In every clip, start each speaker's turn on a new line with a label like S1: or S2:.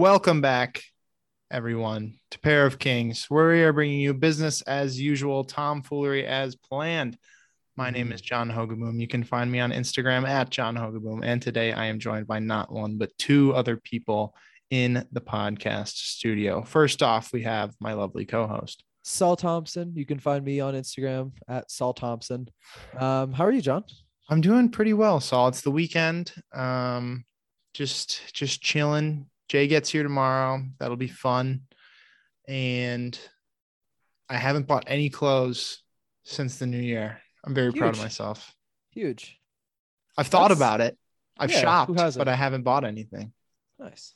S1: Welcome back, everyone, to Pair of Kings, where we are bringing you business as usual, tomfoolery as planned. My name is John Hogaboom. You can find me on Instagram at John Hogaboom. And today I am joined by not one, but two other people in the podcast studio. First off, we have my lovely co host.
S2: Saul Thompson. You can find me on Instagram at Saul Thompson. Um, how are you, John?
S1: I'm doing pretty well, Saul. It's the weekend. Um, just just chilling. Jay gets here tomorrow. That'll be fun. And I haven't bought any clothes since the new year. I'm very proud of
S2: Huge.
S1: myself.
S2: Huge.
S1: I've thought
S2: That's-
S1: about it. I've
S2: Yeah, who
S1: shopped,
S2: hasn't?
S1: but I haven't bought anything.
S2: Nice.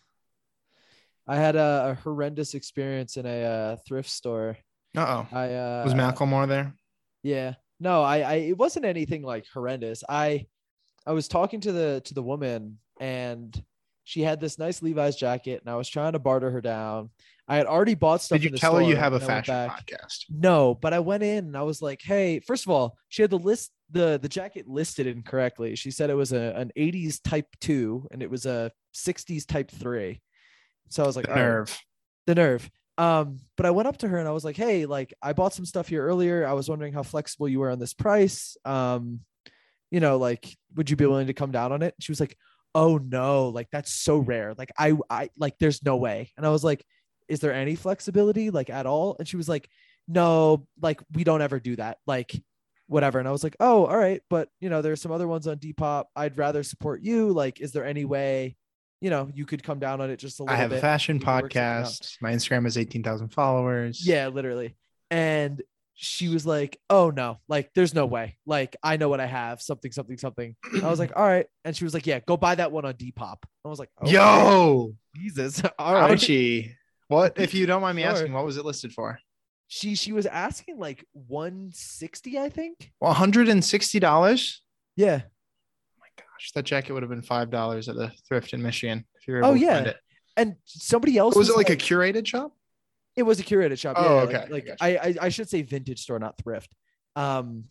S2: I had a, a horrendous experience in a uh, thrift store.
S1: Uh oh.
S2: I uh,
S1: Was Macklemore there?
S2: Yeah. No, I, I it wasn't anything like horrendous. I I was talking to the to the woman and she had this nice Levi's jacket and I was trying to barter her down. I had already bought stuff.
S1: Did you
S2: in the
S1: tell her you
S2: store,
S1: have a
S2: and I went
S1: fashion
S2: back.
S1: podcast?
S2: No, but I went in and I was like, hey, first of all, she had the list the the jacket listed incorrectly. She said it was a an 80s type two and it was a 60s type three. So I was like,
S1: The
S2: all right,
S1: nerve.
S2: the nerve. Um, but I went up to her and I was like, "Hey, like I bought some stuff here earlier. I was wondering how flexible you were on this price. Um, you know, like would you be willing to come down on it?" She was like, "Oh no, like that's so rare. Like I, I like there's no way." And I was like, "Is there any flexibility like at all?" And she was like, "No, like we don't ever do that. Like." Whatever. And I was like, oh, all right. But, you know, there's some other ones on Depop. I'd rather support you. Like, is there any way, you know, you could come down on it just
S1: I
S2: a little
S1: have
S2: bit?
S1: a fashion
S2: we can work something out.
S1: podcast. My Instagram has 18,000 followers.
S2: Yeah, literally. And she was like, "Oh no, like there's no way. Like I know what I have. Something, something, something." I was like, "All right." And she was like, "Yeah, go buy that one on Depop." I was like, "Okay,
S1: Yo,
S2: Jesus, all right."
S1: ouchie. What, if you don't mind me asking,
S2: Sure.
S1: what was it listed for?
S2: She she was asking like 160, I think.
S1: $160? Gosh,
S2: Yeah.
S1: that jacket would have been $5 at the thrift in Michigan if you were able
S2: Oh,
S1: to
S2: yeah.
S1: find it.
S2: And somebody else
S1: Was it like a curated shop?
S2: it was a curated shop.
S1: Oh,
S2: yeah,
S1: okay.
S2: Like, like
S1: I gotcha.
S2: I, I I should say vintage store, not thrift. Um,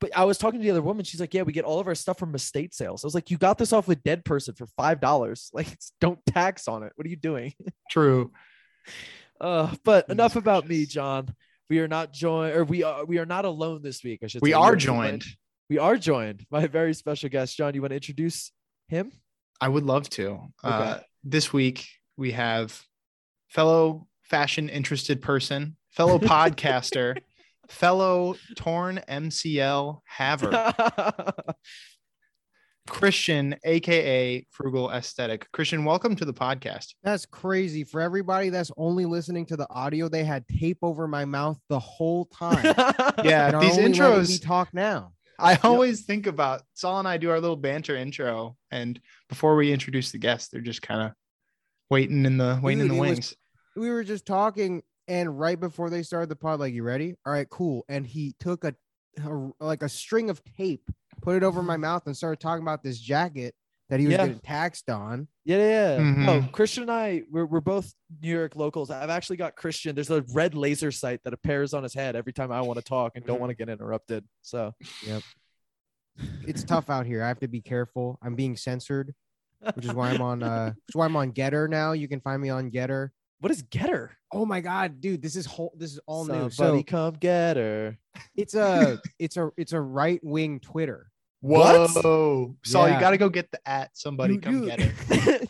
S2: but I was talking to the other woman. She's like, "Yeah, we get all of our stuff from estate sales." I was like, "You got this off a dead person for five dollars. Like, it's- don't tax on it. What are you doing?"
S1: True.
S2: Uh, but
S1: Goodness
S2: enough about me,
S1: gracious.
S2: John. We are not joined, or we are we are not alone this week. I should.
S1: We
S2: say.
S1: are joined.
S2: We are joined by a very special guest, John. You want to introduce him?
S1: I would love to. Uh, this week we have fellow fashion interested person, fellow podcaster, fellow torn MCL haver, Christian, aka Frugal Aesthetic. Christian, welcome to the podcast.
S3: That's crazy. For everybody that's only listening to the audio, they had tape over my mouth the whole time.
S1: Yeah,
S3: And are
S1: these
S3: only letting me
S1: intros.
S3: talk now.
S1: I always think about Saul and I do our little banter intro, and before we introduce the guests, they're just kind of waiting in the waiting in
S3: Dude,
S1: the
S3: it was
S1: wings.
S3: We were just talking, and right before they started the pod, like, you ready? All right, cool. And he took a, a- like a string of tape, put it over
S1: Mm-hmm.
S3: my mouth, and started talking about this jacket that he was
S2: Yeah.
S3: getting taxed on.
S2: Yeah, yeah. yeah. No,
S3: Mm-hmm.
S1: Mhm.
S2: Christian and I, we're, we're both New York locals. I've actually got Christian. There's a red laser sight that appears on his head every time I want to talk and
S3: Mm-hmm.
S2: don't want to get interrupted. So
S3: It's tough out here. I have to be careful. I'm being censored, which is why I'm on. Uh, that's why I'm on Getter now. You can find me on Getter.
S2: what is Getter?
S3: Oh my god, dude, this is whole. This is all new.
S2: Somebody
S3: So
S2: come get her.
S3: it's a it's a it's a right wing Twitter.
S1: Whoa,
S2: What?
S1: Saul, you
S3: Yeah.
S1: got to go get the at somebody.
S3: You-
S1: come
S3: you-
S1: get it.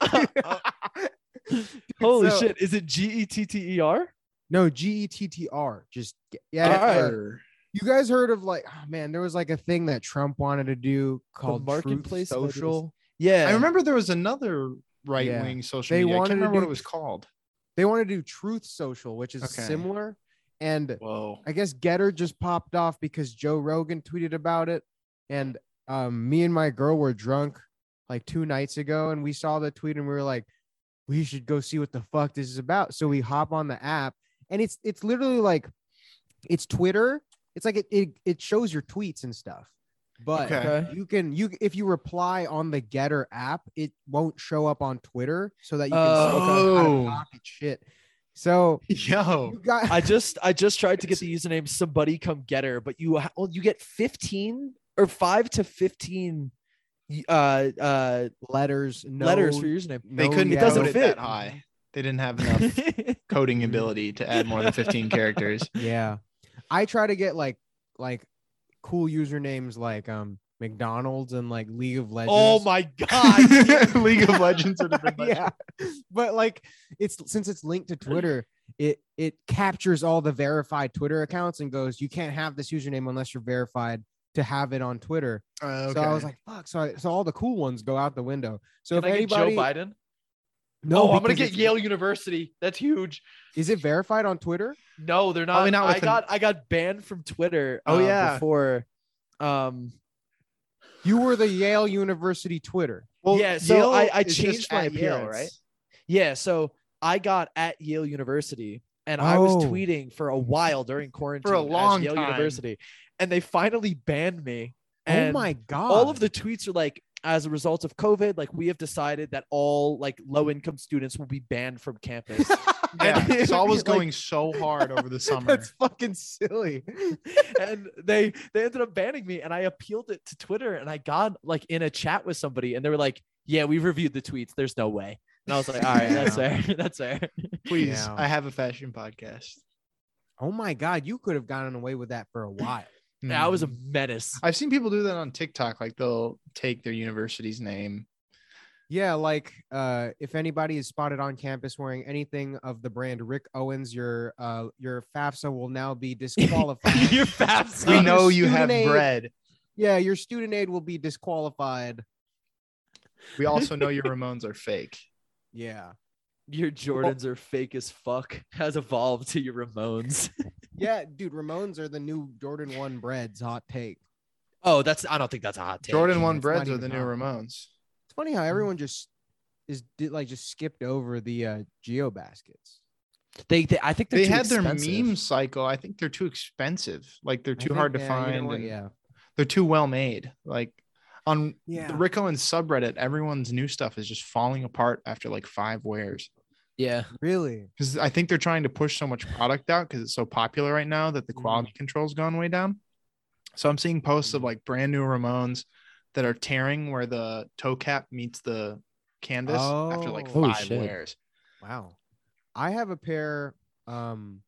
S2: Holy
S3: so-
S2: shit! Is it G E T T E R?
S3: No, G E T T R. Just g- yeah.
S2: All right.
S3: uh, You guys heard of like oh man, there was like a thing that Trump wanted to do called
S2: marketplace
S3: marketplace
S2: of ideas.
S3: social.
S2: Yeah,
S1: I remember there was another right wing social
S3: They
S1: media. I can't
S3: wanted to
S1: remember what
S3: do-
S1: it was called.
S3: They want to do truth social, which is
S1: Okay.
S3: similar. And
S1: Whoa.
S3: I guess Getter just popped off because Joe Rogan tweeted about it. And um, me and my girl were drunk like two nights ago, and we saw the tweet and we were like, we should go see what the fuck this is about. So we hop on the app, and it's it's literally like it's Twitter. It's like it it, it shows your tweets and stuff. But
S1: Okay.
S2: Okay.
S3: you can you if you reply on the Getter app, it won't show up on Twitter so that you can
S2: Oh.
S3: see out of pocket shit. So
S1: Yo.
S3: you got
S2: I just I just tried to get the username somebody come get her, but you ha- well, you get 15 or 5 to 15 y- uh, uh,
S3: letters, no,
S2: letters for your username.
S1: They
S3: no
S1: couldn't
S2: it
S1: code
S2: doesn't
S1: it
S2: fit.
S1: that high. They didn't have enough coding ability to add more than 15 characters.
S3: Yeah. I try to get like like cool usernames like um McDonald's and like League of Legends.
S2: oh my god!
S1: League of Legends would have been much
S3: yeah. But like it's since it's linked to Twitter, it it captures all the verified Twitter accounts and goes, you can't have this username unless you're verified to have it on Twitter.
S1: Uh,
S3: So I was like, fuck. So I, so all the cool ones go out the window. So
S4: Can
S3: if
S4: I get Joe
S3: anybody
S4: Biden?
S3: no,
S4: oh, I'm gonna
S3: because
S4: get
S3: it's-
S4: Yale University. That's huge.
S3: Is it verified on Twitter?
S4: No, they're not.
S1: Probably not
S4: I
S1: with an-
S4: got.
S2: God, I got banned from Twitter.
S1: Oh,
S2: uh,
S1: yeah.
S2: before. Um.
S3: You were the Yale University Twitter. Oh
S1: well,
S2: yeah, so I- I
S1: is just
S2: changed my
S1: at
S2: appearance. Yeah. So I got at Yale University and I
S3: Oh.
S2: was tweeting for a while during quarantine as
S1: long
S2: Yale
S1: time.
S2: University, and they finally banned me.
S3: oh
S2: And
S3: my god.
S2: all of the tweets are like as a result of covid like we have decided that all like low income students will be banned from campus
S1: Yeah,
S2: And it
S1: Saul
S2: would be
S1: was
S2: like-
S1: going so hard over the summer.
S3: That's fucking silly.
S2: and they they ended up banning me and i appealed it to twitter and i got like in a chat with somebody and they were like yeah we've reviewed the tweets there's no way and i was like all right that's fair that's fair
S1: Please,
S3: Yeah.
S1: I have a fashion podcast.
S3: Oh my god, you could have gotten away with that for a while.
S1: Hmm.
S2: And i was a menace
S1: I've seen people do that on TikTok. Like they'll take their university's name.
S3: Yeah, like uh, if anybody is spotted on campus wearing anything of the brand Rick Owens, your uh, your FAFSA will now be disqualified.
S2: you're fast
S1: We
S3: Uh,
S1: know you have
S3: student aid.
S1: bread.
S3: yeah, your student aid will be disqualified.
S1: We also know your Ramones are fake.
S3: Yeah,
S2: your jordans are fake as fuck has evolved to your ramones
S3: yeah, dude, Ramones are the new Jordan One breads. Hot take.
S2: oh that's i don't think that's a hot take
S1: Jordan
S3: It's
S1: One
S3: not
S1: breads are
S3: even
S1: the new
S3: hot.
S1: Ramones.
S3: It's funny
S1: Hmm.
S3: how everyone just is did like just skipped over the uh, geo baskets.
S2: they, they i think they're
S1: They
S2: too
S1: had their
S2: expensive.
S1: meme cycle. I think they're too expensive. Like they're
S3: I
S1: too
S3: think,
S1: hard to
S3: yeah, you know
S1: find.
S3: what,
S1: and
S3: yeah,
S1: They're too well made. Like on
S3: yeah.
S1: the Rick Owens subreddit, everyone's new stuff is just falling apart after like five wears.
S2: yeah
S3: really,
S1: Because I think they're trying to push so much product out because it's so popular right now that the
S3: Mhm.
S1: quality control's gone way down. So I'm seeing posts
S3: Mm.
S1: of like brand new Ramones that are tearing where the toe cap meets the canvas after like
S3: Oh.
S2: Oh,
S1: five
S2: shit.
S1: wears.
S3: Wow. I have a pair um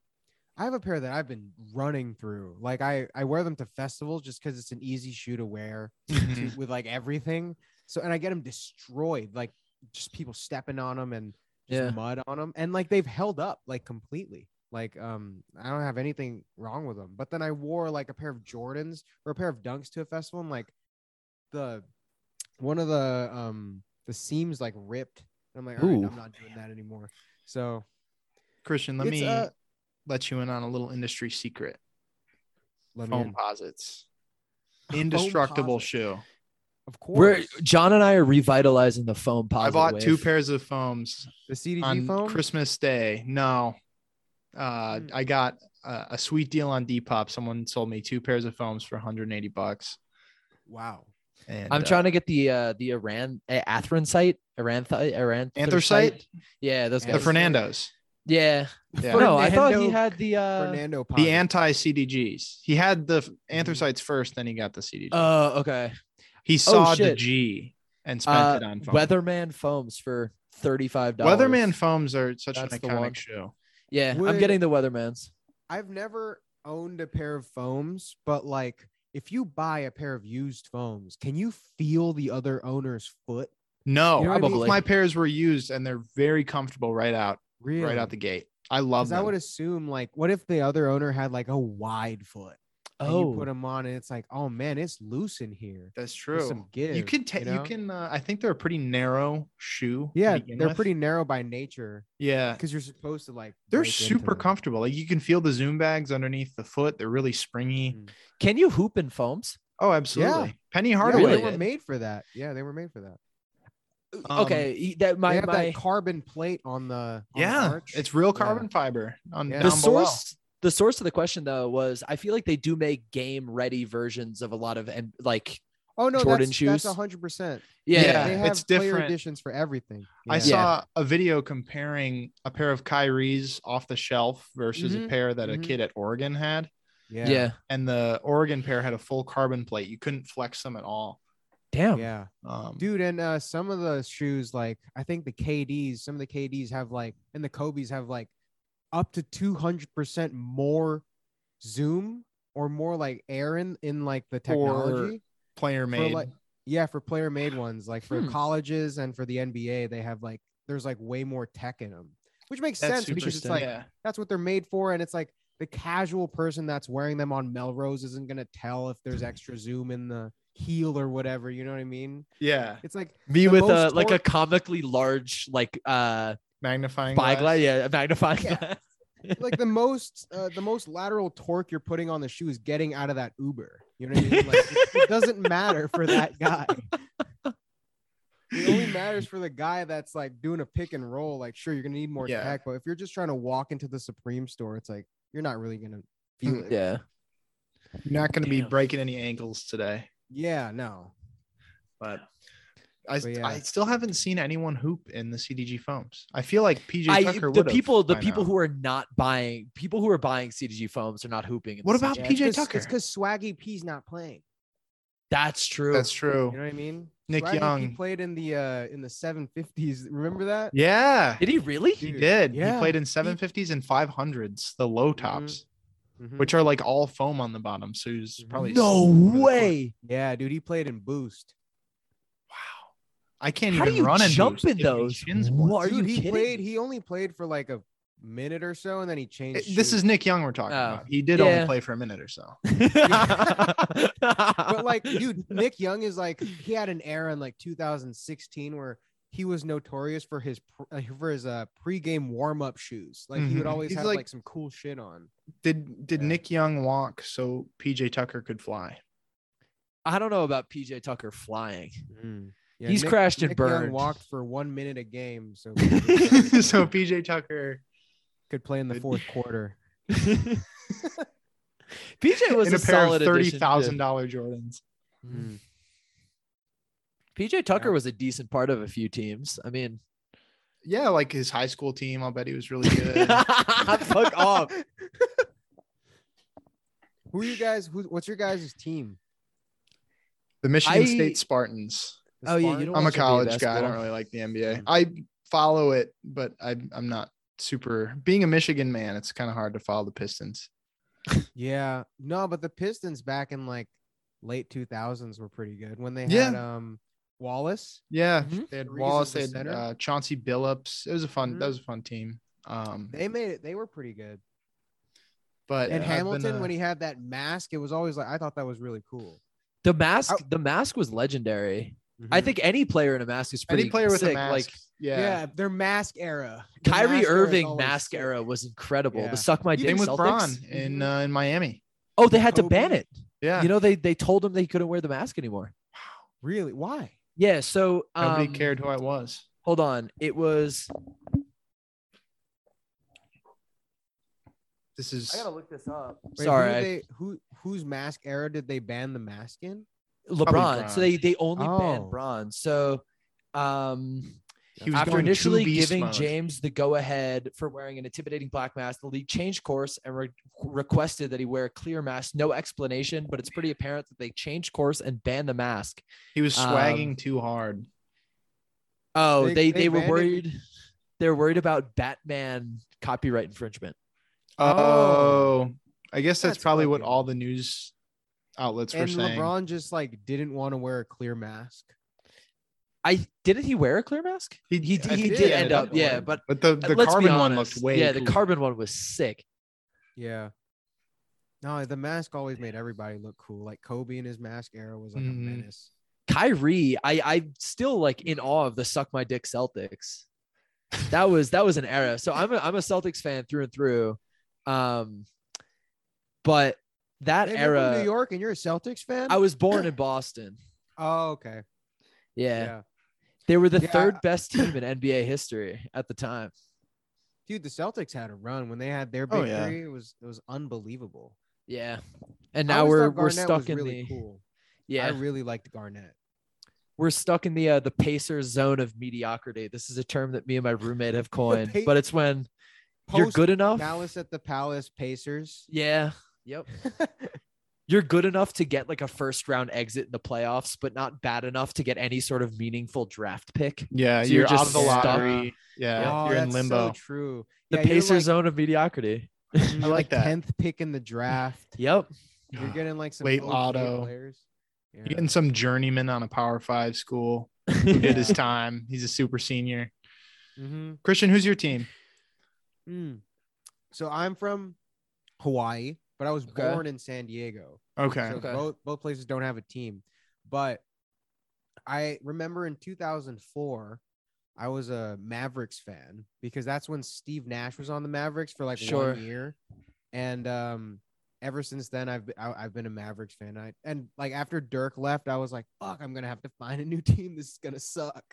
S3: I have a pair that I've been running through. Like I I wear them to festivals just cuz it's an easy shoe to wear to,
S1: Mm-hmm.
S3: with like everything. So and I get them destroyed like just people stepping on them and just
S2: Yeah.
S3: mud on them and like they've held up like completely. Like um I don't have anything wrong with them. But then I wore like a pair of Jordans or a pair of Dunks to a festival and like the one of the um the seams like ripped. And I'm like, all right,
S2: Ooh.
S3: I'm not doing that anymore. So
S1: Christian, let
S3: It's,
S1: me
S3: uh,
S1: let you in on a little industry secret.
S3: let me,
S1: Foam
S3: in.
S1: posits. Indestructible
S3: posits.
S1: shoe.
S3: of
S2: We're
S3: course,
S2: John and I are revitalizing the foam
S1: I
S2: positive.
S1: bought
S2: wave.
S1: two pairs of foams
S3: the CDG
S1: on
S3: foam.
S1: Christmas Day. No, uh,
S3: Mm.
S1: I got a, a sweet deal on Depop. Someone sold me two pairs of foams for 180 bucks.
S3: wow,
S1: And
S2: I'm
S1: uh,
S2: trying to get the uh the Iran uh, Athranthite, Aranthite, Aranth.
S1: Anthracite,
S2: Yeah, those
S3: Yeah.
S1: the
S2: guys.
S1: Fernandos,
S2: yeah.
S1: yeah.
S2: No, I thought he
S3: Fernando-
S2: had the. uh
S3: Fernando.
S1: the
S3: posit.
S1: anti CDGs. He had
S2: Hmm.
S1: the anthracites first, then he got the CDG.
S2: Oh, okay.
S1: he saw the
S2: oh, shit.
S1: G and spent
S2: Uh,
S1: it on foam.
S2: Weatherman foams for thirty five dollars.
S1: Weatherman foams are such an
S2: That's the one.
S1: iconic shoe.
S2: Yeah, I'm
S3: Would-
S2: getting the Weathermans.
S3: I've never owned a pair of foams, but like if you buy a pair of used foams, can you feel the other owner's foot?
S1: No,
S3: You know what I mean?
S1: both my pairs were used and they're very comfortable right out,
S3: Really?
S1: right out the gate. I love
S3: Because I
S1: them.
S3: would assume like, what if the other owner had like a wide foot? And
S2: Oh,
S3: you put them on, and it's like, oh man, it's loose in here.
S1: That's
S3: There's
S1: true.
S3: some give,
S1: you can take. You,
S3: know?
S1: can. Uh, I think they're a pretty narrow shoe. to
S3: Yeah,
S1: begin
S3: they're
S1: with.
S3: pretty narrow by nature
S1: Yeah,
S3: because you're supposed to like.
S1: they're
S3: break into
S1: super
S3: them.
S1: comfortable. Like you can feel the zoom bags underneath the foot. They're really springy.
S3: Mm.
S2: can you hoop in foams?
S1: Oh, absolutely. Penny
S3: Yeah,
S1: Hardaway.
S3: they
S2: Really?
S3: were made for that. Yeah, they were made for that.
S1: Um,
S2: okay, e- that
S3: they
S2: my
S3: have
S2: my
S3: that carbon plate on the. on the
S1: Yeah,
S3: arch.
S1: it's real
S3: Yeah.
S1: carbon fiber on
S3: Yeah.
S1: down
S2: the
S1: below.
S2: source the source of the question though was I feel like they do make game ready versions of a lot of and like
S3: Oh no,
S2: Jordan
S3: that's,
S2: shoes.
S3: That's hundred percent.
S2: yeah,
S1: Yeah.
S3: they have
S1: it's
S3: player
S1: different.
S3: editions for everything.
S1: I
S3: Yeah.
S1: saw a video comparing a pair of Kyrie's off the shelf versus a
S3: Mhm,
S1: pair that
S3: mhm.
S1: a kid at Oregon had,
S3: Yeah.
S2: yeah.
S1: and the Oregon pair had a full carbon plate. You couldn't flex them at all.
S2: Damn.
S3: Yeah.
S1: Um,
S3: Dude, and uh, some of the shoes, like I think the KDs, some of the KDs have like, and the Kobe's have like up to 200% more zoom or more like air in, in like the technology.
S1: player
S3: for
S1: made.
S3: like, yeah, for player made ones, like for
S1: Hmm.
S3: colleges and for the NBA, they have like, there's like way more tech in them, which makes
S1: That's
S3: sense because it's
S2: interesting.
S3: like,
S1: yeah.
S3: that's what they're made for. And it's like the casual person that's wearing them on Melrose isn't going to tell if there's extra zoom in the heel or whatever. You know what I mean?
S1: yeah,
S3: It's like,
S2: Me
S3: The
S2: with a
S3: most
S2: like a
S3: tor-
S2: comically large like uh
S1: magnifying
S2: spyglass,
S1: glass.
S2: yeah, a magnifying
S3: Yeah.
S2: glass.
S3: like the most uh, the most lateral torque you're putting on the shoe is getting out of that Uber. You know what I mean? Like, it, it doesn't matter for that guy. It only matters for the guy that's like doing a pick and roll. Like, sure, you're gonna need more
S1: Yeah.
S3: tech, but if you're just trying to walk into the Supreme store, it's like you're not really gonna feel it.
S2: Mm, Yeah.
S1: You're not going to be
S2: Damn.
S1: breaking any ankles today,
S3: Yeah, no.
S1: but. I,
S3: But yeah.
S1: I still haven't seen anyone hoop in the CDG foams. I feel like PJ
S2: I,
S1: Tucker
S2: the
S1: would've
S2: people the
S1: by
S2: people
S1: now.
S2: who are not buying people who are buying CDG foams are not hooping. in
S1: What
S2: the
S1: about
S2: CDG.
S1: PJ
S3: it's 'cause-
S1: Tucker?
S3: It's because Swaggy P's not playing.
S2: That's true.
S1: that's
S3: You know
S1: true.
S3: what I mean?
S1: Nick
S3: Swaggy P
S1: Young.
S3: played in the uh in the 750s. Remember that?
S1: Yeah,
S2: Did he really?
S1: he
S3: Dude,
S1: did. He
S3: yeah.
S1: played in 750s and 500s, the low tops,
S3: Mhm.
S1: which are like all foam on the bottom. So he's probably
S2: No
S1: super court.
S2: way.
S3: yeah, dude, he played in Boost.
S1: Wow. I can't
S2: How do
S1: even
S2: you
S1: run
S2: jump
S1: boots
S2: in
S1: if your
S2: those?
S1: shins
S2: What
S1: work.
S2: are you
S3: Dude, he
S2: kidding?
S3: played. He only played for like a minute or so, and then he changed.
S1: It- this
S3: shoes.
S1: is Nick Young we're talking
S2: Oh.
S1: about. He did
S2: Yeah.
S1: only play for a minute or so.
S3: but
S2: but
S3: like, dude, Nick Young is like he had an era in like 2016 where he was notorious for his pr- uh, for his uh pregame warm up shoes. Like he would
S1: Mhm.
S3: always
S1: He's
S3: have
S1: like-
S3: like, some cool shit on.
S1: Did did
S3: Yeah.
S1: Nick Young walk so PJ Tucker could fly?
S2: I don't know about PJ Tucker flying.
S3: Yeah,
S2: He's
S3: Nick-
S2: crashed and
S3: Nick Young
S2: burned.
S3: walked for one minute a game, so
S1: so PJ Tucker
S3: could play in the fourth quarter.
S2: PJ was
S1: in
S2: a,
S1: a pair
S2: solid
S1: of
S2: addition
S1: thirty
S2: to-
S1: thousand dollar Jordans.
S2: PJ Tucker
S3: Yeah.
S2: was a decent part of a few teams. I mean,
S1: Yeah, like his high school team. I'll bet he was really good.
S2: fuck off.
S3: Who are you guys? Who? What's your guys' team?
S1: The Michigan
S2: I-
S1: State Spartans.
S3: The
S2: Oh, yeah, you
S3: Spartans?
S2: don't
S1: I'm a
S2: watch NBA
S1: college guy. I
S2: basketball.
S1: don't really like the NBA.
S3: Mm.
S1: I follow it, but I, I'm not super. Being a Michigan man, it's kind of hard to follow the Pistons.
S3: Yeah, no, but the Pistons back in like late 2000s were pretty good when they had um Wallace.
S1: Yeah,
S2: Mhm.
S1: they had
S3: Reeves is
S1: Wallace,
S3: the
S1: they had
S3: center.
S1: uh, Chauncey Billups. It was a fun.
S2: Mm-hmm.
S1: That
S3: Mhm.
S1: was a fun team. Um,
S3: They made it. They were pretty good.
S1: but
S3: And
S1: I've been
S3: Hamilton,
S1: a-
S3: when he had that mask, it was always like I thought that was really cool.
S2: The mask,
S3: I-
S2: the mask was legendary. I
S3: Mhm.
S2: think any player in a mask is pretty
S1: any player with
S2: sick.
S1: a mask,
S2: Like
S1: yeah,
S3: yeah. their mask era. The mask
S2: Kyrie
S3: era is
S2: Irving
S3: always
S2: mask
S3: sick.
S2: era was incredible.
S3: Yeah.
S2: The suck my dick
S1: same with
S2: Celtics.
S1: Braun in
S3: Mhm.
S1: uh, in Miami.
S2: Oh, they had to
S3: Kobe.
S2: ban it.
S1: Yeah,
S2: You know, they they told him they couldn't wear the mask anymore.
S3: Really? Why?
S2: Yeah. So um,
S1: nobody cared who I was.
S2: Hold on. It was.
S1: This is
S2: look this up.
S3: Wait,
S2: Sorry,
S3: Who,
S2: I-
S3: did they, who whose mask era did they ban the mask in?
S2: LeBron.
S1: Bron.
S2: So they they only
S3: Oh.
S2: banned Braun. So um
S1: he was
S2: after
S1: going
S2: initially
S1: 2 beast
S2: giving
S1: mode.
S2: James the go ahead for wearing an intimidating black mask, the league changed course and re- requested that he wear a clear mask. No explanation, but it's pretty apparent that they changed course and banned the mask.
S1: he was swagging
S2: um,
S1: too hard.
S2: Oh, they
S3: They-
S2: they,
S3: they
S2: were
S3: banned it
S2: worried. They're worried about Batman copyright infringement.
S1: Oh, I guess that's,
S3: That's
S1: probably what
S3: fucking-
S1: all the news outlets were
S3: and
S1: saying.
S3: LeBron just like didn't want to wear a clear mask.
S2: I didn't he wear a clear mask?
S1: he,
S2: He
S1: I
S2: he, he
S1: think ended
S2: did, end up,
S1: wearing
S2: yeah.
S1: it.
S2: But
S1: but the the
S2: let's be
S1: carbon one
S2: honest,
S1: looked way
S2: yeah. The
S1: cooler.
S2: carbon one was sick.
S3: Yeah. No, the mask always made everybody look cool. Like Kobe in his mask era was like
S1: Mhm.
S2: Mm-hmm.
S3: a menace.
S2: Kyrie, I I'm still like in awe of the suck my dick Celtics. That was that was an era. So I'm a, I'm a Celtics fan through and through. Um but that
S3: Hey, you're from New
S2: era
S3: York, and you're a Celtics fan.
S2: I was born in Boston.
S3: oh, okay.
S2: Yeah.
S3: yeah.
S2: They were the
S3: Yeah,
S2: third best team in NBA history at the time.
S3: Dude, the Celtics had a run when they had their
S1: Oh,
S3: big
S1: yeah.
S3: three. It was it was unbelievable.
S2: Yeah. And
S3: I
S2: now
S3: always
S2: we're we're
S3: thought Garnett
S2: stuck
S3: was
S2: in
S3: really
S2: the
S3: cool. I
S2: yeah,
S3: really liked Garnett.
S2: we're stuck in the uh, the Pacers zone of mediocrity. This is a term that me and my roommate have coined,
S3: Pa-
S2: but it's when you're
S3: Post
S2: good enough.
S3: Malice at the Palace Pacers.
S2: Yeah. Yep. you're good enough to get like a first round exit in the playoffs, but not bad enough to get any sort of meaningful draft pick.
S1: Yeah,
S2: So
S1: you're,
S2: you're
S1: out of
S2: just
S1: the
S2: stuck.
S1: lottery. Yeah,
S3: Oh,
S1: you're in
S3: that's so
S1: limbo.
S3: true.
S2: The
S3: Yeah, you're
S2: Pacers'
S3: like-
S2: zone of mediocrity.
S3: you're
S1: I like that.
S3: Tenth pick in the draft.
S2: Yep.
S3: You're getting like some
S1: Late
S3: okay
S1: lotto.
S3: players. Yeah.
S1: You're getting some journeyman on a power five school who did his time. He's a super senior.
S3: Mhm.
S1: Christian, who's your team?
S3: Mm. So I'm from Hawaii, but I was
S4: Okay.
S3: born in San Diego.
S1: Okay.
S3: So
S4: Okay.
S3: both both places don't have a team. But I remember in 2004, I was a Mavericks fan because that's when Steve Nash was on the Mavericks for like
S2: Sure.
S3: one year, and um, ever since then I've been, I, I've been a Mavericks fan. I, and like after Dirk left, I was like, "Fuck, I'm gonna have to find a new team. This is gonna suck."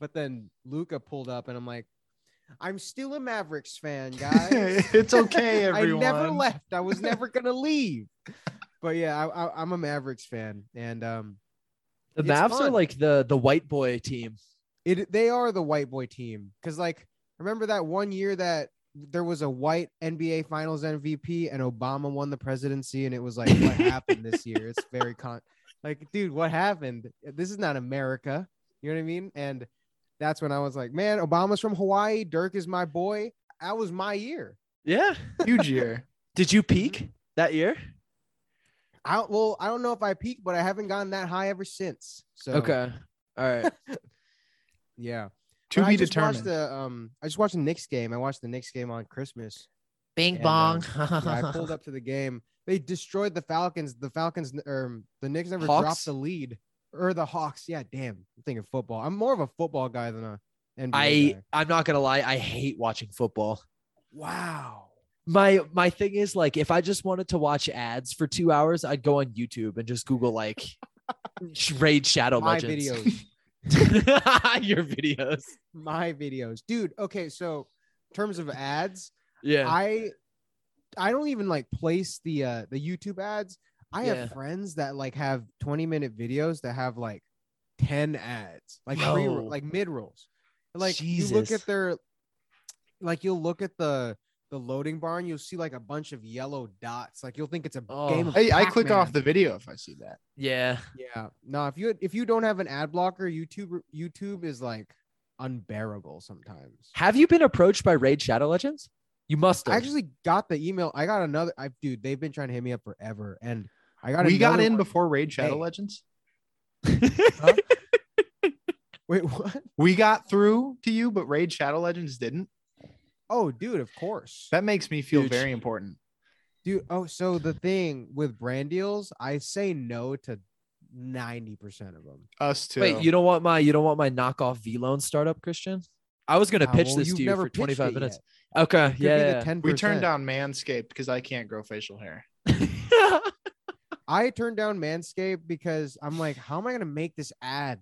S3: But then Luca pulled up, and I'm like, "I'm still a Mavericks fan, guys."
S1: it's okay, everyone.
S3: I never left. I was never gonna leave. But yeah, I, I, I'm a Mavericks fan, and um,
S2: The
S3: It's
S2: Mavs are
S3: fun.
S2: like the the white boy team.
S3: it they are the white boy team because like remember that one year that there was a white NBA Finals MVP and Obama won the presidency, and it was like what happened this year? It's very con like dude, what happened? This is not America. You know what I mean? And that's when I was like, man, Obama's from Hawaii. Dirk is my boy. That was my year.
S2: Yeah.
S1: Huge year.
S2: Did you peak that year?
S3: I don't, well, I don't know if I peaked, but I haven't gotten that high ever since. So
S2: Okay. All right.
S3: yeah.
S1: To
S3: But
S1: be
S3: I just
S1: determined.
S3: Watched the, um, I just watched the Knicks game. I watched the Knicks game on Christmas.
S2: Bing
S3: And, um, Yeah, I pulled up to the game. They destroyed the Falcons. The Falcons or the Knicks never
S2: Hawks?
S3: dropped the lead or the Hawks. Yeah, damn. I'm thinking football. I'm more of a football guy than a NBA
S2: I
S3: guy.
S2: I'm not gonna lie. I hate watching football.
S3: Wow.
S2: My my thing is like if I just wanted to watch ads for two hours, I'd go on YouTube and just Google like raid Shadow
S3: My
S2: Legends.
S3: videos.
S2: Your videos.
S3: My videos. Dude, okay, so in terms of ads,
S2: Yeah.
S3: I I don't even like place the uh the YouTube ads. I
S2: Yeah.
S3: have friends that like have 20 minute videos that have like 10 ads, like pre
S2: Whoa.
S3: like mid rolls. Like you look
S2: Jesus.
S3: at their like you'll look at the the loading bar and you'll see like a bunch of yellow dots. Like you'll think it's a game
S2: Oh.
S3: of
S1: Hey, I click off
S3: Pac-Man.
S1: the video if I see that.
S2: yeah.
S3: Yeah. No, if you if you don't have an ad blocker, YouTube YouTube is like unbearable sometimes.
S2: Have you been approached by Raid Shadow Legends? You must have.
S3: I actually got the email. I got another. I dude, they've been trying to hit me up forever, and I got.
S1: we got
S3: another
S1: in
S3: one-
S1: before Raid Shadow
S3: Hey.
S1: Legends.
S3: Wait, what?
S1: We got through to you, but Raid Shadow Legends didn't.
S3: Oh, dude, of course,
S1: That makes me feel
S2: Huge.
S1: very important.
S3: dude. Oh, so the thing with brand deals, I say no to ninety percent of them.
S1: Us too.
S2: Wait, you don't want my you don't want my knockoff V loan startup, Christian? I was gonna
S3: Ah,
S2: pitch
S3: well,
S2: this
S3: you've
S2: to you
S3: never
S2: for
S3: pitched
S2: 25
S3: it
S2: minutes.
S3: yet.
S2: Okay,
S3: Could be
S2: yeah.
S3: the 10%.
S1: we turned down Manscaped because I can't grow facial hair.
S2: yeah.
S3: I turned down Manscaped because I'm like, how am I gonna make this ad?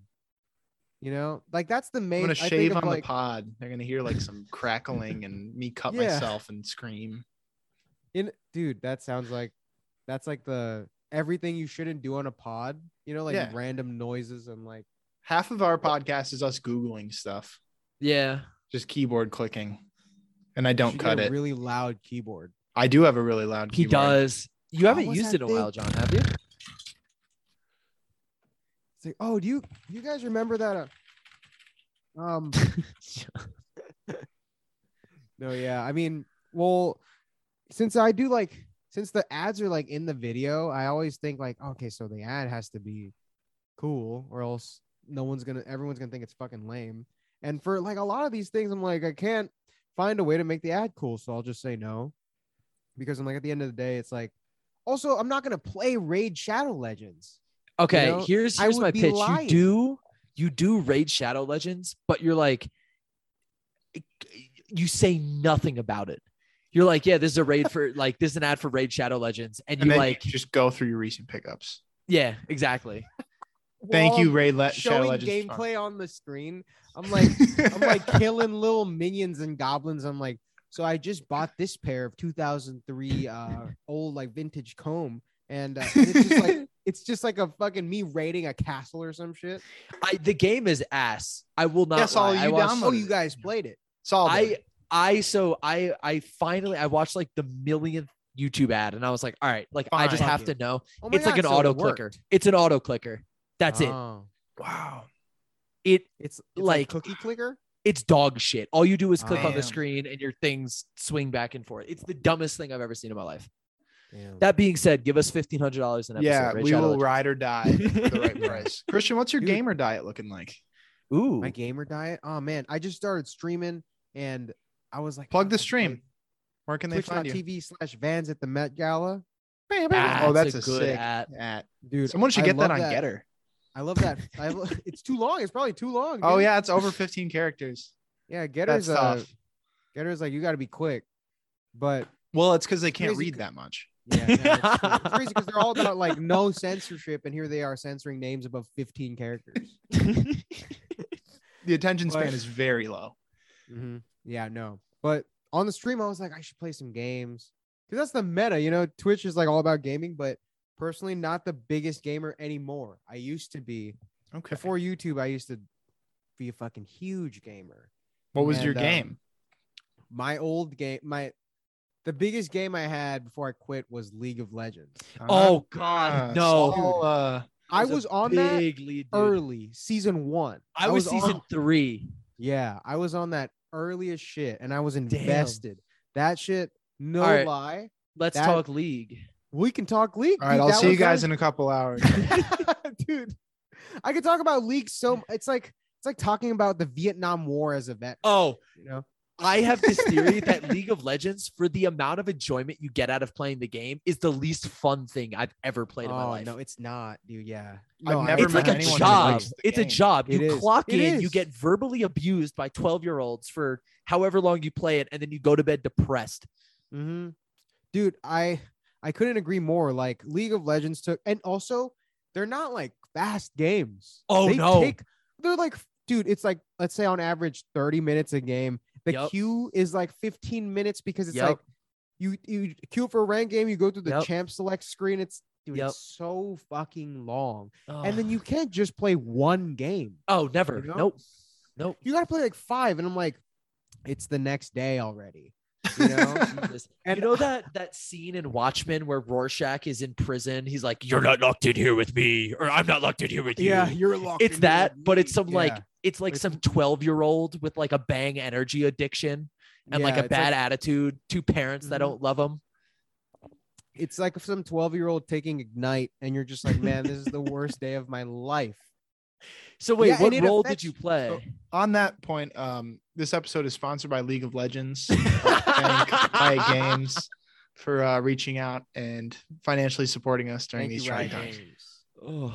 S3: You know, like that's the
S1: I'm
S3: main.
S1: gonna
S3: I think
S1: shave
S3: of,
S1: on
S3: like,
S1: the pod. They're gonna hear like some crackling and me cut
S3: Yeah.
S1: myself and scream.
S3: In dude, that sounds like that's like the everything you shouldn't do on a pod. You know, like
S1: Yeah.
S3: random noises and like
S1: Half of our podcast is us googling stuff,
S2: yeah.
S1: just keyboard clicking, and I
S3: you
S1: don't
S3: should
S1: cut
S3: get a
S1: it.
S3: Really loud keyboard.
S1: I do have a really loud.
S2: He
S1: keyboard.
S2: does. You
S3: How
S2: haven't
S3: was
S2: used
S3: that
S2: it in a while,
S3: thing?
S2: John, have you?
S3: It's like, oh, do you you guys remember that? Uh, um, no, yeah. I mean, well, since I do like since the ads are like in the video, I always think like, okay, so the ad has to be cool, or else no one's gonna everyone's gonna think it's fucking lame. And for like a lot of these things, I'm like, I can't find a way to make the ad cool, so I'll just say no. Because I'm like, at the end of the day, it's like, also, I'm not gonna play Raid Shadow Legends.
S2: Okay,
S3: know,
S2: here's
S3: I
S2: here's
S3: would
S2: my
S3: be
S2: pitch. You
S3: lying.
S2: do you do raid Shadow Legends, but you're like eh, you say nothing about it. You're like, yeah, this is a raid for like this is an ad for Raid Shadow Legends, and,
S1: And
S2: you
S1: then
S2: like,
S1: you just go through your recent pickups.
S2: yeah, exactly.
S1: Thank
S3: Well,
S1: you, Raid Le- Shadow
S3: showing
S1: Legends.
S3: gameplay on the screen. I'm like, I'm like killing little minions and goblins. I'm like, so I just bought this pair of 2003 uh, old like vintage comb, and uh, it's just like it's just like a fucking me raiding a castle or some shit.
S2: I the game is ass. I will not.
S1: Yes, all
S2: lie. I
S1: you
S2: watched-
S1: download-
S3: Oh, you guys played it.
S1: Solid.
S2: I I so I I finally I watched like the millionth YouTube ad, and I was like, all right, like I just
S1: Fine.
S2: have to know.
S3: Oh my
S2: It's like
S3: God,
S2: an
S3: so it
S2: auto clicker.
S3: worked.
S2: It's an auto clicker. That's it.
S3: Oh.
S1: Wow.
S2: It
S3: It's, it's
S2: Like-
S3: like, cookie clicker.
S2: it's dog shit. All you do is click on the
S1: Damn.
S2: screen and your things swing back and forth. It's the dumbest thing I've ever seen in my life.
S3: Damn.
S2: That being said, give us fifteen hundred dollars an episode.
S1: yeah,
S2: right,
S1: we
S2: Shadow
S1: will
S2: Legends?
S1: ride or die for the right price. Christian, what's your
S3: Dude.
S1: gamer diet looking like?
S2: Ooh,
S3: my gamer diet. Oh man, I just started streaming and I was like,
S1: Plug the
S3: "Oh,
S1: stream. Where can
S3: dude,
S1: they find you?
S3: Twitch.tv slash Vans at the Met Gala.
S1: oh, that's a,
S2: good
S1: sick
S2: ad.
S1: ad.
S3: Dude,
S1: Someone should
S3: I
S1: get that
S3: love
S1: on Getter.
S3: I love that. I lo- it's too long. It's probably too long.
S1: Oh
S3: dude.
S1: yeah, it's over 15 characters.
S3: yeah.
S1: That's
S3: Getter's uh,
S1: tough.
S3: Getter's like you got to be quick, but
S1: Well, it's because they can't
S3: crazy
S1: read
S3: c-
S1: that much.
S3: Yeah, no, it's, true. It's crazy because they're all about like no censorship, and here they are censoring names above 15 characters.
S1: The attention span
S3: But-
S1: is very low. Mm-hmm.
S3: Yeah, no. But on the stream, I was like, I should play some games because that's the meta. You know, Twitch is like all about gaming, but personally, not the biggest gamer anymore. I used to be
S1: Okay.
S3: before YouTube. I used to be a fucking huge gamer.
S1: what was your
S3: and, um,
S1: game?
S3: My old game, my the biggest game I had before I quit was League of Legends.
S2: Oh
S1: Uh,
S2: God, no!
S1: Saul, uh,
S3: I
S2: a
S3: was on that
S2: big lead, dude.
S3: early season one.
S2: I was,
S3: on-
S2: season three.
S3: Yeah, I was on that earliest shit and I was invested. That shit, no
S2: All right.
S3: lie.
S2: Let's
S3: That-
S2: talk league.
S3: We can talk leak.
S1: all right, I'll see you guys in a couple hours.
S3: dude. I could talk about leaks so it's like it's like talking about the Vietnam War as a vet.
S2: Oh,
S3: you know,
S2: I have this theory that League of Legends, for the amount of enjoyment you get out of playing the game, is the least fun thing I've ever played in my
S3: oh
S2: life.
S3: no, it's not, dude. Yeah,
S1: I've
S3: I
S1: never
S2: it's like
S1: met
S2: a
S1: anyone who
S2: job.
S1: likes the
S2: It's a
S1: game.
S2: job.
S3: It
S2: You
S3: is.
S2: clock
S3: It
S2: in, you
S3: is.
S2: get verbally abused by 12 year olds for however long you play it, and then you go to bed depressed.
S3: Mm-hmm. Dude, I I couldn't agree more. Like League of Legends took, and also they're not like fast games.
S2: Oh, no.
S3: they're like, dude, it's like let's say on average thirty minutes a game. The
S2: Yep.
S3: queue is like fifteen minutes because it's
S2: Yep.
S3: like you you queue for a rank game. You go through the
S2: Yep.
S3: champ select screen. It's dude,
S2: Yep.
S3: it's so fucking long.
S2: Oh.
S3: And then you can't just play one game.
S2: oh, never.
S3: you know?
S2: Nope. Nope.
S3: You gotta play like five, and I'm like, it's the next day already. You know.
S2: Jesus.
S3: And-
S2: you know that that scene in Watchmen where Rorschach is in prison. He's like, "You're not locked in here with me, or I'm not locked in here with you."
S3: you're locked.
S2: it's that, but it's some like
S3: Yeah.
S2: it's like
S3: It's-
S2: some twelve year old with like a bang energy addiction and like
S3: Yeah,
S2: a
S3: it's
S2: bad attitude, two parents that
S3: Mhm.
S2: don't love him.
S3: it's like some 12 year old taking ignite and you're just like man this is the worst day of my life
S2: So wait,
S3: Yeah, and
S2: what
S3: it
S2: role did
S3: affects
S2: you
S3: you,
S2: play?
S1: On that point, um, this episode is sponsored by League of Legends. Thank Riot Games for uh, reaching out and financially supporting us during
S3: Thank
S1: these
S3: you,
S1: trying
S3: Riot
S1: times.
S3: Games.
S2: Ugh.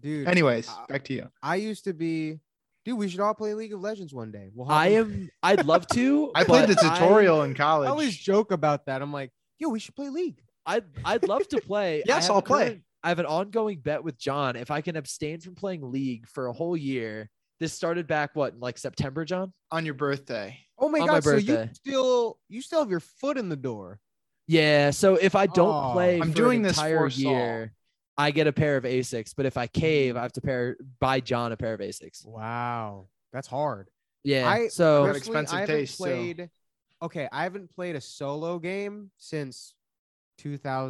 S3: dude
S1: Anyways,
S3: Uh,
S1: back to you.
S3: i used to be dude we should all play league of legends one day well
S2: I am. I'd love to.
S1: I played
S2: but
S1: the tutorial in
S3: i
S1: college.
S3: always joke about that i'm like yo we should play league
S2: I'd I'd love to play. I
S1: Yes,
S2: have a
S1: I'll play.
S2: current- I have an ongoing bet with John. If I can abstain from playing League for a whole year, this started back what in like September, John?
S1: on your birthday.
S3: oh my
S2: On my
S3: god so you
S2: birthday.
S3: still you still have your foot in the door
S2: Yeah. So if I don't
S3: Aw.
S2: play,
S1: I'm
S2: for
S1: doing
S2: an
S1: this
S2: entire
S1: for Saul.
S2: year. I get a pair of Asics, but if I cave, I have to pair buy John a pair of Asics.
S3: wow that's hard
S2: Yeah.
S3: I-
S1: Got
S2: Oh, so
S3: Personally,
S1: expensive
S3: I haven't
S1: taste, so-
S3: played. Okay, I haven't played a solo game since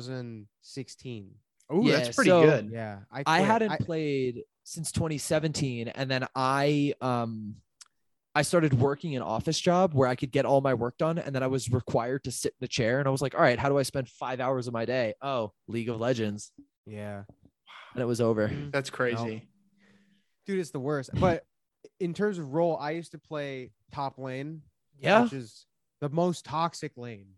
S3: 2016.
S1: Oh,
S2: Yeah,
S1: that's pretty
S2: so-
S1: good.
S3: Yeah, I
S2: I
S3: quit.
S2: hadn't played since 2017, and then I um I started working an office job where I could get all my work done, and then I was required to sit in a chair. And I was like, all right, how do I spend five hours of my day? Oh, League of Legends,
S3: yeah,
S2: and it was over.
S3: Mhm.
S1: That's crazy.
S3: dude, it's the worst. But in terms of role, I used to play top lane.
S2: Yeah,
S3: which is the most toxic lane.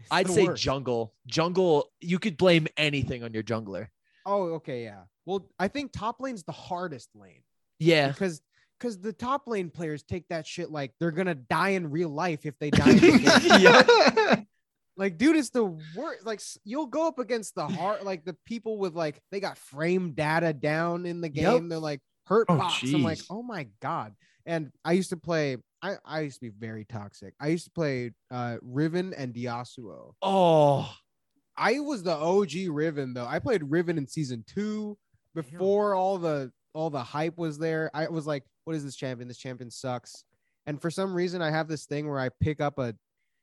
S3: It's
S2: I'd
S3: the
S2: say
S3: worst.
S2: jungle. Jungle, you could blame anything on your jungler.
S3: Oh, okay, yeah. Well, I think top lane's the hardest lane.
S2: Yeah,
S3: because because the top lane players take that shit like they're gonna die in real life if they die. in the game. Like, dude, it's the worst. Like, s- you'll go up against the heart, like the people with like they got frame data down in the
S2: Yep.
S3: game. They're like hurt
S1: Oh,
S3: box. I'm like,
S1: jeez.
S3: oh my god. And I used to play. I I used to be very toxic. I used to play uh Riven and Diasuo.
S2: Oh,
S3: I was the OG Riven though. I played Riven in season two before all the all the hype was there. I was like, what is this champion? This champion sucks. And for some reason, I have this thing where I pick up a.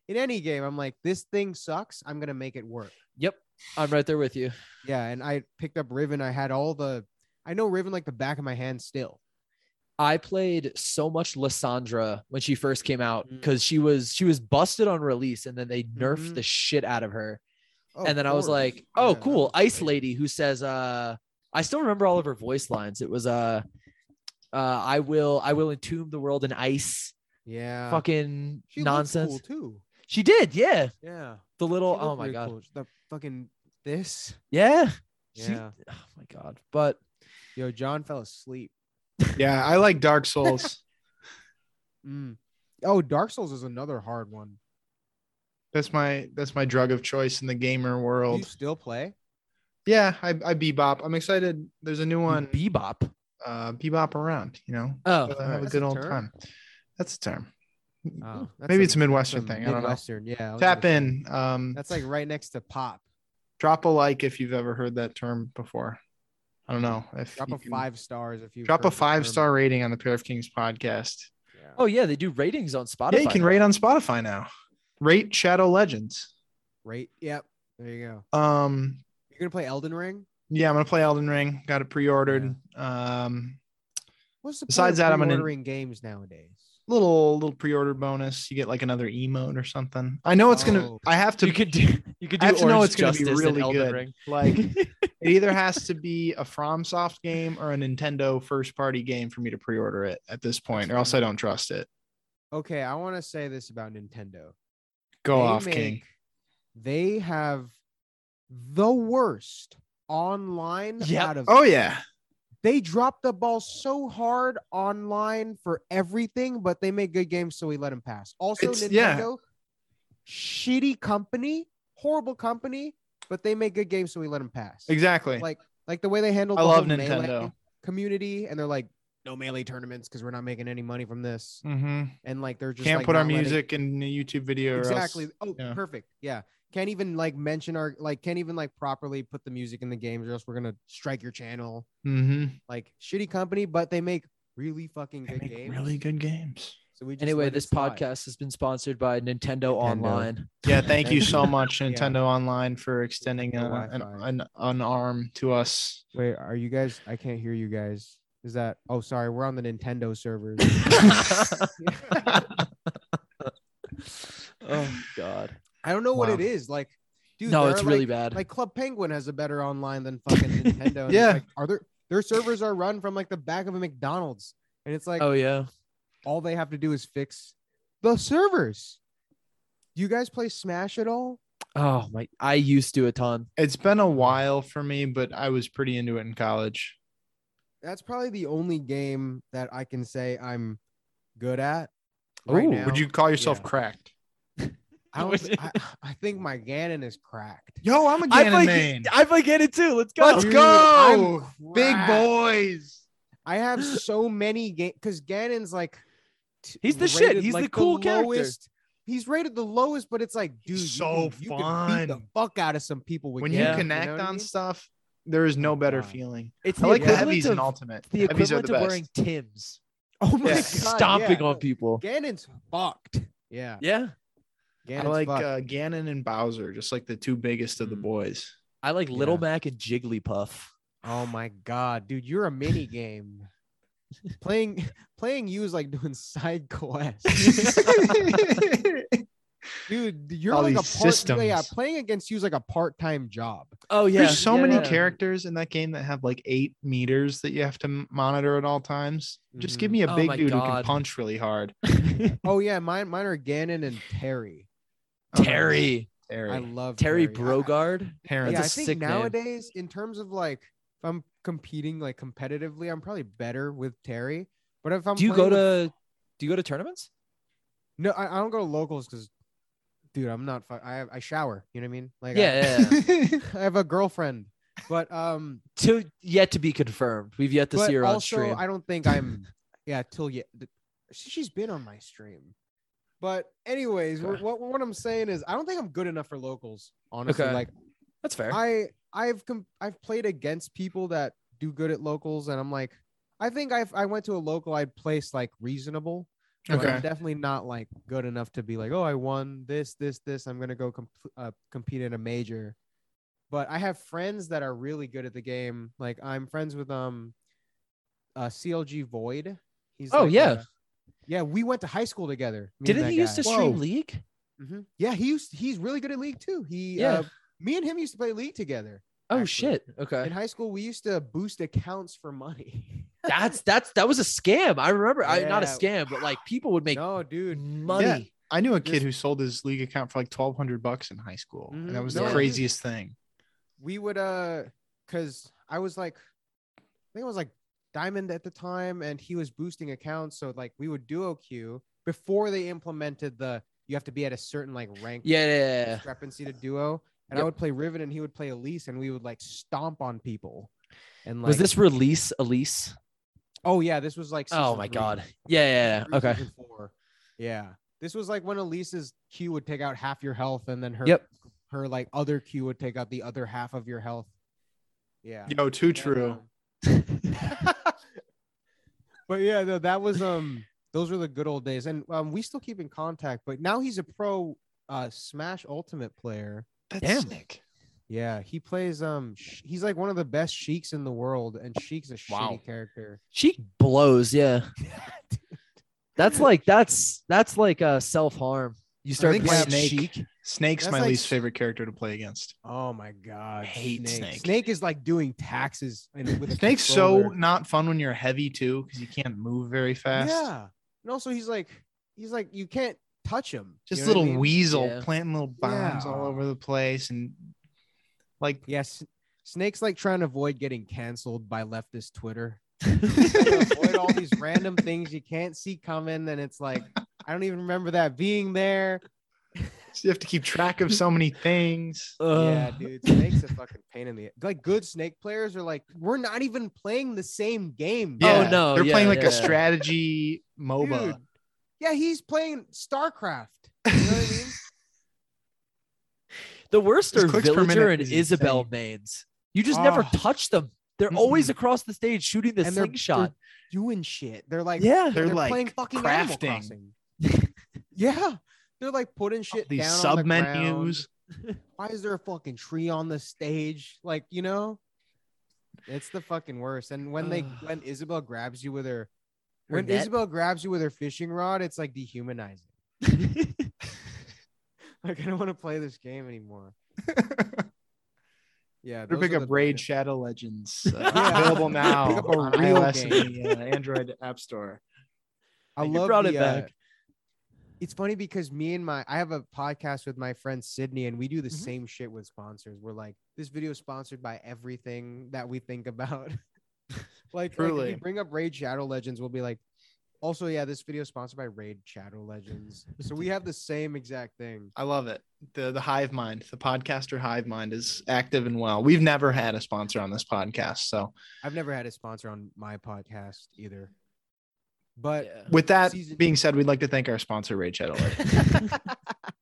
S3: in any game, I'm like, this thing sucks. I'm gonna make it work.
S2: Yep. I'm right there with you.
S3: Yeah, and I picked up Riven. I had all the, I know Riven like the back of my hand still.
S2: I played so much Lissandra when she first came out because she was she was busted on release and then they nerfed
S3: Mhm.
S2: the shit out of her.
S3: Oh,
S2: and then I was
S3: Lord.
S2: like, oh,
S3: Yeah, that
S2: cool.
S3: was
S2: Ice
S3: great.
S2: Lady who says, uh, I still remember all of her voice lines. It was uh uh I will I will entomb the world in ice.
S3: Yeah.
S2: Fucking
S3: She looked
S2: nonsense.
S3: Cool too.
S2: She did, yeah.
S3: Yeah.
S2: The little
S3: She
S2: oh
S3: looked
S2: my
S3: really
S2: god.
S3: cool. The fucking this.
S2: Yeah. She-
S3: Yeah.
S2: oh my god. But
S3: Yo, John fell asleep.
S1: Yeah, I like Dark Souls.
S3: Mm. Oh, Dark Souls is another hard one.
S1: that's my that's my drug of choice in the gamer
S3: Do you
S1: world.
S3: still play?
S1: Yeah, I, I bebop. I'm excited. There's a new one.
S2: Bebop.
S1: Uh, bebop around. You know,
S2: Oh,
S1: Uh, have a
S3: That's
S1: good
S3: a
S1: old
S3: term?
S1: time. That's the term. Mm.
S3: Oh, that's
S1: Maybe it's a Midwestern
S3: that's
S1: thing, I don't know.
S3: Midwestern, yeah. I was
S1: Tap
S3: gonna say.
S1: in. Um,
S3: That's like right next to pop.
S1: drop a like if you've ever heard that term before. I don't know if
S3: Drop
S1: you
S3: a
S1: can-
S3: five stars if you
S1: Drop a five star rating on the Pair of Kings podcast.
S2: Oh yeah, they do ratings on Spotify.
S1: Yeah, you can rate on Spotify now. Rate Shadow Legends.
S3: Right. Yep. There you go.
S1: Um,
S3: You're gonna play Elden Ring.
S1: yeah, I'm gonna play Elden Ring. Got it pre-ordered. Um,
S3: What's the point
S1: Besides
S3: of
S1: that, I'm gonna-
S3: pre-ordering games nowadays.
S1: little little pre-order bonus. You get like another emote or something. I know it's gonna.
S3: Oh.
S1: I have to.
S2: you could do you could
S1: I
S2: do
S1: have to know
S2: Orange
S1: it's gonna be
S2: Justice in
S1: really
S2: Elden
S1: good.
S2: Ring.
S1: Like it either has to be a FromSoft game or a Nintendo first-party game for me to pre-order it at this point, or else I don't trust it.
S3: Okay, I want to say this about Nintendo.
S1: Go
S3: They
S1: off,
S3: make-
S1: King.
S3: They have the worst online
S2: Yep.
S3: out of
S1: Oh yeah.
S3: they drop the ball so hard online for everything, but they make good games, so we let them pass. Also,
S1: It's-
S3: Nintendo,
S1: yeah.
S3: shitty company, horrible company, but they make good games, so we let them pass.
S1: Exactly.
S3: Like, like the way they handled
S1: I
S3: the
S1: love
S3: whole
S1: Nintendo.
S3: Melee community, and they're like, no melee tournaments because we're not making any money from this,
S1: mm-hmm.
S3: and like they're just
S1: Can't
S3: like,
S1: put our
S3: not letting-
S1: music in a YouTube video. or else-
S3: Exactly. Oh,
S1: yeah.
S3: perfect. Yeah. Can't even like mention our like can't even like properly put the music in the games, or else we're gonna strike your channel
S1: Mhm.
S3: like shitty company, but they make really fucking
S1: They
S3: good
S1: make
S3: games.
S1: really good games.
S3: So we just
S2: Anyway,
S3: let it
S2: this
S3: slide.
S2: podcast has been sponsored by Nintendo, Online.
S1: Yeah, thank you
S3: Thank
S1: so
S3: you.
S1: much,
S3: Yeah.
S1: Nintendo Online, for extending
S3: Nintendo
S1: uh, an,
S3: Wi-Fi.
S1: an, an arm to us.
S3: Wait, are you guys? I can't hear you guys. Is that? Oh, sorry, we're on the Nintendo servers.
S2: oh God.
S3: I don't know what
S1: Wow.
S3: it is. Like, dude,
S2: no,
S3: there
S2: it's
S3: are,
S2: really
S3: like,
S2: bad.
S3: Like Club Penguin has a better online than fucking Nintendo. and it's
S1: Yeah.
S3: like, are there? Their servers are run from like the back of a McDonald's, and it's like
S2: oh yeah.
S3: all they have to do is fix the servers. Do you guys play Smash at all?
S2: Oh my. I used to a ton.
S1: it's been a while for me, but I was pretty into it in college.
S3: That's probably the only game that I can say I'm good at.
S2: Ooh.
S3: Right now.
S1: Would you call yourself
S3: yeah.
S1: cracked?
S3: I, don't,
S2: Would-
S3: I, I think my Ganon is cracked.
S1: Yo, I'm a
S2: I
S1: Ganon
S2: play.
S1: main.
S2: I play get it too. Let's go.
S1: Let's
S3: Dude,
S1: go,
S3: I'm
S1: big
S3: cracked.
S1: boys.
S3: I have so many games because Ganon's like t-
S2: He's the shit. He's the cool character.
S3: lowest- He's rated the lowest, but it's like, dude,
S1: He's
S3: you can-
S1: so
S3: you can beat the
S1: fun.
S3: fuck out of some people with
S1: When
S2: Yeah.
S1: you
S3: Ganon,
S1: connect
S3: know what I
S1: on
S3: mean?
S1: stuff, there is no better
S3: God.
S1: feeling.
S2: It's
S1: I like the
S2: equivalent
S1: heavies
S2: of,
S1: in ultimate.
S2: The
S1: heavies
S2: equivalent
S1: are the
S2: of
S1: best.
S2: wearing Tim's,
S3: oh my
S1: Yeah.
S3: god,
S2: stomping
S3: yeah,
S2: on
S3: no,
S2: people.
S3: Ganon's fucked. Yeah,
S2: Yeah.
S1: I
S3: Ganon's
S1: like
S3: fucked.
S1: uh, Ganon and Bowser, just like the two biggest of the
S3: Mm.
S1: boys.
S2: I like Little
S3: Yeah.
S2: Mac and Jigglypuff.
S3: Oh my god, dude, you're a mini game. playing playing you is like doing side quests. dude, you're
S1: All
S3: like a part
S1: these
S3: yeah,
S1: systems.
S3: playing against you is like a part-time job.
S2: Oh yeah.
S1: There's so
S2: yeah,
S1: many
S2: yeah.
S1: characters in that game that have like eight meters that you have to m- monitor at all times. Just give
S3: Mhm.
S1: me a
S2: Oh
S1: big
S2: my
S1: dude who can
S2: God.
S1: punch really hard.
S3: Oh yeah, mine mine are Ganon and Terry.
S1: Oh, no,
S2: Terry.
S1: Terry.
S3: I love
S2: Terry
S3: Brogar.
S2: Brogard.
S1: Terrence.
S3: yeah,
S2: That's
S3: I
S2: a
S3: think
S2: sick name.
S3: nowadays, in terms of like if I'm competing like competitively, I'm probably better with Terry. But if I'm
S2: Do you go
S3: playing with-
S2: to? Do you go to tournaments?
S3: no, I, I don't go to locals because dude, I'm not fu- I I shower, you know what I mean? Like I-
S2: Yeah, yeah,
S3: I have a girlfriend. But um
S2: To yet to be confirmed. We've yet to
S3: but
S2: see her
S3: also,
S2: on stream.
S3: I don't think I'm. yeah, till yet. th- She's been on my stream. But anyways, wh-
S1: Okay.
S3: what what I'm saying is, I don't think I'm good enough for locals. Honestly,
S2: Okay.
S3: like
S2: That's fair.
S3: I I've com- I've played against people that do good at locals, and I'm like, I think I I went to a local, I'd place like reasonable, but I'm
S1: Okay.
S3: definitely not like good enough to be like, oh, I won this, this, this. I'm gonna go comp- uh, compete in a major. But I have friends that are really good at the game. Like I'm friends with um, uh, CLG Void. He's
S2: Oh,
S3: like,
S2: yeah.
S3: uh, yeah. We went to high school together. me and
S2: Didn't
S3: that
S2: he used
S3: guy.
S2: to stream
S1: Whoa.
S2: League?
S3: Mhm. Yeah, he used. He's really good at League too. He
S2: Yeah.
S3: uh, me and him used to play League together.
S2: Oh
S3: Actually.
S2: shit. Okay.
S3: In high school, we used to boost accounts for money.
S2: that's that's that was a scam. I remember I not a
S3: Yeah.
S2: scam, but like people would make
S3: no, dude.
S2: money.
S1: Yeah. I knew a kid
S3: Just-
S1: who sold his league account for like twelve hundred bucks in high school, and that
S3: Mhm.
S1: was
S2: No,
S1: the
S2: dude.
S1: craziest thing.
S3: we would uh because i was like i think it was like diamond at the time and he was boosting accounts so like we would duo queue before they implemented the you have to be at a certain like rank
S2: Yeah, yeah, yeah.
S3: discrepancy to duo and i
S2: Yep.
S3: would play riven and he would play elise and we would like stomp on people and like
S2: was this release Elise?
S3: oh yeah this was like
S2: Oh
S3: season
S2: my
S3: three,
S2: god. Yeah, yeah,
S3: three,
S2: yeah. Okay.
S3: season four. yeah this was like when elise's q would take out half your health and then her
S2: Yep.
S3: her like other q would take out the other half of your health yeah
S1: Yo, too
S3: And,
S1: true.
S3: um, but yeah, no, that was um those were the good old days. And um we still keep in contact, but now he's a pro uh Smash Ultimate player.
S1: That's
S2: Damn.
S1: sick.
S3: Yeah, he plays um Sh- he's like one of the best sheiks in the world, and Sheik's a
S1: Wow.
S3: shitty character.
S2: She blows, yeah. That's like that's that's like uh self harm. You start
S1: think
S2: playing
S1: Snake-
S2: Sheik.
S1: Snake's
S3: That's
S1: my
S3: like
S1: least
S3: sh-
S1: favorite character to play against.
S3: Oh my god.
S1: Hate
S3: Snake.
S1: Snake.
S3: is like doing taxes and with a
S1: Snake's so
S3: controller.
S1: not fun when you're heavy too, because you can't move very fast.
S3: yeah. And also he's like he's like you can't touch him. you
S1: Just
S3: know what I
S1: little
S3: mean?
S1: weasel
S2: Yeah.
S1: planting little bombs all
S3: Yeah.
S1: over the place, and like
S3: Yes. Snake's like trying to avoid getting canceled by leftist Twitter. Trying to avoid
S1: yeah,
S3: all these random things you can't see coming. And it's like, I don't even remember that being there.
S1: you have to keep track of so many things.
S2: Oh,
S3: yeah,
S2: Ugh.
S3: dude. Snake's a fucking pain in the Like, good snake players are like, we're not even playing the same game.
S1: Yeah,
S2: Oh, no,
S1: they're
S2: yeah,
S1: playing like
S2: yeah.
S1: a strategy MOBA.
S3: Dude. Yeah, he's playing StarCraft. You know what I mean?
S2: The worst
S1: His
S2: are
S1: clicks per minute
S2: Villager and
S1: is
S2: Isabel mains. You just never
S3: Ah.
S2: touch them. They're always across the stage shooting the
S3: And they're-
S2: slingshot.
S3: Doing shit. They're like,
S2: yeah.
S1: They're, like
S3: playing fucking Animal
S1: crafting.
S3: Crossing. yeah. They're like putting shit
S1: These
S3: down on
S1: sub
S3: the ground.
S1: menus.
S3: why is there a fucking tree on the stage? Like, you know, it's the fucking worst. And when they
S2: Ugh.
S3: when Isabel grabs you with her
S2: Her
S3: when
S2: net.
S3: Isabel grabs you with her fishing rod, it's like dehumanizing. like I don't want to play this game anymore. yeah,
S1: Or
S3: those
S1: pick
S3: are
S1: up
S3: the
S1: Raid
S3: best.
S1: Shadow Legends. Uh,
S2: Yeah.
S1: Available
S3: Pick
S1: now
S3: up a
S1: on
S3: real
S1: iOS and
S3: game.
S1: the uh, Android App Store.
S3: I
S2: You
S3: love
S2: brought
S3: the,
S2: it
S3: uh,
S2: back.
S3: it's funny because me and my I have a podcast with my friend Sydney, and we do the
S1: Mhm.
S3: same shit with sponsors. We're like, this video is sponsored by everything that we think about. like, like, if
S1: Truly.
S3: you bring up Raid Shadow Legends, we'll be like, also, yeah, this video is sponsored by Raid Shadow Legends. so we have the same exact thing.
S1: I love it. The the hive mind, the podcaster hive mind is active and well. We've never had a sponsor on this podcast. So
S3: I've never had a sponsor on my podcast either. But
S1: with that
S3: Season-
S1: being said, we'd like to thank our sponsor, Raid Shadow. Legends.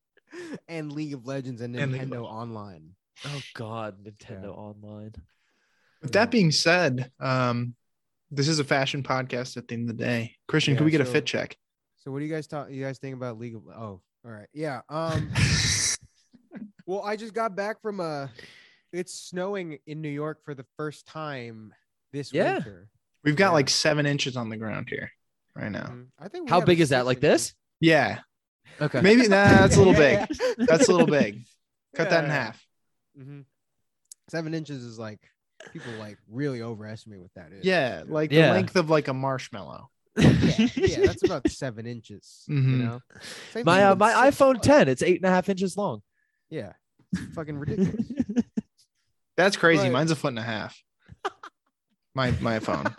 S3: and League of Legends and Nintendo
S1: And League of Legends.
S3: Online.
S2: Oh god, Nintendo Online.
S1: with that being said, um, this is a fashion podcast at the end of the day. Christian,
S3: Yeah,
S1: can we get a
S3: so-
S1: fit check?
S3: So what do you guys talk? You guys think about League of? Oh, all right, yeah. Um, well, I just got back from uh It's snowing in New York for the first time this
S2: Yeah.
S3: winter.
S1: We've got
S3: Yeah.
S1: like seven inches on the ground here right now.
S3: Mhm. I think. we
S2: How
S3: have
S2: big is that?
S3: six
S2: Like
S3: inches.
S2: this?
S1: Yeah.
S2: Okay.
S1: Maybe nah, that's a little
S3: Yeah,
S1: big. That's a little big. Cut that in
S3: Yeah.
S1: half.
S3: Mhm. Seven inches is like people like really overestimate what that is.
S1: Yeah. Like
S2: Yeah.
S1: the length of like a marshmallow.
S3: yeah, yeah, that's about seven inches. You
S1: Mhm.
S3: know, Same
S2: my
S3: thing
S2: uh,
S3: with
S2: my
S3: six
S2: iPhone
S3: foot.
S2: 10. It's eight and a half inches long.
S3: Yeah, it's fucking ridiculous.
S1: That's crazy.
S3: But-
S1: Mine's a foot and a half. My my phone.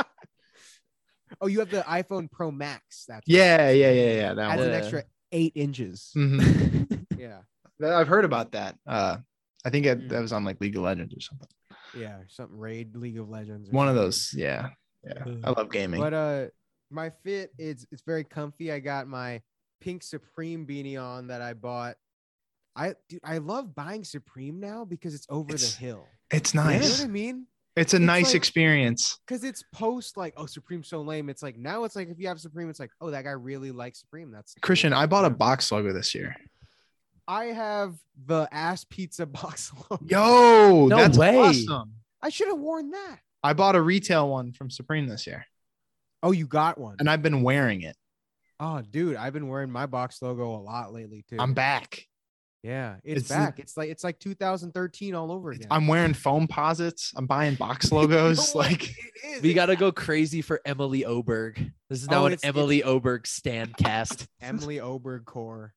S3: oh, you have the iPhone Pro Max. That's right.
S1: Yeah, yeah, yeah, yeah. That
S3: adds
S1: one.
S3: an
S2: Yeah.
S3: extra eight inches.
S1: Mhm.
S3: Yeah.
S1: That- I've heard about that. Uh, I think that
S3: Mm.
S1: that was on like League of Legends or something.
S3: Yeah, something raid League of Legends. or
S1: One of
S3: something.
S1: those. Yeah, yeah.
S2: Uh,
S1: I love gaming.
S3: But uh, my fit it's it's very comfy. I got my pink Supreme beanie on that I bought. I dude, I love buying Supreme now because it's over
S1: It's
S3: the hill.
S1: it's
S3: You know
S1: nice.
S3: what I mean?
S1: It's a
S3: It's
S1: nice
S3: like-
S1: experience.
S3: because it's post like oh Supreme's so lame. It's like now it's like if you have Supreme, it's like oh that guy really likes Supreme. That's cool.
S1: Christian, I bought a
S3: Yeah.
S1: box logo this year.
S3: I have the ass pizza box. logo.
S1: Yo,
S2: No
S1: that's
S2: way.
S1: awesome.
S3: I should have worn that.
S1: I bought a retail one from Supreme this year,
S3: Oh, you got one.
S1: and I've been wearing it.
S3: Oh, dude, I've been wearing my box logo a lot lately too.
S1: I'm back.
S3: yeah, it's,
S1: It's the-
S3: back. It's like it's like 2013 all over again.
S1: I'm wearing foam posits. I'm buying box logos. like
S3: it is.
S2: We
S3: It's
S2: gotta go crazy for Emily Oberg. This is
S3: Oh,
S2: now an
S3: it's- it's-
S2: Emily Oberg stand cast.
S3: Emily Oberg core.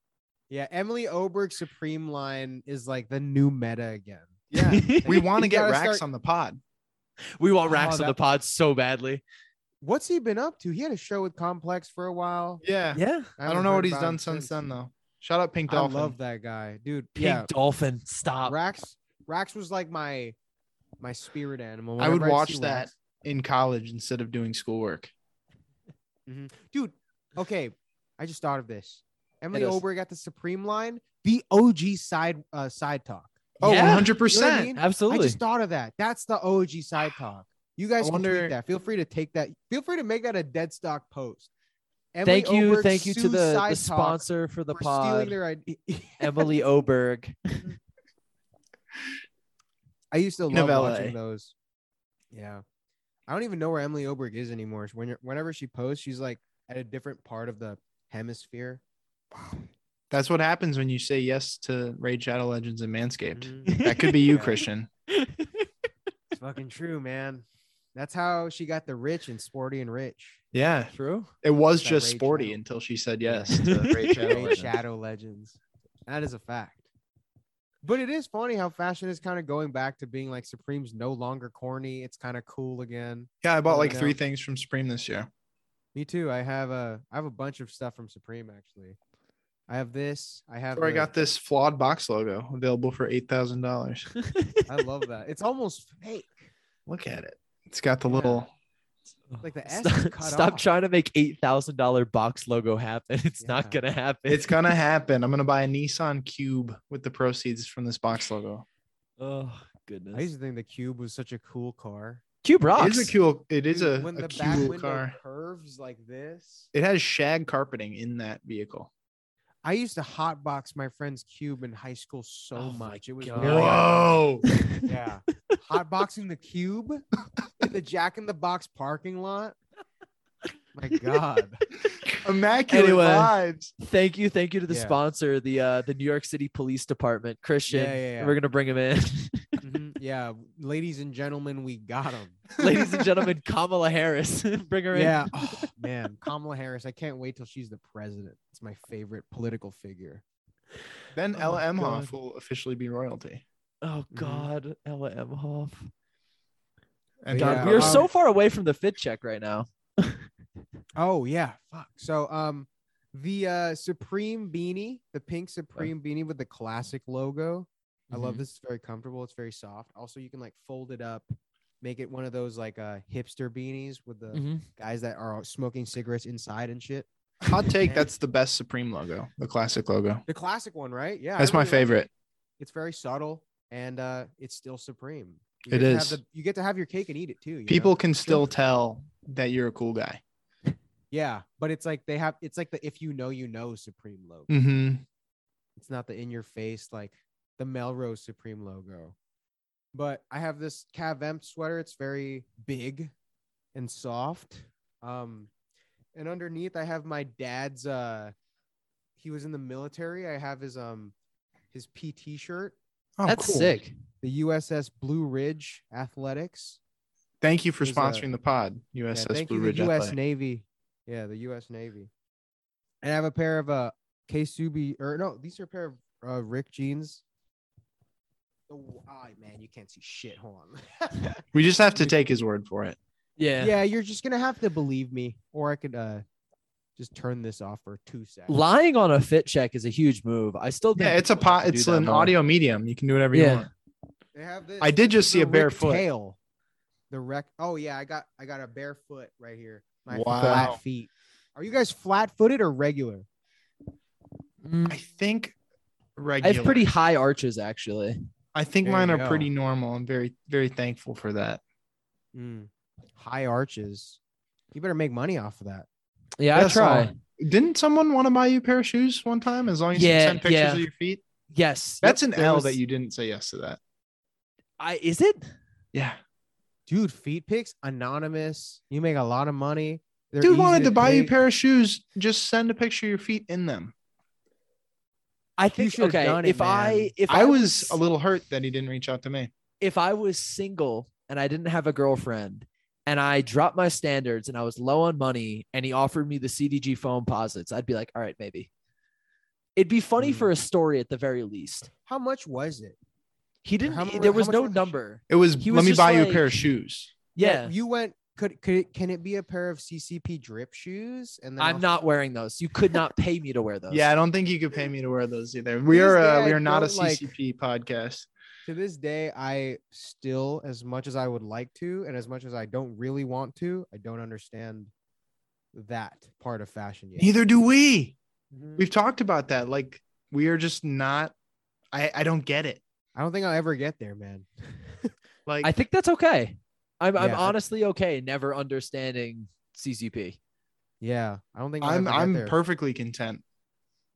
S3: Yeah, Emily Oberg Supreme line is like the new meta again.
S4: Yeah.
S1: we want to
S3: You
S1: get
S3: gotta
S1: racks
S3: start-
S1: on the pod.
S2: we want
S3: Oh,
S2: racks on
S3: that-
S2: the pod so badly.
S3: What's he been up to? He had a show with Complex for a while.
S1: Yeah.
S2: Yeah.
S1: I don't
S3: haven't
S1: know
S3: heard
S1: what he's
S3: about
S1: done
S3: him
S1: since then though. Shout out Pink
S3: I
S1: Dolphin.
S3: love that guy, dude.
S2: Pink
S3: yeah,
S2: dolphin. Stop.
S3: Rax. Rax was like my my spirit animal.
S1: I would
S3: Whenever I'd
S1: watch
S3: see
S1: that.
S3: Rax-
S1: in college instead of doing schoolwork.
S3: dude. Okay, I just thought of this. Emily
S2: us.
S3: Oberg got the Supreme line, the OG side uh, side talk.
S1: Oh,
S2: Yeah.
S1: 100%.
S3: You know what I mean? I
S2: Absolutely.
S3: just thought of that. That's the OG side talk. You guys can tweet
S1: wonder-
S3: that. Feel free to take that. Feel free to make that a dead stock post. Emily
S2: thank you.
S3: Oberg
S2: Thank you to
S3: sues
S2: the,
S3: Side
S2: the
S3: Talk
S2: sponsor for the
S3: for stealing
S2: pod,
S3: their idea.
S2: Emily Oberg.
S3: I used to
S1: Queen
S3: love
S1: of
S3: watching
S1: LA.
S3: those. Yeah. I don't even know where Emily Oberg is anymore. When you're- whenever she posts, she's like at a different part of the hemisphere.
S1: That's what happens when you say yes to Raid Shadow Legends and Manscaped.
S2: Mm-hmm.
S3: Mhm.
S1: That could be you,
S3: Yeah.
S1: Christian.
S3: It's fucking true, man. That's how she got the rich and sporty and rich.
S1: Yeah.
S2: True.
S1: It was
S3: That
S1: just
S3: Raid
S1: sporty
S3: Shadow.
S1: until she said yes to Raid Shadow.
S3: Great
S1: Legends.
S3: shadow legends. That is a fact. But it is funny how fashion is kind of going back to being like Supreme's no longer corny. It's kind of cool again.
S1: Yeah, I bought
S3: Never
S1: like three
S3: know.
S1: things from Supreme this year.
S3: Me too. I have a I have a bunch of stuff from Supreme actually. I have this. I have.
S1: Or I
S3: the-
S1: got this flawed box logo available for eight thousand dollars.
S3: I love that. It's almost fake.
S1: Look at it. It's got the
S3: Yeah.
S1: little
S3: Like the S is
S2: Stop,
S3: cut
S2: stop
S3: off.
S2: trying to make eight thousand dollar box logo happen. It's
S3: Yeah.
S2: not gonna happen.
S1: it's gonna happen. I'm gonna buy a Nissan Cube with the proceeds from this box logo.
S2: Oh
S3: I
S2: goodness.
S3: used to think the Cube was such a cool car.
S2: Cube rocks.
S1: It is a cool it is
S3: Dude,
S1: a,
S3: when
S1: a
S3: the back
S1: cool
S3: window
S1: car.
S3: curves like this.
S1: It has shag carpeting in that vehicle.
S3: I used to hotbox my friend's Cube in high school so
S2: Oh my
S3: much. It was
S2: God.
S3: very
S1: Whoa.
S3: iconic. Oh, yeah, hotboxing the Cube in the Jack in the Box parking lot. My God,
S1: Immaculate
S2: Anyway.
S1: vibes.
S2: Thank you, thank you to the
S3: Yeah.
S2: sponsor, the uh, the New York City Police Department, Christian.
S3: Yeah, yeah, yeah.
S2: We're gonna bring him in,
S3: Mhm. yeah, ladies and gentlemen, we got him.
S2: ladies and gentlemen. Kamala Harris, bring her
S3: Yeah, oh, man, Kamala Harris. I can't wait till she's the president. It's my favorite political figure.
S1: Then
S2: Oh
S1: Ella
S2: my
S1: Emhoff
S2: God.
S1: will officially be royalty.
S2: in. Oh
S1: Mm-hmm.
S3: Mhm.
S2: God, Ella Emhoff.
S1: And um,
S3: Yeah,
S1: Don
S2: we are
S1: Papa.
S2: so far away from the fit check right now.
S3: Oh yeah, fuck. So um, the uh Supreme beanie, the pink Supreme beanie with the classic logo. I love this. It's very comfortable. It's very soft. Also, you can like fold it up, make it one of those like uh hipster beanies with the
S1: Mm-hmm.
S2: Mhm.
S3: guys that are smoking cigarettes inside and shit.
S1: hot take. That's the best Supreme logo, the classic logo.
S3: The classic one, right? Yeah, I
S1: That's my
S3: really like it.
S1: favorite.
S3: It's very subtle and uh it's still Supreme. You
S1: It
S3: get to have
S1: is.
S3: the- you get to have your cake and eat it too. you know?
S1: People can still tell that you're a cool guy.
S3: Yeah, but it's like they have. It's like the if you know you know Supreme logo.
S1: Mm-hmm.
S3: It's not the in your face like the Melrose Supreme logo. But I have this Cav Emp sweater. It's very big and soft. Um, and underneath I have my dad's uh he was in the military. I have his um his PT shirt,
S1: Oh,
S2: That's
S1: cool.
S2: sick.
S3: the USS Blue Ridge Athletics.
S1: Thank you for
S3: There's a-
S1: sponsoring the pod,
S3: Yeah,
S1: USS
S3: thank
S1: Blue
S3: you,
S1: Ridge
S3: the U.S.
S1: Athletic.
S3: Navy. Yeah, the U.S. Navy. And I have a pair of uh Ksubi or no, these are a pair of uh, Rick jeans. The why, man, you can't see shit. Hold on.
S1: We just have to take his word for it.
S2: Yeah.
S3: yeah. you're just gonna have to believe me, or I could uh just turn this off for two seconds.
S2: Lying on a fit check is a huge move. I still think
S1: Yeah, it's a
S2: people have
S1: pot.
S2: to do
S1: It's
S2: that
S1: an
S2: more.
S1: audio medium. You can do whatever you
S2: Yeah.
S1: want.
S3: They have this.
S1: I did
S3: This
S1: just
S3: is
S1: see
S3: the
S1: a barefoot.
S3: Rick tail. The wreck. Oh yeah, I got I got a barefoot right here. My
S1: Wow.
S3: flat feet. Are you guys flat-footed or regular?
S2: Mm.
S1: I think
S2: I
S1: regular.
S2: have pretty high arches actually.
S1: I think
S3: There
S1: mine
S3: you
S1: are
S3: go.
S1: pretty normal. I'm very, very thankful for that.
S3: Mm. High arches. You better make money off of that.
S2: Yeah, I
S1: That's
S2: try.
S1: all. Didn't someone want to buy you a pair of shoes one time? As long as you
S2: Yeah,
S1: send pictures
S2: yeah.
S1: of your feet.
S2: Yes,
S1: That's
S2: Yep,
S1: an
S2: there
S1: L
S2: was-
S1: that you didn't say yes to that.
S2: I is it?
S1: Yeah.
S3: Dude, feet pics anonymous. You make a lot of money. They're
S1: Dude
S3: easy
S1: wanted to buy you a
S3: take.
S1: pair of shoes. Just send a picture of your feet in them.
S2: I think
S3: should've
S2: okay.
S3: done it,
S2: if I
S3: man.
S2: if
S1: I was a little hurt that he didn't reach out to me.
S2: if I was single and I didn't have a girlfriend and I dropped my standards and I was low on money and he offered me the CDG foam posits, I'd be like, all right, maybe. It'd be funny
S3: Hmm.
S2: for a story at the very least.
S3: How much was it?
S2: He didn't.
S3: How mu-
S2: there
S3: how
S2: was
S3: much
S2: no
S3: was it?
S2: number.
S1: It was,
S2: He
S1: let
S2: was
S1: me
S2: just
S1: buy you a
S2: like-
S1: pair of shoes.
S2: Yeah,
S3: You went could could it, can it be a pair of CCP drip shoes? And then
S2: I'm
S3: I'll-
S2: not wearing those. You could not pay me to wear those.
S1: Yeah, I don't think you could pay me to wear those either. We
S3: Please,
S1: are
S3: yeah,
S1: uh, we
S3: I
S1: are not a
S3: don't like-
S1: CCP podcast.
S3: to this day I still as much as I would like to and as much as I don't really want to, I don't understand that part of fashion yet.
S1: Neither do we.
S3: Mhm.
S1: We've talked about that. Like we are just not. I I don't get it.
S3: I don't think I'll ever get there, man.
S1: Like
S2: I think that's okay. I'm I'm
S3: Yeah.
S2: honestly okay never understanding CCP.
S3: Yeah, I don't think I'll
S1: I'm
S3: ever get
S1: I'm
S3: there.
S1: perfectly content.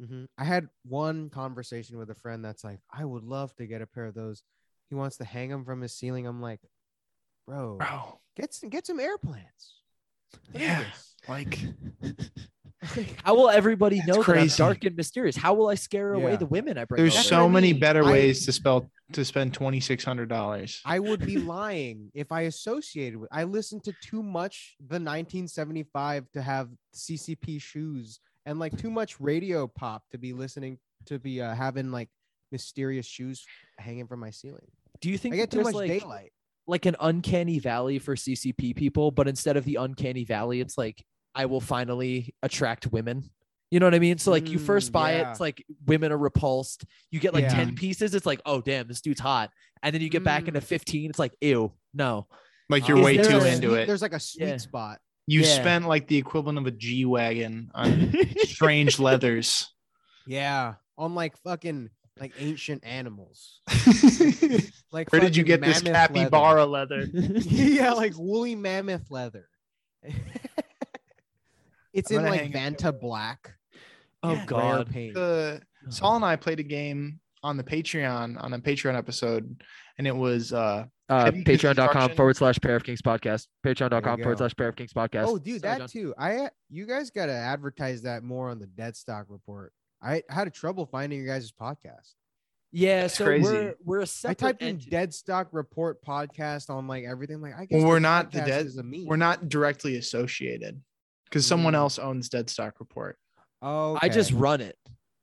S3: Mhm. I had one conversation with a friend that's like, I would love to get a pair of those. He wants to hang them from his ceiling. I'm like, bro,
S1: Bro,
S3: get some get some airplanes. What is
S1: Yeah.
S3: this?"
S1: like
S2: How will everybody know
S1: crazy.
S2: that I'm dark and mysterious? How will I scare away
S3: Yeah.
S2: the women I bring?
S1: there's
S2: over?
S3: That's
S1: so
S3: what I
S1: many
S3: mean.
S1: better
S3: I-
S1: ways to spell to spend twenty six hundred dollars.
S3: I would be lying if I associated with. I listened to too much the 1975 to have CCP shoes and like too much radio pop to be listening to be uh, having like mysterious shoes hanging from my ceiling.
S2: Do you
S3: I
S2: think that
S3: get too
S2: there's
S3: much
S2: like,
S3: daylight.
S2: like an uncanny valley for CCP people, but instead of the uncanny valley, it's like I will finally attract women. You know what I mean? So like you first
S3: Mm,
S2: buy it,
S3: yeah.
S2: it's like women are repulsed. You get like
S3: Yeah. Mm.
S2: 10 pieces, it's like, oh damn, this dude's hot. And then you get back into 15, it's like, ew, no.
S1: Like you're
S2: Is
S1: way
S2: there
S1: too
S2: a-
S1: into it.
S3: There's like a sweet
S2: Yeah.
S3: spot.
S1: You
S2: yeah.
S1: spent like the equivalent of a G wagon on strange leathers.
S3: Yeah, on like fucking like ancient animals.
S1: Where
S3: Like
S1: did you
S3: fucking
S1: get this
S3: mammoth leather.
S1: capybara leather?
S3: yeah, like woolly mammoth leather. it's
S1: I'm
S3: in
S1: gonna
S3: like
S1: hang
S3: Vanta Black.
S2: oh
S1: Yeah,
S3: Rare
S2: god.
S3: paint.
S1: The
S2: Oh.
S1: Saul and I played a game on the Patreon on a Patreon episode, and it was uh
S2: Uh,
S1: Heavy
S2: patreon.com
S1: construction.
S2: forward slash pair of kings podcast. Patreon.com
S3: There you
S2: forward
S3: go.
S2: slash pair of kings podcast.
S3: Oh, dude,
S2: Sorry,
S3: that
S2: John.
S3: too. I uh, you guys gotta advertise that more on the dead stock report. I had trouble finding your guys' podcast.
S2: yeah.
S1: that's
S2: So
S1: crazy.
S2: we're we're a
S3: I
S2: separate
S3: typed in
S2: entity.
S3: dead stock report podcast on like everything. I'm like, I guess
S1: well, we're
S3: this
S1: not the
S3: podcast
S1: dead
S3: is a meme.
S1: we're not directly associated because someone
S3: Mm.
S1: else owns Dead Stock Report.
S3: Oh,
S2: I just
S3: okay.
S2: run it.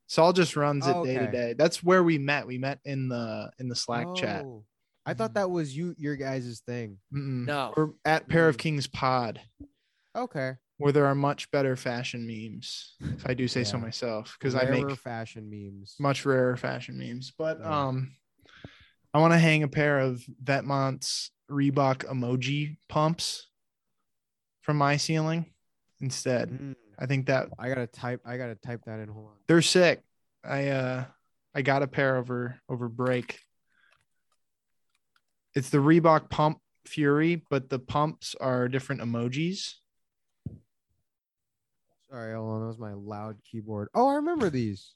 S1: Saul just runs it
S3: Oh,
S1: day to
S3: okay.
S1: day. That's where we met. We met in the in the Slack chat.
S3: Oh. I thought that was you your guys' thing.
S1: Mm-mm.
S2: No.
S1: We're at Pair of
S3: Oh. Mm.
S1: Kings Pod,
S3: Okay.
S1: where there are much better fashion memes, if I do say so
S3: Yeah.
S1: myself, because I make
S3: Rarer fashion memes.
S1: much rarer fashion memes. But
S3: Yeah.
S1: um, I want to hang a pair of Vetmont's Reebok emoji pumps from my ceiling instead.
S3: Mm.
S1: I think that
S3: I gotta type. I gotta type that in. Hold on.
S1: they're sick. I uh, I got a pair over over break. It's the Reebok Pump Fury, but the pumps are different emojis.
S3: Sorry, hold on. That was my loud keyboard. Oh, I remember these.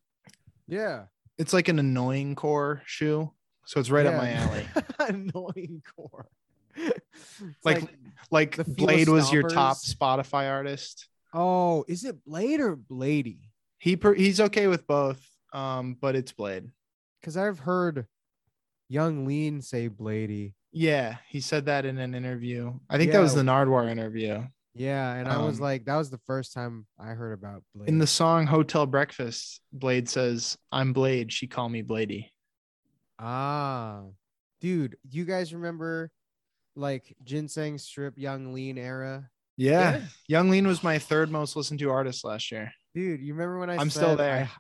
S3: Yeah.
S1: It's like an annoying core shoe, so it's right up my alley.
S3: Annoying core. It's
S1: Like, like
S3: The
S1: Blade was your top
S3: Philostoppers.
S1: Spotify artist.
S3: oh, is it Blade or Blady?
S1: He per- he's okay with both, um, but it's Blade.
S3: Because I've heard Young Lean say Blady.
S1: Yeah, he said that in an interview. I think that
S3: Yeah.
S1: was the Nardwar interview.
S3: Yeah, and I was
S1: Um,
S3: like, that was the first time I heard about Blade.
S1: In the song Hotel Breakfast, Blade says, "I'm Blade, she call me Bladey."
S3: ah, dude, you guys remember like ginseng strip Young Lean era?
S1: Yeah. Young Lean was my third most listened to artist last year.
S3: Dude, you remember when I
S1: I'm still
S3: said
S1: there.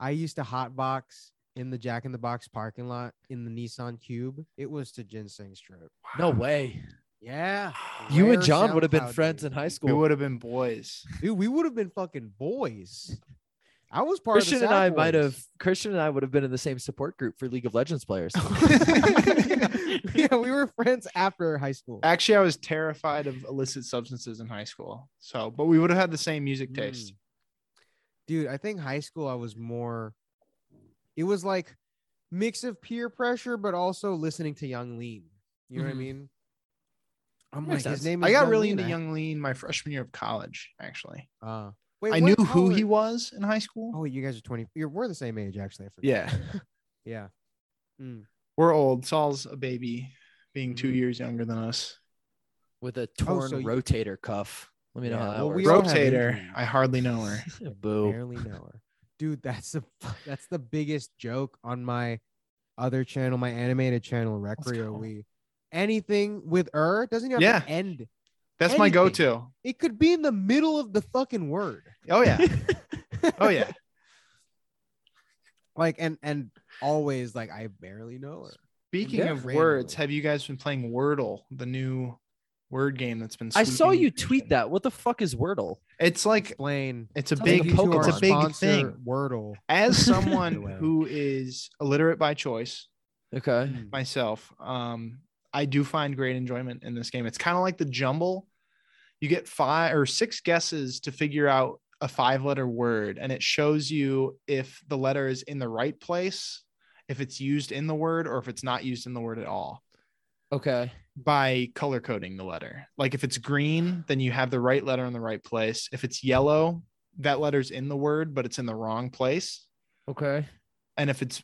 S3: I, I used to hotbox in the Jack in the Box parking lot in the Nissan Cube. It was to ginseng strip.
S2: No way.
S3: Yeah.
S2: You
S3: Rare
S2: and John would have been
S3: SoundCloud
S2: friends
S3: days.
S2: in high
S1: We
S2: school.
S1: would have been boys.
S3: Dude, we would have been fucking boys. I was part
S2: Christian
S3: of the
S2: and
S3: Sad
S2: I might
S3: Boys.
S2: have Christian and I would have been in the same support group for League of Legends players.
S3: yeah, we were friends after high school.
S1: Actually, I was terrified of illicit substances in high school. So, but we would have had the same music taste.
S3: Mm. Dude, I think high school I was more it was like mix of peer pressure but also listening to Young Lean. You know what
S1: Mm-hmm.
S2: Mhm.
S3: I mean? I'm like
S2: Makes
S3: his
S2: sense.
S3: name is
S1: I got
S3: Young
S1: really
S3: Lean.
S1: into
S3: I-
S1: Young Lean my freshman year of college. Actually,
S3: uh, wait,
S1: I knew
S3: what-
S1: who
S3: how
S1: he
S3: old-
S1: was in high school.
S3: Oh, wait, you guys are 20. You're we're the same age actually. I forgot.
S1: yeah,
S3: Yeah.
S1: we're old. Saul's a baby, being two
S3: Mhm.
S1: years younger than us.
S2: with a torn
S3: Oh, so you-
S2: rotator cuff. Let me know
S3: Yeah,
S2: how that
S3: well, we
S2: works.
S3: all have
S1: Rotator.
S3: injuries.
S1: I hardly know her. Oh.
S2: Boo.
S3: barely know her. Dude, that's the that's the biggest joke on my other channel, my animated channel,
S2: go.
S3: Recreo. We anything with er doesn't even have to end.
S1: That's my
S3: Anything.
S1: go-to.
S3: It could be in the middle of the fucking word.
S1: Oh yeah. Oh yeah.
S3: Like and and always like I barely know her.
S1: Speaking
S3: Yeah.
S1: of words,
S3: Randomly.
S1: have you guys been playing Wordle, the new word game that's been?
S2: I saw
S1: sweeping
S2: you
S1: the
S2: tweet
S1: nation?
S2: that. What the fuck is Wordle?
S1: It's like
S3: Explain.
S1: it's a
S2: Sounds like
S1: big
S2: a Pokemon.
S1: it's a big
S3: Sponsor
S1: thing.
S3: Wordle.
S1: As someone
S3: Anyway.
S1: who is illiterate by choice Uh,
S2: Okay.
S3: Hmm.
S1: myself, um, I do find great enjoyment in this game. It's kind of like the jumble. You get five or six guesses to figure out a five-letter word, and it shows you if the letter is in the right place, if it's used in the word, or if it's not used in the word at all.
S2: Okay.
S1: by color coding the letter. Like if it's green, then you have the right letter in the right place. If it's yellow, that letter's in the word, but it's in the wrong place.
S2: Okay.
S1: And if it's,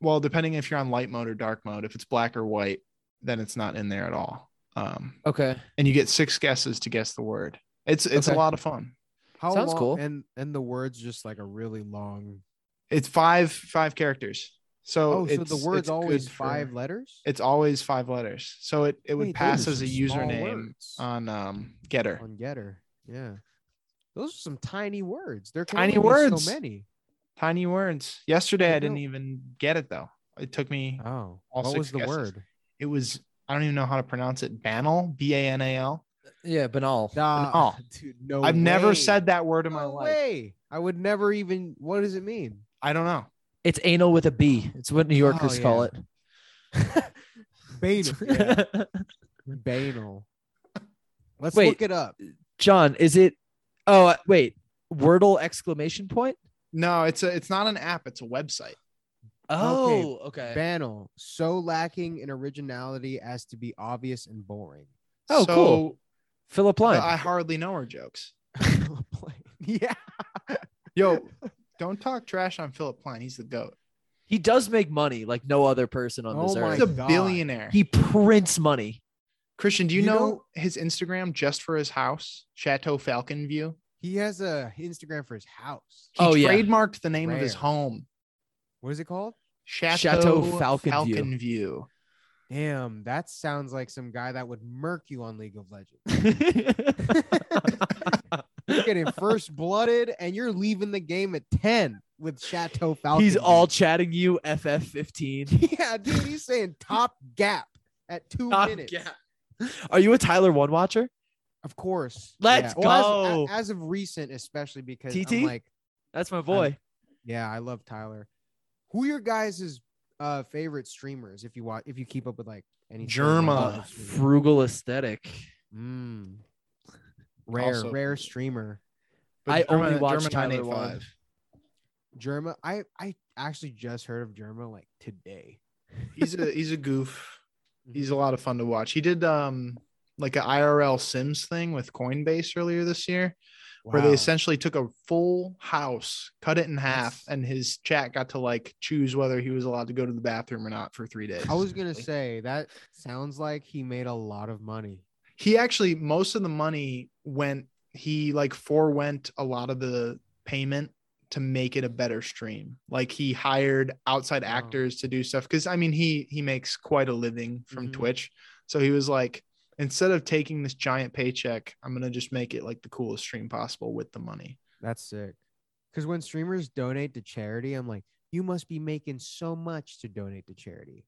S1: well, depending if you're on light mode or dark mode, if it's black or white, then it's not in there at all. Um,
S2: Okay.
S1: and you get six guesses to guess the word. It's it's a
S2: Okay.
S1: lot of fun.
S3: How
S2: Sounds
S3: long-
S2: cool.
S3: And and the words just like a really long.
S1: It's five five characters. So
S3: Oh, so
S1: it's,
S3: the word's
S1: it's
S3: always
S1: good for-
S3: five letters.
S1: It's always five letters. So it it would
S3: Wait, those
S1: pass
S3: are
S1: as a
S3: some small
S1: username
S3: words.
S1: on um, Getter.
S3: on Getter. Yeah. Those are some tiny words. There can
S1: Tiny
S3: only be
S1: words.
S3: So many.
S1: Tiny words. Yesterday, I
S3: I
S1: didn't
S3: know.
S1: even get it though. It took me.
S3: Oh,
S1: All
S3: what
S1: six
S3: was the
S1: guesses.
S3: word?
S1: It was. I don't even know how to pronounce it. Banal. B A N A L.
S2: Yeah, banal.
S1: all.
S3: dude, no.
S1: I've never
S3: way.
S1: said that word in
S3: no
S1: my life.
S3: way. I would never even. What does it mean?
S1: I don't know.
S2: It's anal with a B. It's what New Yorkers
S3: Oh, yeah.
S2: call it.
S3: Banal. Banal. Let's
S2: Wait.
S3: look it up.
S2: John, is it? Oh uh, wait, Wordle exclamation point.
S1: No, it's a. It's not an app. It's a website.
S2: Oh,
S3: Uh,
S2: okay.
S3: Banal. So lacking in originality as to be obvious and boring.
S2: Oh,
S1: So,
S2: cool. Philip
S1: the
S2: Line.
S1: I hardly know her jokes.
S3: yeah.
S1: Yo, don't talk trash on Philip Klein. He's the goat.
S2: he does make money like no other person on this
S3: Oh my
S1: He's
S2: earth.
S1: a
S3: God.
S1: billionaire.
S2: He prints money.
S1: Christian, do you,
S3: You
S1: know,
S3: don't-
S1: his Instagram just for his house, Chateau Falcon View?
S3: He has a Instagram for his house.
S1: He
S2: Oh, yeah.
S1: trademarked the name of his
S3: Rare.
S1: home,
S3: What is it called?
S1: Chateau,
S2: Falcon View.
S1: Falcon View.
S3: Damn, that sounds like some guy that would murk you on League of Legends. You're
S2: He's
S3: getting first blooded, and you're leaving the game at 10 with Chateau Falcon. View.
S2: all chatting you FF15.
S3: yeah, dude. He's saying top gap at two
S2: Top
S3: minutes.
S2: gap. Are you a Tyler One watcher?
S3: Of course.
S2: Let's
S3: Well, as-
S2: go.
S3: a- As, of recent, especially because
S2: TT?
S3: I'm like,
S2: That's my boy.
S3: yeah, I love Tyler. Who are your guys' uh, favorite streamers if you watch if you keep up with like any
S1: Germa.
S2: Uh, frugal aesthetic.
S3: Mm. Rare,
S1: Also-
S3: rare streamer.
S2: I only watch
S1: watched
S2: Tyler One.
S3: Germa. I I actually just heard of Germa like today.
S1: he's a he's a goof.
S3: Mhm.
S1: He's a lot of fun to watch. He did um like a IRL Sims thing with Coinbase earlier this year, where they
S3: Wow.
S1: essentially took a full house, cut it in half,
S3: That's-
S1: and his chat got to like choose whether he was allowed to go to the bathroom or not for three days.
S3: I was gonna say that sounds like he made a lot of money.
S1: he actually most of the money went he like forewent a lot of the payment to make it a better stream like he hired outside
S3: Wow.
S1: actors to do stuff because i mean he he makes quite a living from
S3: Mhm.
S1: twitch so he was like instead of taking this giant paycheck i'm gonna just make it like the coolest stream possible with the money
S3: That's sick. Because when streamers donate to charity, I'm like, you must be making so much to donate to charity.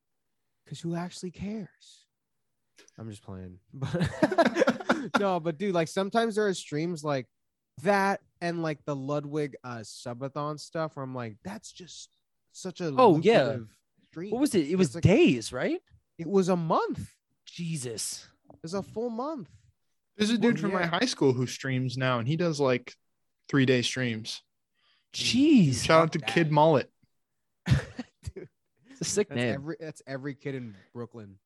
S3: Because who actually cares? I'm just playing. But no, but dude, like sometimes there are streams like that and like the Ludwig uh subathon stuff where I'm like, that's just such a
S2: Oh, yeah.
S3: lucrative stream.
S2: What was it? It was
S3: It's like-
S2: days, right?
S3: it was a month.
S2: Jesus.
S3: It was a full month.
S1: There's a dude from my
S3: yeah.
S1: high school who streams now, and he does like three day streams.
S2: Jeez.
S1: Shout out to
S3: fuck that.
S1: Kid Mullet.
S3: Dude,
S2: It's a sick
S3: that's
S2: name.
S3: every that's every kid in Brooklyn.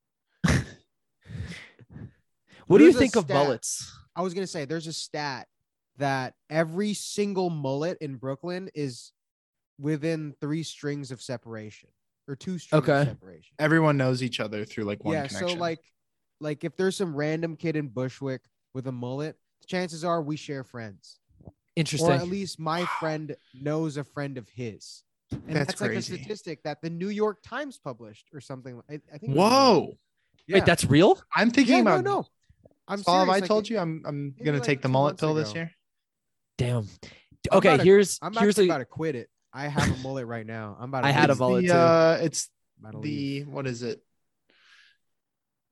S2: what do you
S3: there's a
S2: think of
S3: stat-
S2: mullets?
S3: I was gonna say there's a stat that every single mullet in Brooklyn is within three strings of separation or two strings
S2: Okay.
S3: of separation.
S1: Everyone knows each other through like one
S3: yeah,
S1: connection.
S3: so like like if there's some random kid in Bushwick with a mullet, chances are we share friends.
S2: Interesting.
S3: Or at least my friend knows a friend of his. And
S1: That's
S3: that's, like a
S1: crazy.
S3: statistic that the New York Times published or something. I, I think it was-
S1: whoa!
S3: Yeah.
S2: Wait, that's real?
S1: I'm thinking
S3: yeah,
S1: about
S3: no, no. I'm
S1: Saul, have
S3: serious,
S1: I
S3: like,
S1: told you I'm I'm
S3: maybe
S1: gonna
S3: like
S1: take the
S3: two
S1: mullet
S3: months
S1: pill this
S3: ago.
S1: year?
S2: Damn.
S3: I'm
S2: Okay,
S3: about to-
S2: here's
S3: I'm
S2: here's
S3: actually
S2: a-
S3: about to quit it. I have a mullet right now. I'm about to
S2: I had a
S3: leave.
S2: mullet.
S1: the,
S2: too.
S1: Uh, it's
S3: I'm about to leave.
S1: the what is it?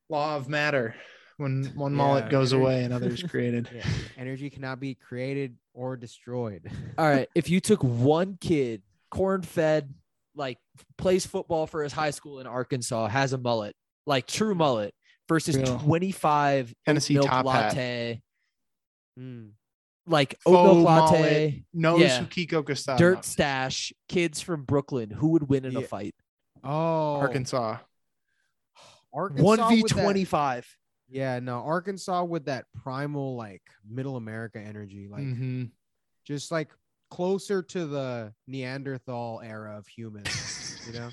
S1: Law of matter. When one mullet
S3: Yeah.
S1: goes away, another is created.
S3: Yeah, energy cannot be created or destroyed.
S2: All right, if you took one kid, corn fed, like plays football for his high school in Arkansas, has a mullet, like true mullet, versus
S1: Real.
S2: 25
S1: Tennessee
S2: milk
S1: top hat.
S2: latte,
S3: Mm.
S2: like oat
S1: Faux
S2: milk latte,
S1: mullet, Uh, No
S2: Yeah.
S1: Sukiko Gustavo.
S2: dirt stash, kids from Brooklyn, who would win in a
S3: Yeah.
S2: fight?
S3: Oh,
S1: Arkansas.
S3: Arkansas with
S2: One
S3: that-
S2: v twenty five.
S3: Yeah, no, Arkansas with that primal like middle America energy, like
S1: Mhm.
S3: just like closer to the Neanderthal era of humans, you know,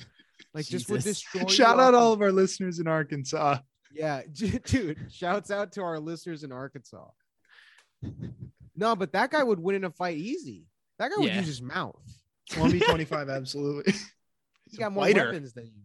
S3: like just would
S2: Jesus.
S3: destroy. you
S1: Shout out
S3: off
S1: all of our listeners in Arkansas.
S3: Yeah, j- dude, shouts out to our listeners in Arkansas. No, but that guy would win in a fight easy. That guy would
S2: Yeah.
S3: use his mouth.
S1: 1v25, absolutely.
S3: He's got more
S1: Fighter.
S3: weapons than you.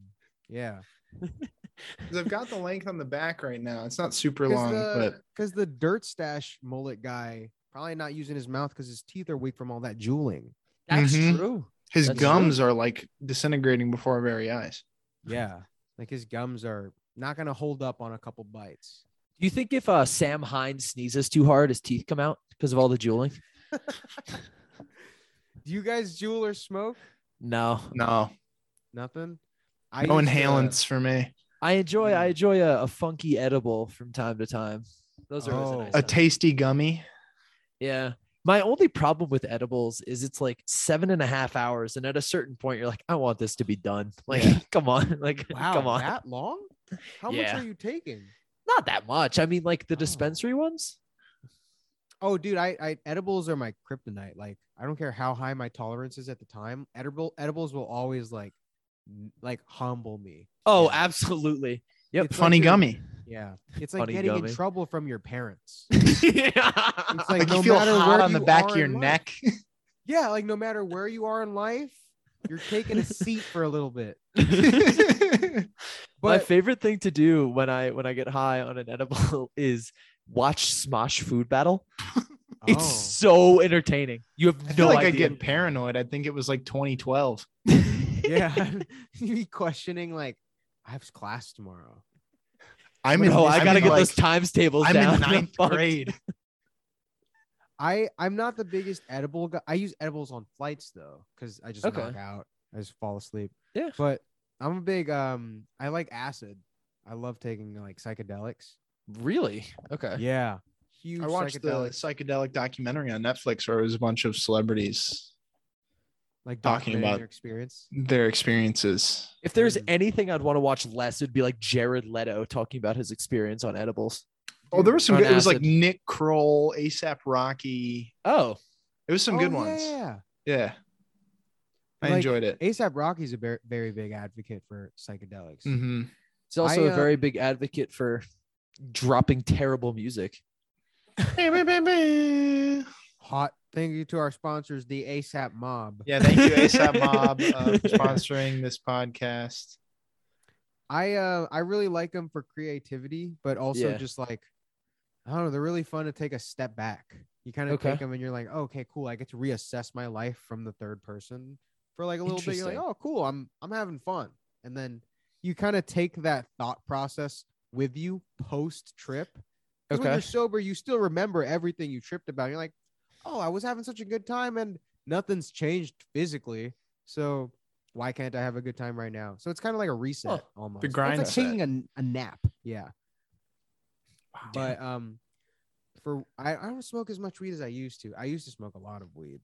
S3: Yeah.
S1: 'Cause I've got the length on the back right now. It's not super
S3: Because
S1: long,
S3: the,
S1: but
S3: 'cause the dirt stash mullet guy probably not using his mouth because his teeth are weak from all that jeweling.
S2: That's
S3: Mm-hmm.
S1: Mhm.
S2: true.
S1: his
S2: That's
S1: gums are like disintegrating before our very eyes.
S3: Yeah. Like his gums are not going to hold up on a couple bites.
S2: Do you think if uh, Sam Hines sneezes too hard, his teeth come out because of all the jeweling?
S3: Do you guys jewel or smoke?
S2: No,
S1: No,
S3: Nothing. I
S1: no
S3: used to-
S1: inhalants for me.
S2: I enjoy I
S1: Hmm.
S3: Mm.
S2: enjoy a, a funky edible from time to time. Those are always a
S3: Oh.
S2: nice
S1: A
S2: time.
S1: tasty gummy.
S2: yeah. My only problem with edibles is it's like seven and a half hours, and at a certain point, you're like, I want this to be done. Like, come on, like,
S3: Wow,
S2: come on,
S3: that long? How
S2: Yeah.
S3: much are you taking?
S2: not that much. I mean, like the
S3: Oh.
S2: dispensary ones.
S3: Oh, dude, I, I edibles are my kryptonite. Like, I don't care how high my tolerance is at the time. Edible edibles will always like, n- like humble me.
S2: Oh,
S3: Yeah.
S2: absolutely. Yep.
S3: It's
S1: Funny
S3: like you're-
S1: gummy.
S3: Yeah, it's like
S2: Funny
S3: getting
S2: gummy.
S3: in trouble from your parents. It's
S2: like,
S1: Like
S3: no
S1: you feel
S3: matter where
S1: hot on the
S3: you
S1: back
S3: are
S1: of your
S3: in life-
S1: neck.
S3: Yeah, like no matter where you are in life, you're taking a seat for a little bit.
S2: My
S3: But
S2: favorite thing to do when I when I get high on an edible is watch Smosh Food Battle. It's
S3: oh,
S2: so entertaining. You have
S1: I
S2: no
S1: feel like
S2: idea.
S1: I get paranoid. I think it was like 2012.
S3: yeah, you be questioning like, I have class tomorrow.
S1: I'm in.
S2: no, I
S1: I'm
S2: gotta
S1: in,
S2: get
S1: like,
S2: those times tables
S1: I'm
S2: down.
S1: in ninth
S2: Fuck.
S1: grade.
S3: I I'm not the biggest edible guy. I use edibles on flights though, because I just
S2: Okay.
S3: knock out. I just fall asleep.
S2: Yeah.
S3: But I'm a big um. I like acid. I love taking like psychedelics.
S2: Really? Okay.
S3: Yeah. Huge
S1: I watched the
S3: psychedelics.
S1: psychedelic documentary on Netflix where it was a bunch of celebrities
S3: like
S1: talking
S3: talking
S1: about-
S3: about your experience.
S1: their experiences.
S2: If there's
S3: Mm.
S2: anything I'd want to watch less, it'd be like Jared Leto talking about his experience on edibles.
S1: Oh, there was some
S2: on
S1: good. It was like
S2: acid.
S1: Nick Kroll, ASAP Rocky.
S2: Oh,
S1: It was some
S3: Oh,
S1: good
S3: yeah,
S1: ones. Yeah,
S3: Yeah.
S1: I
S3: Like,
S1: enjoyed it.
S3: ASAP Rocky's a very, very big advocate for psychedelics.
S1: hmm
S2: he's also
S3: I,
S2: a
S3: uh,
S2: very big advocate for dropping terrible music.
S3: Hot. Thank you to our sponsors, the ASAP Mob.
S1: Yeah, thank you ASAP Mob uh, for sponsoring this podcast.
S3: I uh I really like them for creativity, but also
S2: Yeah.
S3: just like I don't know, they're really fun to take a step back. You kind of
S2: Okay.
S3: take them and you're like, "Oh, okay, cool. I get to reassess my life from the third person for like a little bit. You're like,
S2: Interesting.
S3: oh, cool. I'm I'm having fun, and then you kind of take that thought process with you post trip. Because when
S2: Okay.
S3: you're sober, you still remember everything you tripped about. You're like, oh, I was having such a good time and nothing's changed physically. So why can't I have a good time right now? So it's kind of like a reset almost.
S1: the grind
S5: it's like
S1: set.
S5: taking a, a nap.
S3: Yeah. But um for I, I don't smoke as much weed as I used to. I used to smoke a lot of weed.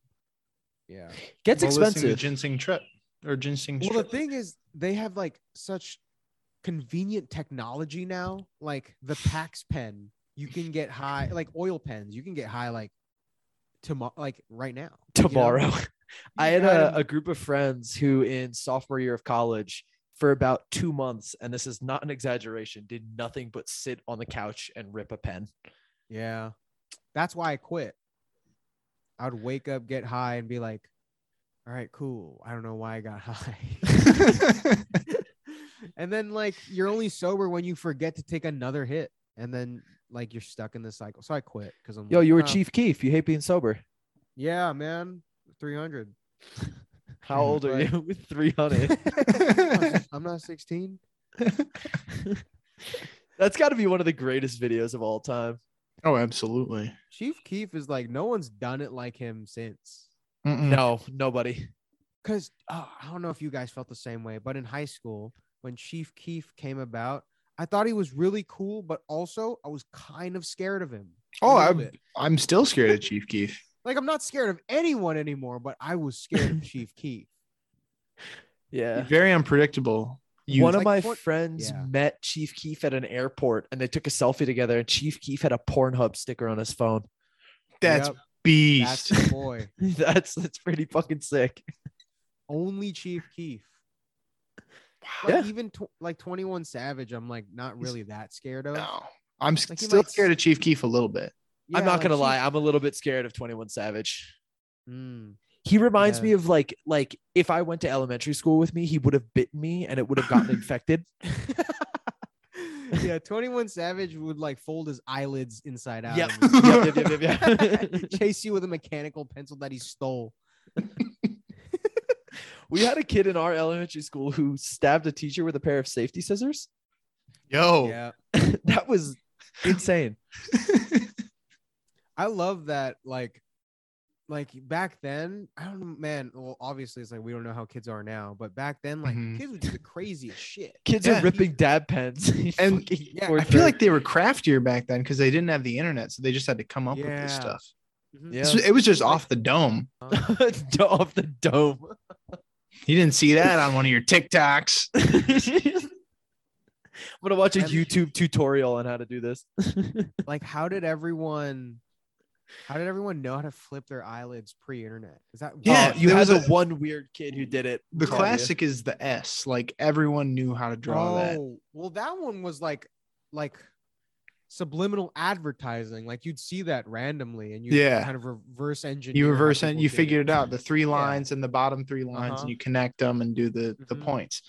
S3: Yeah.
S2: Gets
S1: Well, listen to
S2: expensive.
S1: Ginseng trip or ginseng.
S3: Well, the
S1: Strip.
S3: thing is, they have like such convenient technology now, like the Pax pen. You can get high, like oil pens. You can get high like tomorrow, like right now. you know?
S2: tomorrow. I had
S3: Yeah, I
S2: a,
S3: don't-
S2: a group of friends who, in sophomore year of college, for about two months, and this is not an exaggeration, did nothing but sit on the couch and rip a pen.
S1: Mm-hmm.
S3: Yeah, that's why I quit. I would wake up, get high, and be like, "All right, cool. I don't know why I got high." and then like you're only sober when you forget to take another hit, and then like you're stuck in this cycle. So I quit because I'm
S2: Yo,
S3: like,
S2: you were
S3: "Nah,
S2: Chief Keef. You hate being sober.
S3: Yeah, man. 300.
S1: Mm-hmm.
S2: How old are
S3: Right.
S2: you? Three hundred.
S3: I'm not- I'm not 16.
S2: That's got to be one of the greatest videos of all time.
S1: oh, absolutely.
S3: Chief Keef is like, no one's done it like him since.
S1: Mm-mm.
S2: No, nobody.
S3: Because uh, I don't know if you guys felt the same way, but in high school, when Chief Keef came about, I thought he was really cool, but also I was kind of scared of him. a
S1: Oh,
S3: little
S1: I'm
S3: bit.
S1: I'm still scared of Chief Keef.
S3: like I'm not scared of anyone anymore, but I was scared of Chief Keef.
S2: Yeah.
S1: Very unpredictable. You
S2: One of
S3: like
S2: my
S3: porn-
S2: friends
S3: Yeah.
S2: met Chief Keef at an airport and they took a selfie together and Chief Keef had a Pornhub sticker on his phone.
S1: that's
S3: Yep, that's
S1: beast.
S3: the boy.
S2: that's that's pretty fucking sick.
S3: Only Chief Keef.
S2: Yeah.
S3: Like even tw- like 21 Savage, I'm like not really that scared of.
S1: no, I'm s-
S3: Like, he
S1: still
S3: might s-
S1: scared of Chief Keef a little bit.
S2: I'm
S3: Yeah,
S2: not
S3: like,
S2: gonna
S3: Chief-
S2: lie, I'm a little bit scared of 21 Savage.
S3: Mm.
S2: He reminds
S3: Yeah.
S2: me of like like if I went to elementary school with me, he would have bitten me and it would have gotten infected.
S3: yeah, 21 Savage would like fold his eyelids inside out.
S2: Yep.
S3: and
S2: Yep, yep, yep, yep, yep.
S3: Chase you with a mechanical pencil that he stole.
S2: we had a kid in our elementary school who stabbed a teacher with a pair of safety scissors.
S1: Yo,
S2: that was insane.
S3: I love that like like back then, I don't know, man, well obviously it's like we don't know how kids are now, but back then like
S1: Mhm.
S3: kids would do the craziest shit.
S2: Kids
S1: Yeah.
S2: are ripping dab pens.
S1: And-
S2: Fucking
S3: yeah,
S1: I
S3: I
S2: fourth
S1: feel
S2: grade.
S1: like they were craftier back then because they didn't have the internet, so they just had to come up with this
S3: Yeah.
S1: stuff.
S2: Yeah.
S1: This was- It was just off the dome.
S2: off the dome.
S1: You didn't see that on one of your TikToks.
S2: I'm gonna watch a
S3: And-
S2: YouTube tutorial on how to do this.
S3: Like how did everyone how did everyone know how to flip their eyelids pre-internet? Is that
S1: Yeah,
S2: Oh, you
S1: there
S2: had
S1: was
S2: the
S1: a-
S2: one weird kid who did it.
S1: The
S2: Yeah.
S1: classic is the S. Like everyone knew how to draw that.
S3: Oh, well, that one was like like subliminal advertising. Like you'd see that randomly, and you
S1: Yeah.
S3: kind of reverse engineer.
S1: You
S3: how
S1: reverse and
S3: people
S1: you
S3: did
S1: figure it out. The three lines and the bottom three lines,
S3: Uh-huh.
S1: and you connect them and do the the
S3: Mhm.
S1: points.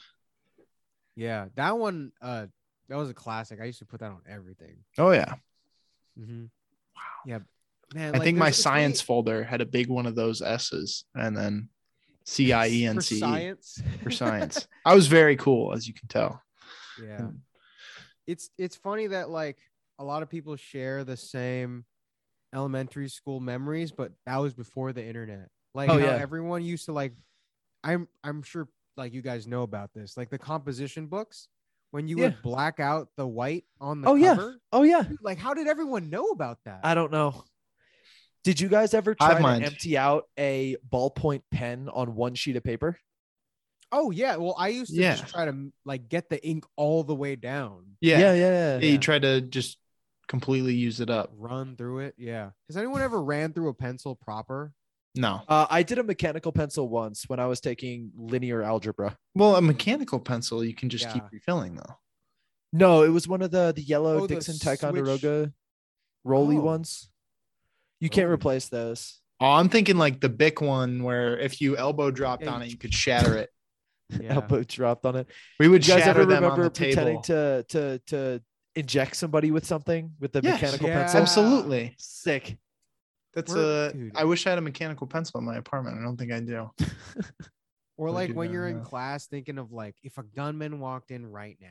S3: Yeah, that one. Uh, that was a classic. I used to put that on everything.
S1: Oh yeah,
S3: Wow. Mm-hmm. Yeah, man.
S1: I
S3: like,
S1: think my
S3: there's- it's
S1: science
S3: funny-
S1: folder had a big one of those S's, and then C I E N
S3: for
S1: C E
S3: science.
S1: for science. I was very cool, as you can tell.
S3: yeah. It's it's funny that like a lot of people share the same elementary school memories, but that was before the internet. Like
S2: Oh,
S3: how
S2: yeah.
S3: everyone used to like I'm I'm sure like you guys know about this. Like the composition books when you
S2: Yeah.
S3: would black out the white on the
S2: Oh, yeah.
S3: cover.
S2: Oh yeah.
S3: Dude, like how did everyone know about that?
S2: I don't know. Did you guys ever
S1: Hive
S2: try
S1: mind.
S2: to empty out a ballpoint pen on one sheet of paper?
S3: oh yeah, well I used to
S1: Yeah.
S3: just try to like get the ink all the way down.
S1: Yeah,
S2: yeah,
S1: yeah.
S2: yeah. yeah.
S1: You tried to just completely use it up.
S3: Run through it. Yeah. Has anyone ever ran through a pencil proper?
S1: No,
S2: Uh, I did a mechanical pencil once when I was taking linear algebra.
S1: well, a mechanical pencil you can just keep
S3: Yeah.
S1: refilling though.
S2: No, it was one of the the yellow
S3: Oh, the
S2: Dixon
S3: switch-
S2: Ticonderoga Rolly
S3: Oh.
S2: ones. You can't
S3: Rolly.
S2: replace those.
S1: Oh, I'm thinking like the Bic one where if you elbow dropped
S3: Yeah,
S1: on
S3: you-
S1: it, you could shatter it.
S3: Yeah.
S2: Elbow dropped on it.
S1: We would
S2: Did you guys
S1: shatter
S2: ever
S1: them on
S2: remember
S1: the
S2: pretending
S1: table.
S2: to to to inject somebody with something with the
S1: Yes.
S2: mechanical
S3: Yeah.
S2: pencil?
S1: Absolutely.
S2: Sick.
S1: That's
S3: We're-
S1: a.
S3: dude.
S1: I wish I had a mechanical pencil in my apartment. I don't think I do.
S3: Or
S1: Or
S3: like
S1: do
S3: when
S1: that
S3: you're in
S1: now.
S3: class thinking of like if a gunman walked in right now,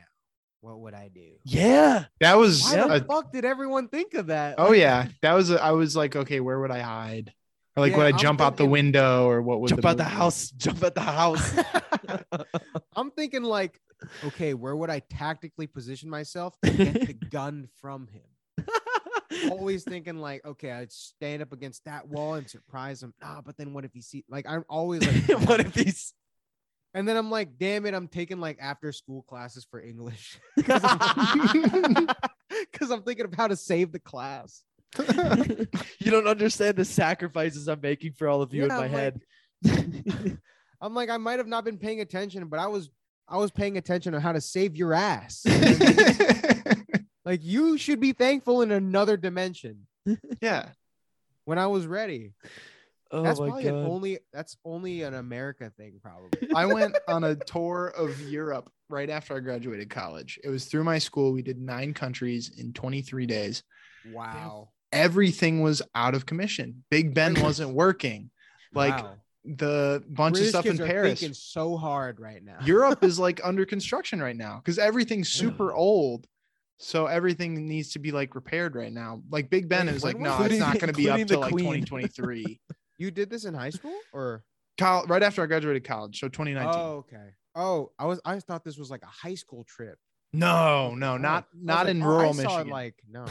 S3: what would I do?
S2: Yeah.
S1: That was.
S3: Why
S2: Yeah.
S3: the
S1: a-
S3: fuck did everyone think of that?
S1: oh
S3: Like,
S1: yeah, that was. A, I was like, okay, where would I hide? Or like
S3: Yeah,
S1: would I
S3: I'm
S1: jump out the
S3: thinking-
S1: window or what would
S2: jump
S1: the
S2: out the
S1: move be?
S2: house. Jump out the house.
S3: I'm thinking like, okay, where would I tactically position myself to get the gun from him? Always thinking like, okay, I'd stand up against that wall and surprise him. Ah, but then what if he see? Like, I'm always like,
S2: what if he's?
S3: And then I'm like, damn it, I'm taking like after school classes for English because I'm thinking of how to save the class.
S2: you don't understand the sacrifices I'm making for all of you in my
S3: Yeah, I'm like-
S2: head.
S3: I'm like, I might have not been paying attention, but I was, I was paying attention on how to save your ass. like, you should be thankful in another dimension.
S1: yeah.
S3: When I was ready.
S2: oh
S3: that's
S2: my
S3: probably an
S2: god.
S3: only that's only an America thing, probably.
S1: I went on a tour of Europe right after I graduated college. It was through my school. We did nine countries in 23 days.
S3: Wow.
S1: Everything was out of commission. Big Ben wasn't working. Like
S3: wow.
S1: the bunch
S3: British
S1: of stuff in
S3: kids are
S1: Paris.
S3: thinking so hard right now.
S1: Europe is like under construction right now because everything's super old. So everything needs to be like repaired right now. Like Big Ben
S3: Wait,
S1: is
S3: when
S1: like,
S3: was-
S1: no, it's not
S2: Including-
S1: going to be up
S2: including the
S1: till like
S2: Queen.
S1: 2023.
S3: you did this in high school or
S1: Col- right after I graduated college, so 2019.
S3: oh okay. Oh, I was I thought this was like a high school trip.
S1: No, no,
S3: Oh,
S1: not
S3: I was
S1: not
S3: like,
S1: in
S3: oh,
S1: rural
S3: I saw it
S1: Michigan.
S3: like no,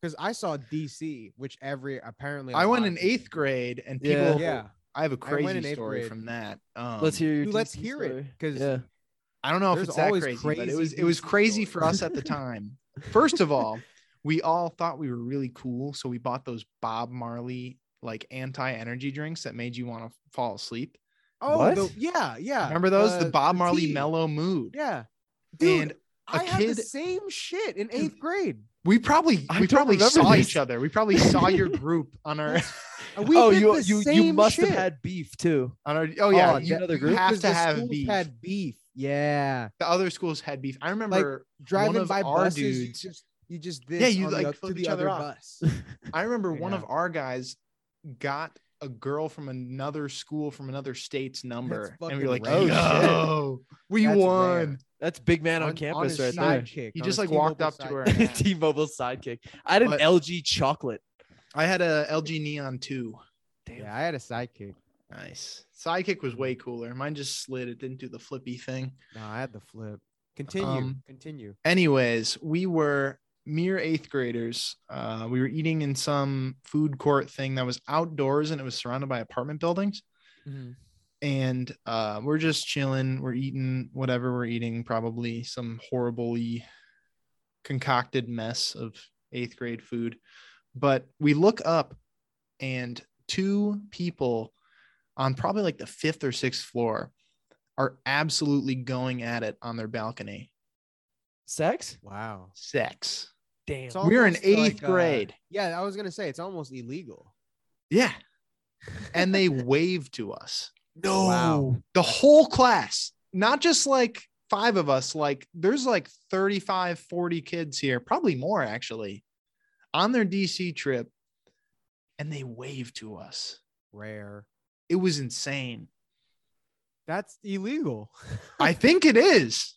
S3: because I saw DC, which every apparently I
S1: I went in eighth grade, and people.
S2: Yeah.
S3: Yeah,
S1: I have a
S3: I went in
S1: crazy
S3: eighth
S1: story
S3: grade.
S1: from that. Um,
S2: let's hear your.
S3: Dude, let's
S2: DC
S3: hear it,
S2: story.
S3: 'cause-
S2: yeah.
S1: I don't know if
S3: There's
S1: it's that
S3: always
S1: crazy, but it
S3: crazy
S1: was it was
S3: DC
S1: crazy for us
S3: stories.
S1: at the time. First of all, we all thought we were really cool, so we bought those Bob Marley like anti-energy drinks that made you want to fall asleep.
S3: oh
S2: What?
S3: the, yeah, yeah. uh,
S1: Remember those? the Bob Marley
S3: tea.
S1: Mellow Mood.
S3: Yeah, dude.
S1: and
S3: I had the
S1: kid-
S3: same shit in eighth grade.
S1: we probably
S2: I
S1: we
S2: don't
S1: probably
S2: remember
S1: saw
S2: this.
S1: each other. We probably saw your group on our
S3: We
S2: oh,
S3: did
S2: you
S3: the
S2: you you
S3: same
S2: must
S3: shit.
S2: have had beef too.
S1: on our. Oh yeah,
S2: Oh,
S1: you,
S2: another
S1: you
S2: group?
S1: have
S3: 'Cause
S1: to
S3: the
S1: have
S3: schools
S1: beef.
S3: Had beef. Yeah.
S1: the other schools had beef. I remember.
S3: Driving
S1: of
S3: by
S1: our
S3: buses,
S1: dudes-
S3: you just you just this
S1: Yeah, you,
S3: on the
S1: like,
S3: oth- to
S1: flip
S3: the
S1: each
S3: other
S1: other off.
S3: bus.
S1: I remember one
S3: Yeah.
S1: of our guys got a girl from another school from another state's number, and we were like, "Oh,
S3: fucking rare.
S1: yo, we
S3: That's
S1: won!"
S3: rare.
S2: That's big man on, campus
S3: his
S2: right there.
S3: sidekick,
S1: He
S3: on
S1: just
S3: his
S1: like
S3: T-Mobile
S1: walked up to her.
S3: sidekick.
S1: and asked.
S2: T-Mobile sidekick. I had an
S1: But-
S2: LG chocolate.
S1: I had a LG Neon two.
S2: Damn.
S3: Yeah, I had a sidekick.
S1: Nice sidekick was way cooler. Mine just slid. It didn't do the flippy thing.
S3: No, I had the flip. Continue.
S1: Um,
S3: continue.
S1: Anyways, we were mere eighth graders. Uh, we were eating in some food court thing that was outdoors, and it was surrounded by apartment buildings.
S3: Mm-hmm.
S1: and uh, we're just chilling. We're eating whatever we're eating, probably some horribly concocted mess of eighth grade food. But we look up, and two people on probably like the fifth or sixth floor are absolutely going at it on their balcony.
S2: Sex?
S3: Wow.
S1: Sex.
S2: Damn.
S3: It's
S1: We're in
S3: almost like,
S1: eighth
S3: uh,
S1: grade.
S3: Yeah, I was gonna say it's almost illegal.
S1: Yeah. and they wave to us.
S2: no.
S3: Wow.
S1: the whole class not just like five of us like there's like 35 40 kids here probably more actually on their dc trip and they waved to us
S3: Rare.
S1: it was insane
S3: That's illegal.
S1: i think it is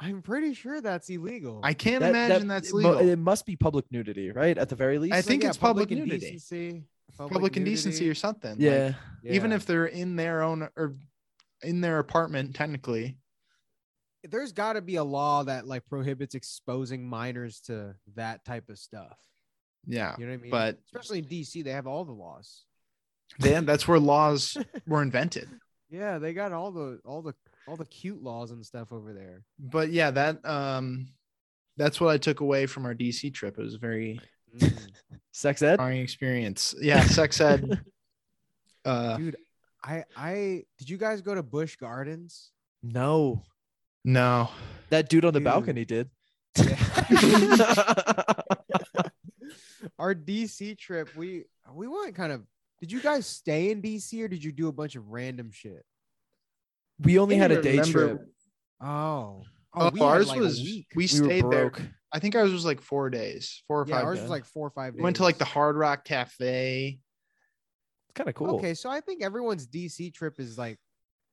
S3: I'm pretty sure that's illegal.
S1: i can't
S2: That- that-
S1: imagine that's
S2: it mu-
S1: legal
S2: It must be public nudity, right? At the very least.
S1: I think
S3: yeah,
S1: it's public nudity.
S3: indecency.
S1: public indecency or
S3: nudity.
S1: something like,
S2: yeah.
S1: even
S3: Yeah.
S1: if they're in their own or in their apartment technically
S3: there's got to be a law that like prohibits exposing minors to that type of stuff.
S1: yeah
S3: You know what I mean?
S1: Uh, but-
S3: especially in DC, they have all the laws.
S1: then that's where laws were invented
S3: Yeah, they got all the all the all the cute laws and stuff over there.
S1: but yeah that um that's what i took away from our dc trip it was a very
S3: Mm.
S2: Sex ed?
S1: trying experience yeah sex ed uh
S3: Dude, I I did you guys go to Bush Gardens?
S2: No.
S1: no
S2: That dude on the
S3: Dude.
S2: balcony did.
S3: Our DC trip, we we went kind of. Did you guys stay in DC or did you do a bunch of random shit?
S2: we only had a
S1: Can't
S2: day
S1: remember-
S2: trip.
S3: Oh,
S1: oh,
S3: had,
S1: ours
S3: like, a
S1: was
S3: week.
S1: we
S2: We were
S1: stayed there
S2: broke.
S1: i think ours was like four days four or
S3: yeah,
S1: five
S3: ours
S1: days.
S3: was like four or five.
S1: we went to like the
S3: days.
S1: hard rock cafe
S2: It's kind of cool.
S3: Okay, so I think everyone's DC trip is like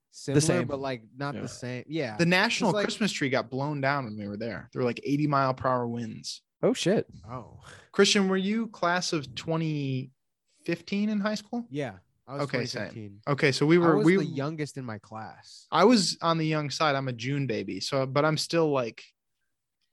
S3: similar,
S2: same.
S3: but like not
S2: Yeah.
S3: the same. Yeah,
S1: the national
S3: like-
S1: christmas tree got blown down when we were there there were like 80 mile per hour winds
S2: Oh shit.
S3: oh
S1: christian were you class of 2015 in high school
S3: yeah, I was
S1: Okay, same.
S3: 2015.
S1: Okay, so we were
S3: I was
S1: we
S3: the youngest in my class.
S1: I was on the young side. I'm a June baby, so but I'm still like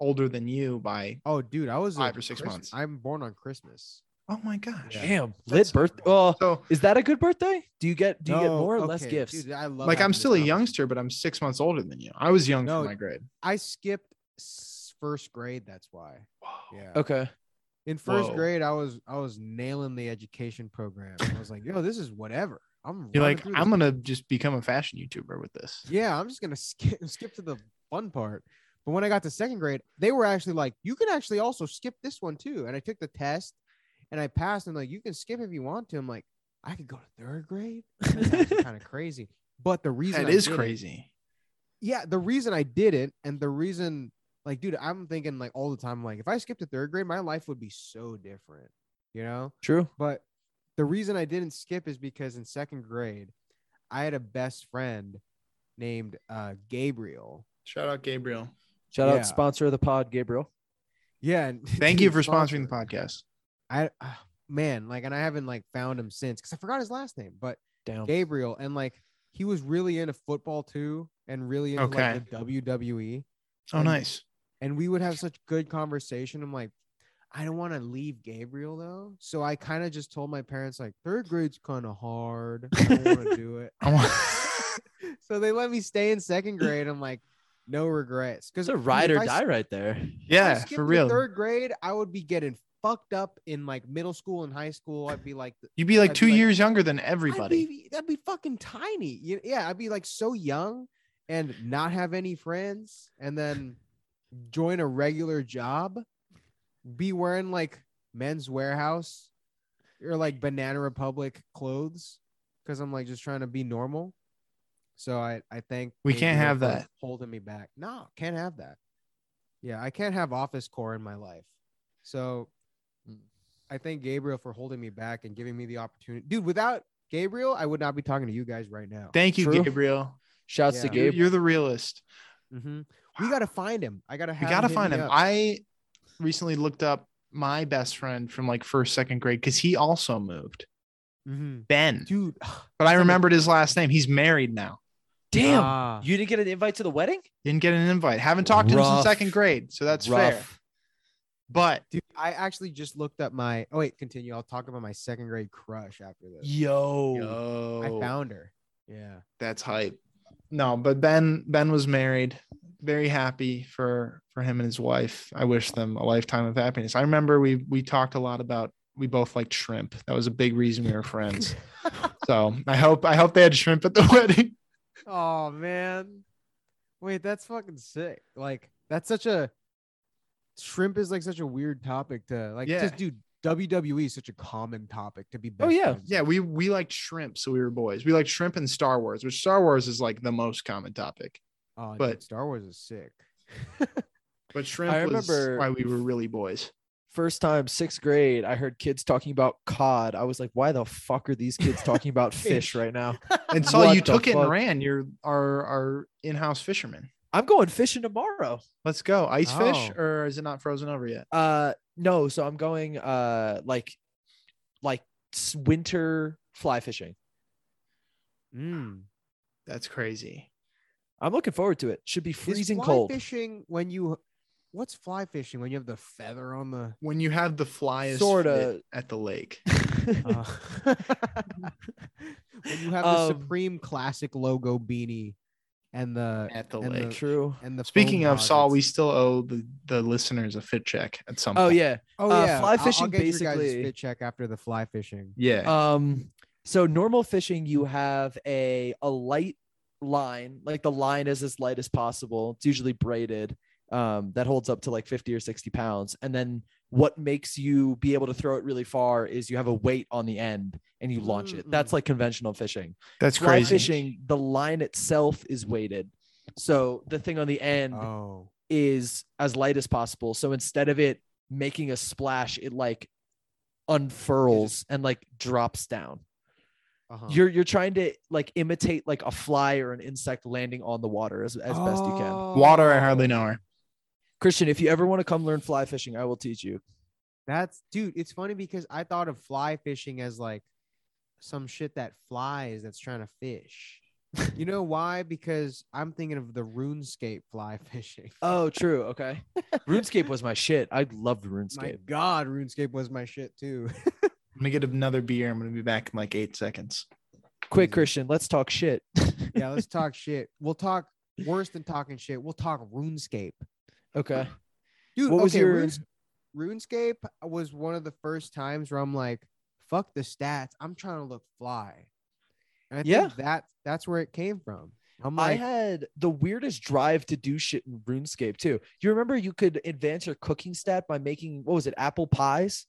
S1: older than you by
S3: Oh, dude, I was a
S1: Five or six
S3: Christ-
S1: months.
S3: I'm born on Christmas.
S1: oh my gosh.
S3: Yeah.
S2: Damn,
S1: That's-
S2: lit birthday. Well,
S1: So
S2: is that a good birthday? Do you get do you get
S3: No,
S2: more or less
S3: okay,
S2: gifts?
S3: dude, I love
S1: like
S3: having
S1: I'm
S3: this
S1: still a
S3: conversation.
S1: youngster, but I'm six months older than you. I was young
S3: No.
S1: for my grade.
S3: I skipped s- first grade. That's why. Yeah.
S2: okay.
S3: In first
S1: Whoa.
S3: grade, I was I was nailing the education program. I was like, yo, this is whatever. I'm
S1: You're
S3: running
S1: like,
S3: through this.
S1: I'm gonna just become a fashion YouTuber with this.
S3: yeah, I'm just gonna skip skip to the fun part. But when I got to second grade, they were actually like, you can actually also skip this one too. And I took the test, and I passed. And like, you can skip if you want to. I'm like, I could go to third grade. kind of crazy. But the reason
S1: That
S3: I
S1: is
S3: did it-
S1: crazy.
S3: yeah, the reason I did it, and the reason, like, dude, I'm thinking like all the time, like, if I skipped to third grade, my life would be so different, you know.
S2: True.
S3: But the reason I didn't skip is because in second grade, I had a best friend named uh, Gabriel.
S1: Shout out Gabriel.
S2: Shout
S3: Yeah.
S2: out sponsor of the pod, Gabriel.
S3: Yeah, and
S1: Thank
S3: dude,
S1: you for sponsoring the
S3: sponsor.
S1: podcast.
S3: I uh, man, like, and I haven't like found him since because I forgot his last name, but
S1: Oh.
S2: Damn.
S3: Gabriel, and like he was really into football too, and really into
S1: Okay.
S3: like, the WWE.
S1: Oh,
S3: And-
S1: nice.
S3: and we would have such good conversation. I'm like, I don't want to leave Gabriel though, so I kind of just told my parents like third grade's kind of hard. I don't want to do it.
S1: I want-
S3: so they let me stay in second grade. I'm like, no regrets. Because
S2: It's a ride or die right there.
S1: yeah, for real.
S3: Third grade, I would be getting fucked up in like middle school and high school. I'd be like,
S1: You'd be like
S3: I'd be
S1: two
S3: like-
S1: years younger than
S3: I'd
S1: everybody.
S3: be, that'd be fucking tiny. You- Yeah, I'd be like so young and not have any friends, and then join a regular job, be wearing like Men's Warehouse or like Banana Republic clothes, because I'm like just trying to be normal. So I I think
S1: We can't have that.
S3: holding me back. No, can't have that. Yeah, I can't have office core in my life. So I thank Gabriel for holding me back and giving me the opportunity. Dude, without Gabriel, I would not be talking to you guys right now.
S1: Thank you,
S2: True.
S1: Gabriel.
S2: Shouts to
S3: Yeah.
S1: You're,
S2: Gabe.
S1: you're the realist.
S3: Mhm. We gotta find him. I gotta.
S1: We
S3: Have
S1: gotta
S3: hit
S1: find
S3: me
S1: him.
S3: up.
S1: I recently looked up my best friend from like first, second grade because he also moved.
S3: Mhm.
S1: Ben.
S3: Dude,
S1: But I remembered his last name. He's married now.
S2: Damn.
S3: Ah.
S2: you didn't get an invite to the wedding?
S1: Didn't get an invite. Haven't talked to him since
S2: Rough.
S1: second grade. So that's
S2: Rough.
S1: fair. But
S3: dude, I actually just looked up my. Oh wait, continue. I'll talk about my second grade crush after this.
S2: Yo.
S1: yo,
S3: I found her. Yeah.
S1: that's hype. No, but Ben Ben was married. Very happy for for him and his wife. I wish them a lifetime of happiness. I remember we we talked a lot about we both liked shrimp. That was a big reason we were friends. so I hope I hope they had shrimp at the wedding.
S3: Oh man. Wait, that's fucking sick. Like that's such a shrimp is like such a weird topic to like.
S1: Yeah. Oh,
S3: Just dude, WWE is such a common topic to be. Best
S2: yeah.
S3: friends
S1: Yeah,
S3: with.
S1: we we liked shrimp, so we were boys. We liked shrimp and Star Wars, which Star Wars is like the most common topic.
S3: Oh, dude,
S1: but-
S3: Star Wars is sick.
S1: But shrimp
S2: I
S1: was
S2: remember-
S1: why we were really boys.
S2: First time, sixth grade, I heard kids talking about cod. I was like, why the fuck are these kids talking about fish right now?
S1: And saw you
S2: What the
S1: took it and
S2: fuck?
S1: ran. You're our our in-house fisherman.
S2: I'm going fishing tomorrow.
S1: Let's go. Ice fish,
S3: Oh.
S1: or is it not frozen over yet?
S2: Uh no, so I'm going uh like like s- winter fly fishing.
S3: Mm.
S1: That's crazy.
S2: I'm looking forward to it. Should be
S3: Is
S2: freezing
S3: fly
S2: cold.
S3: Fishing when you, what's fly fishing when you have the feather on the?
S1: When you have the flyest
S2: Sorta.
S1: fit at the lake.
S3: when you have the
S2: Uh, Um,
S3: Supreme Classic logo beanie, and the
S1: At the
S3: And the-
S1: lake.
S2: True.
S3: and the. foam
S1: Speaking of Saul, we
S3: goggles.
S1: still owe the, the listeners a fit check at some
S2: Oh
S1: point.
S2: yeah.
S3: oh
S2: uh,
S3: yeah,
S2: fly
S3: I'll- I'll
S2: fishing
S3: get your guys'
S2: basically-
S3: fit check after the fly fishing.
S1: Yeah.
S2: Um so normal fishing you have a a light line, like the line is as light as possible. It's usually braided. Um that holds up to like 50 or 60 pounds and then what makes you be able to throw it really far is you have a weight on the end and you launch it. That's
S3: Mm-mm.
S2: like conventional fishing.
S1: That's
S2: fly
S1: crazy.
S2: fishing, the line itself is weighted. So the thing on the end
S3: Oh,
S2: is as light as possible. So instead of it making a splash, it like unfurls and like drops down.
S3: uh-huh.
S2: You're you're trying to like imitate like a fly or an insect landing on the water as, as best you can.
S1: Water, I hardly
S3: Oh,
S1: know her.
S2: Christian, if you ever want to come learn fly fishing, I will teach you.
S3: That's dude. It's funny because I thought of fly fishing as like some shit that flies that's trying to fish. you know why? Because I'm thinking of the RuneScape fly fishing.
S2: Oh, true. Okay. RuneScape was my shit. I loved
S3: my
S2: RuneScape.
S3: god, RuneScape was my shit too.
S1: I'm gonna get another beer. I'm gonna be back in like eight seconds.
S2: Quick,
S3: Mhm.
S2: Christian, let's talk shit.
S3: yeah, let's talk shit. We'll talk worse than talking shit. We'll talk RuneScape.
S2: Okay.
S3: Dude,
S2: What
S3: okay,
S2: was your-
S3: Runes- RuneScape was one of the first times where I'm like, fuck the stats. I'm trying to look fly. And I
S2: Yeah.
S3: think that that's where it came from. I'm
S2: I
S3: like,
S2: had the weirdest drive to do shit in RuneScape too. You remember you could advance your cooking stat by making what was it, apple pies?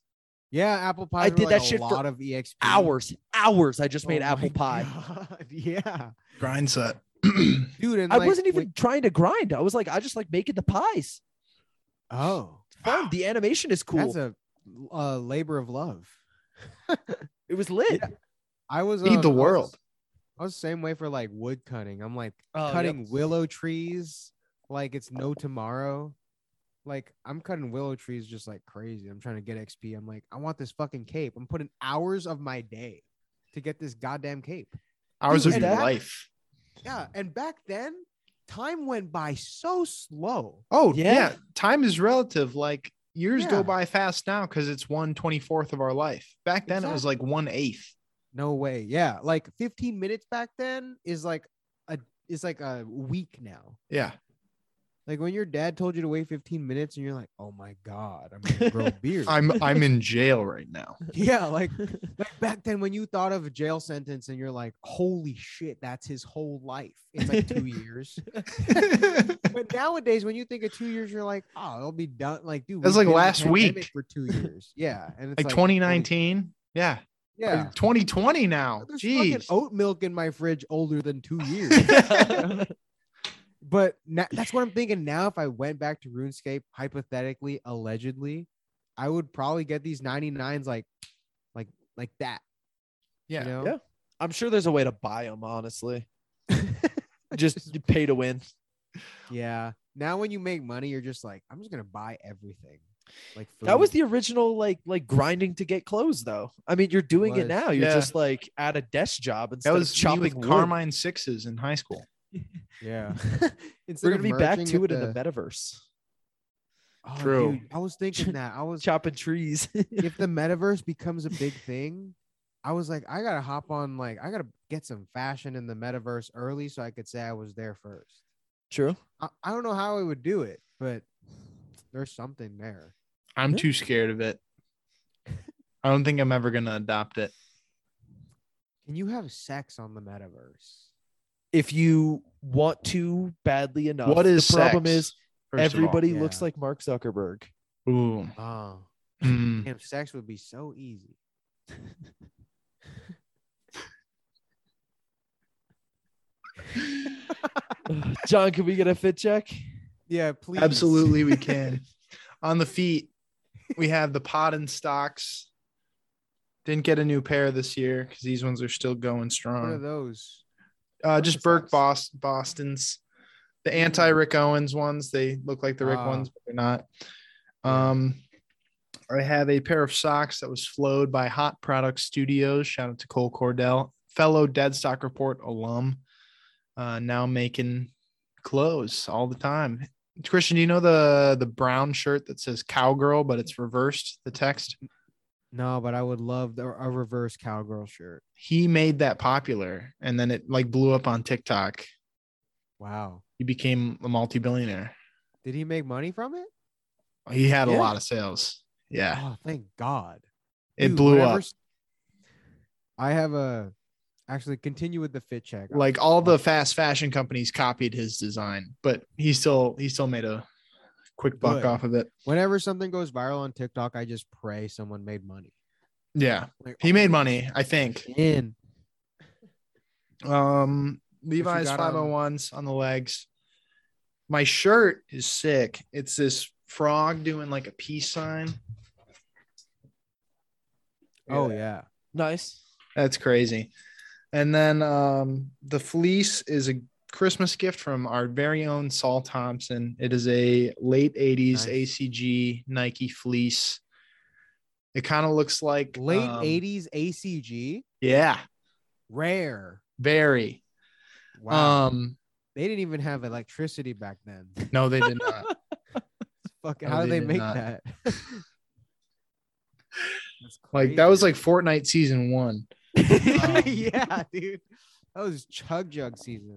S3: yeah, apple pie.
S2: did that shit
S3: a
S2: for
S3: lot of E exp
S2: Hours, hours. I just made
S3: Mm. Oh
S2: apple
S3: my
S2: pie.
S3: God, Yeah,
S1: Grind set.
S3: dude. And
S2: I
S3: like,
S2: wasn't even
S3: when-
S2: trying to grind. I was like, I just like making the pies.
S3: oh,
S1: Ah,
S2: Fun. The animation is cool.
S3: that's a uh, labor of love.
S2: it was lit.
S3: I was
S1: Feed
S3: um,
S1: the
S3: I was-
S1: world.
S3: I was the same way for like wood cutting. I'm like
S2: Oh, yep.
S3: cutting willow trees like it's no tomorrow. Like I'm cutting willow trees just like crazy. I'm trying to get XP. I'm like, I want this fucking cape. I'm putting hours of my day to get this goddamn cape.
S1: Hours
S2: Dude,
S1: of
S2: and
S1: your
S2: that-
S1: life.
S3: Yeah, and back then, time went by so slow.
S1: Oh
S2: Yeah.
S1: yeah. Time is relative. Like years
S3: Yeah.
S1: go by fast now because it's one twenty fourth of our life. Back then it was
S3: Exactly.
S1: like one eighth.
S3: No way. Yeah, like 15 minutes back then is like a is like a week now.
S1: Yeah.
S3: Like when your dad told you to wait 15 minutes and you're like, "Oh my god, I'm going to grow a beard."
S1: I'm I'm in jail right now.
S3: yeah, like Like back then when you thought of a jail sentence and you're like, holy shit, that's his whole life. It's like two years. But nowadays, when you think of two years, you're like, oh, it'll be done. Like, dude,
S1: That's like
S3: we've been in the
S1: last
S3: pandemic
S1: week.
S3: for two years. Yeah, and it's
S1: like
S3: like, holy-
S1: 2019. Yeah.
S3: Yeah,
S1: Twenty twenty now.
S3: there's fucking
S1: Jeez.
S3: oat milk in my fridge older than two years. but na- that's what I'm thinking now. If I went back to RuneScape, hypothetically, allegedly, I would probably get these 99s like, like, like that.
S1: yeah.
S3: You know?
S2: Yeah. I'm sure there's a way to buy them, honestly. just pay to win.
S3: Yeah. Now when you make money, you're just like, I'm just gonna buy everything. Like
S2: That was
S3: food.
S2: the original like like grinding to get clothes though. I mean, you're doing it
S3: was.
S2: now. You're
S1: Yeah.
S2: just like at a desk job instead
S1: That was
S2: of
S1: chopping
S2: chopping
S1: with
S2: wood.
S1: Carmine sixes in high school.
S3: yeah. Instead
S2: We're gonna
S3: of
S2: be back
S3: merging
S2: to
S3: with
S2: it in the metaverse,
S3: Oh,
S1: True.
S3: dude, I was thinking that. I was
S2: chopping trees.
S3: if the metaverse becomes a big thing, I was like, I gotta hop on. Like, I gotta get some fashion in the metaverse early so I could say I was there first.
S2: True.
S3: I, I don't know how I would do it, but there's something there.
S1: I'm
S2: Yeah.
S1: too scared of it. I don't think I'm ever gonna adopt it.
S3: Can you have sex on the metaverse?
S2: If you want to badly enough,
S1: what is
S2: the problem?
S1: sex,
S2: Is
S1: first of all?
S2: everybody looks
S3: Yeah.
S2: like Mark Zuckerberg?
S1: Ooh.
S3: Oh,
S1: Hmm.
S3: damn, sex would be so easy.
S2: Ugh, John, can we get a fit check?
S3: Yeah, please.
S1: Absolutely, we can. On the feet, we have the pot and stocks. Didn't get a new pair this year because these ones are still going
S3: What are
S1: strong.
S3: those?
S1: Uh,
S3: are
S1: just
S3: the
S1: Burke
S3: socks?
S1: Bos- Boston's, the anti Rick Owens ones. They look like the Rick
S3: Mm-hmm. Ah.
S1: ones, but they're not.
S3: Yeah.
S1: Um, I have a pair of socks that was flowed by Hot Product Studios. Shout out to Cole Cordell, fellow Dead Stock Report alum, uh, now making clothes all the time. Christian, do you know the the brown shirt that says cowgirl, but it's reversed? The text.
S3: No, but I would love the, a reverse cowgirl shirt.
S1: He made that popular, and then it like blew up on TikTok.
S3: Wow.
S1: He became a multi billionaire.
S3: Did he make money from it?
S1: He had
S2: Yeah.
S1: a lot of sales. Yeah.
S3: Oh, thank God.
S1: It
S3: Dude,
S1: blew
S3: whenever
S1: up.
S3: s- I have a actually continue with the fit check. I'm
S1: Like all the
S3: Awesome.
S1: fast fashion companies copied his design, but he still he still made a quick buck
S3: Good.
S1: off of it.
S3: Whenever something goes viral on TikTok, I just pray someone made money.
S1: Yeah.
S3: Like,
S1: He
S3: oh,
S1: made money, I think.
S3: In
S1: Um Levi's
S3: got um, on?
S1: 501s on the legs. My shirt is sick. It's this frog doing like a peace sign.
S3: oh yeah,
S2: Nice.
S1: That's crazy. And then um, the fleece is a Christmas gift from our very own Saul Thompson. It is a late 80s
S3: Nice.
S1: ACG Nike fleece. It kind of looks like
S3: late
S1: um,
S3: '80s ACG.
S1: Yeah,
S3: Rare.
S1: very.
S3: Wow.
S1: Um,
S3: they didn't even have electricity back then.
S1: no, they did not.
S3: Fuck,
S1: No,
S3: how did
S1: they
S3: they
S1: did
S3: make
S1: not.
S3: that? That's
S1: Like that was
S3: crazy.
S1: like Fortnite season one. um,
S3: yeah, dude. That was chug jug season.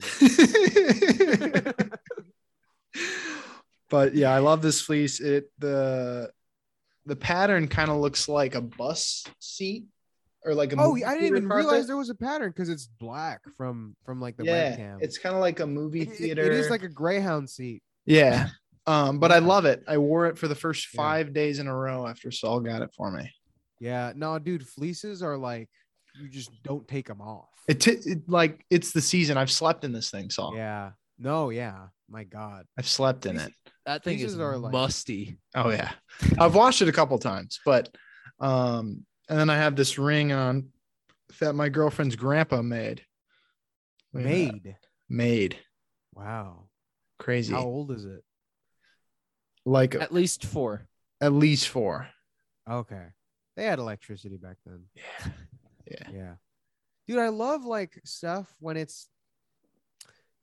S1: but yeah, I love this fleece. It the the pattern kind of looks like a bus seat or like a
S3: Oh,
S1: movie
S3: I didn't
S1: theater
S3: even
S1: carpet.
S3: realize there was a pattern because it's black from from like the
S1: yeah,
S3: webcam.
S1: it's kind of like a movie
S3: It- it-
S1: theater.
S3: it is like a greyhound seat.
S1: yeah. Um, but I
S3: Yeah.
S1: love it. I wore it for the first
S3: Yeah.
S1: five days in a row after Saul got it for me.
S3: Yeah, no, dude, fleeces are like you just don't take them off.
S1: It, t- it like it's the season. I've slept in this thing, Saul.
S3: yeah, no, yeah, my god,
S1: I've slept in it.
S4: That thing
S3: Pieces
S4: is
S3: are like-
S4: musty.
S1: Oh yeah. I've watched it a couple times, but um and then I have this ring on that my girlfriend's grandpa made. Look at that.
S3: made.
S1: Made.
S3: Wow,
S1: Crazy.
S3: how old is it?
S1: Like
S2: At least four.
S1: at least 4.
S3: Okay, they had electricity back then.
S1: Yeah. Yeah.
S3: Yeah. Dude, I love like stuff when it's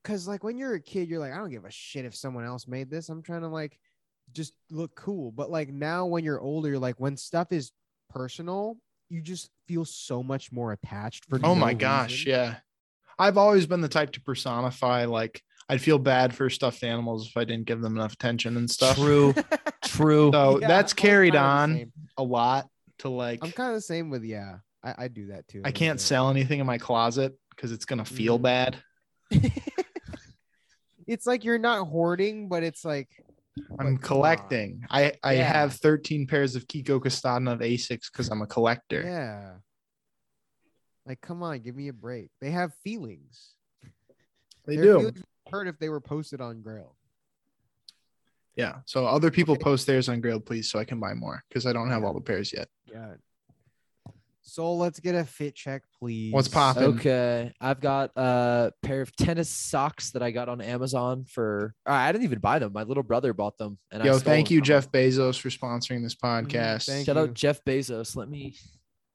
S3: because like when you're a kid, you're like, I don't give a shit if someone else made this. I'm trying to like just look cool. But like now when you're older, you're like when stuff is personal, you just feel so much more attached for
S1: Oh my gosh, yeah. I've always been the type to personify like I'd feel bad for stuffed animals if I didn't give them enough attention and stuff.
S2: True. True.
S1: So
S3: Yeah,
S1: that's
S3: I'm
S1: carried
S3: kinda the
S1: on
S3: same.
S1: a lot to like
S3: I'm kind of the same with yeah. I, I do that too. a
S1: I
S3: little
S1: can't
S3: bit.
S1: sell anything in my closet because it's gonna feel
S3: Mhm.
S1: bad.
S3: It's like you're not hoarding, but it's like
S1: I'm
S3: But come on.
S1: collecting. I I
S3: Yeah.
S1: have 13 pairs of Kiko Costana of Asics because I'm a collector.
S3: yeah. Like, come on, give me a break. They have feelings.
S1: they
S3: Their
S1: do.
S3: feelings would hurt if they were posted on Grail.
S1: yeah. So other people
S3: Okay.
S1: post theirs on Grail, please, so I can buy more because I don't have all the pairs yet.
S3: Yeah. So let's get a fit check, please.
S1: poppin'?
S2: Okay, I've got a pair of tennis socks that I got on Amazon for. uh, I didn't even buy them. My little brother bought them, and I
S1: Yo,
S2: stole
S1: thank
S2: them
S1: you,
S2: from
S1: Jeff Bezos, for sponsoring this podcast.
S3: Mm-hmm, thank
S2: Shout
S3: you.
S2: out Jeff Bezos. Let me.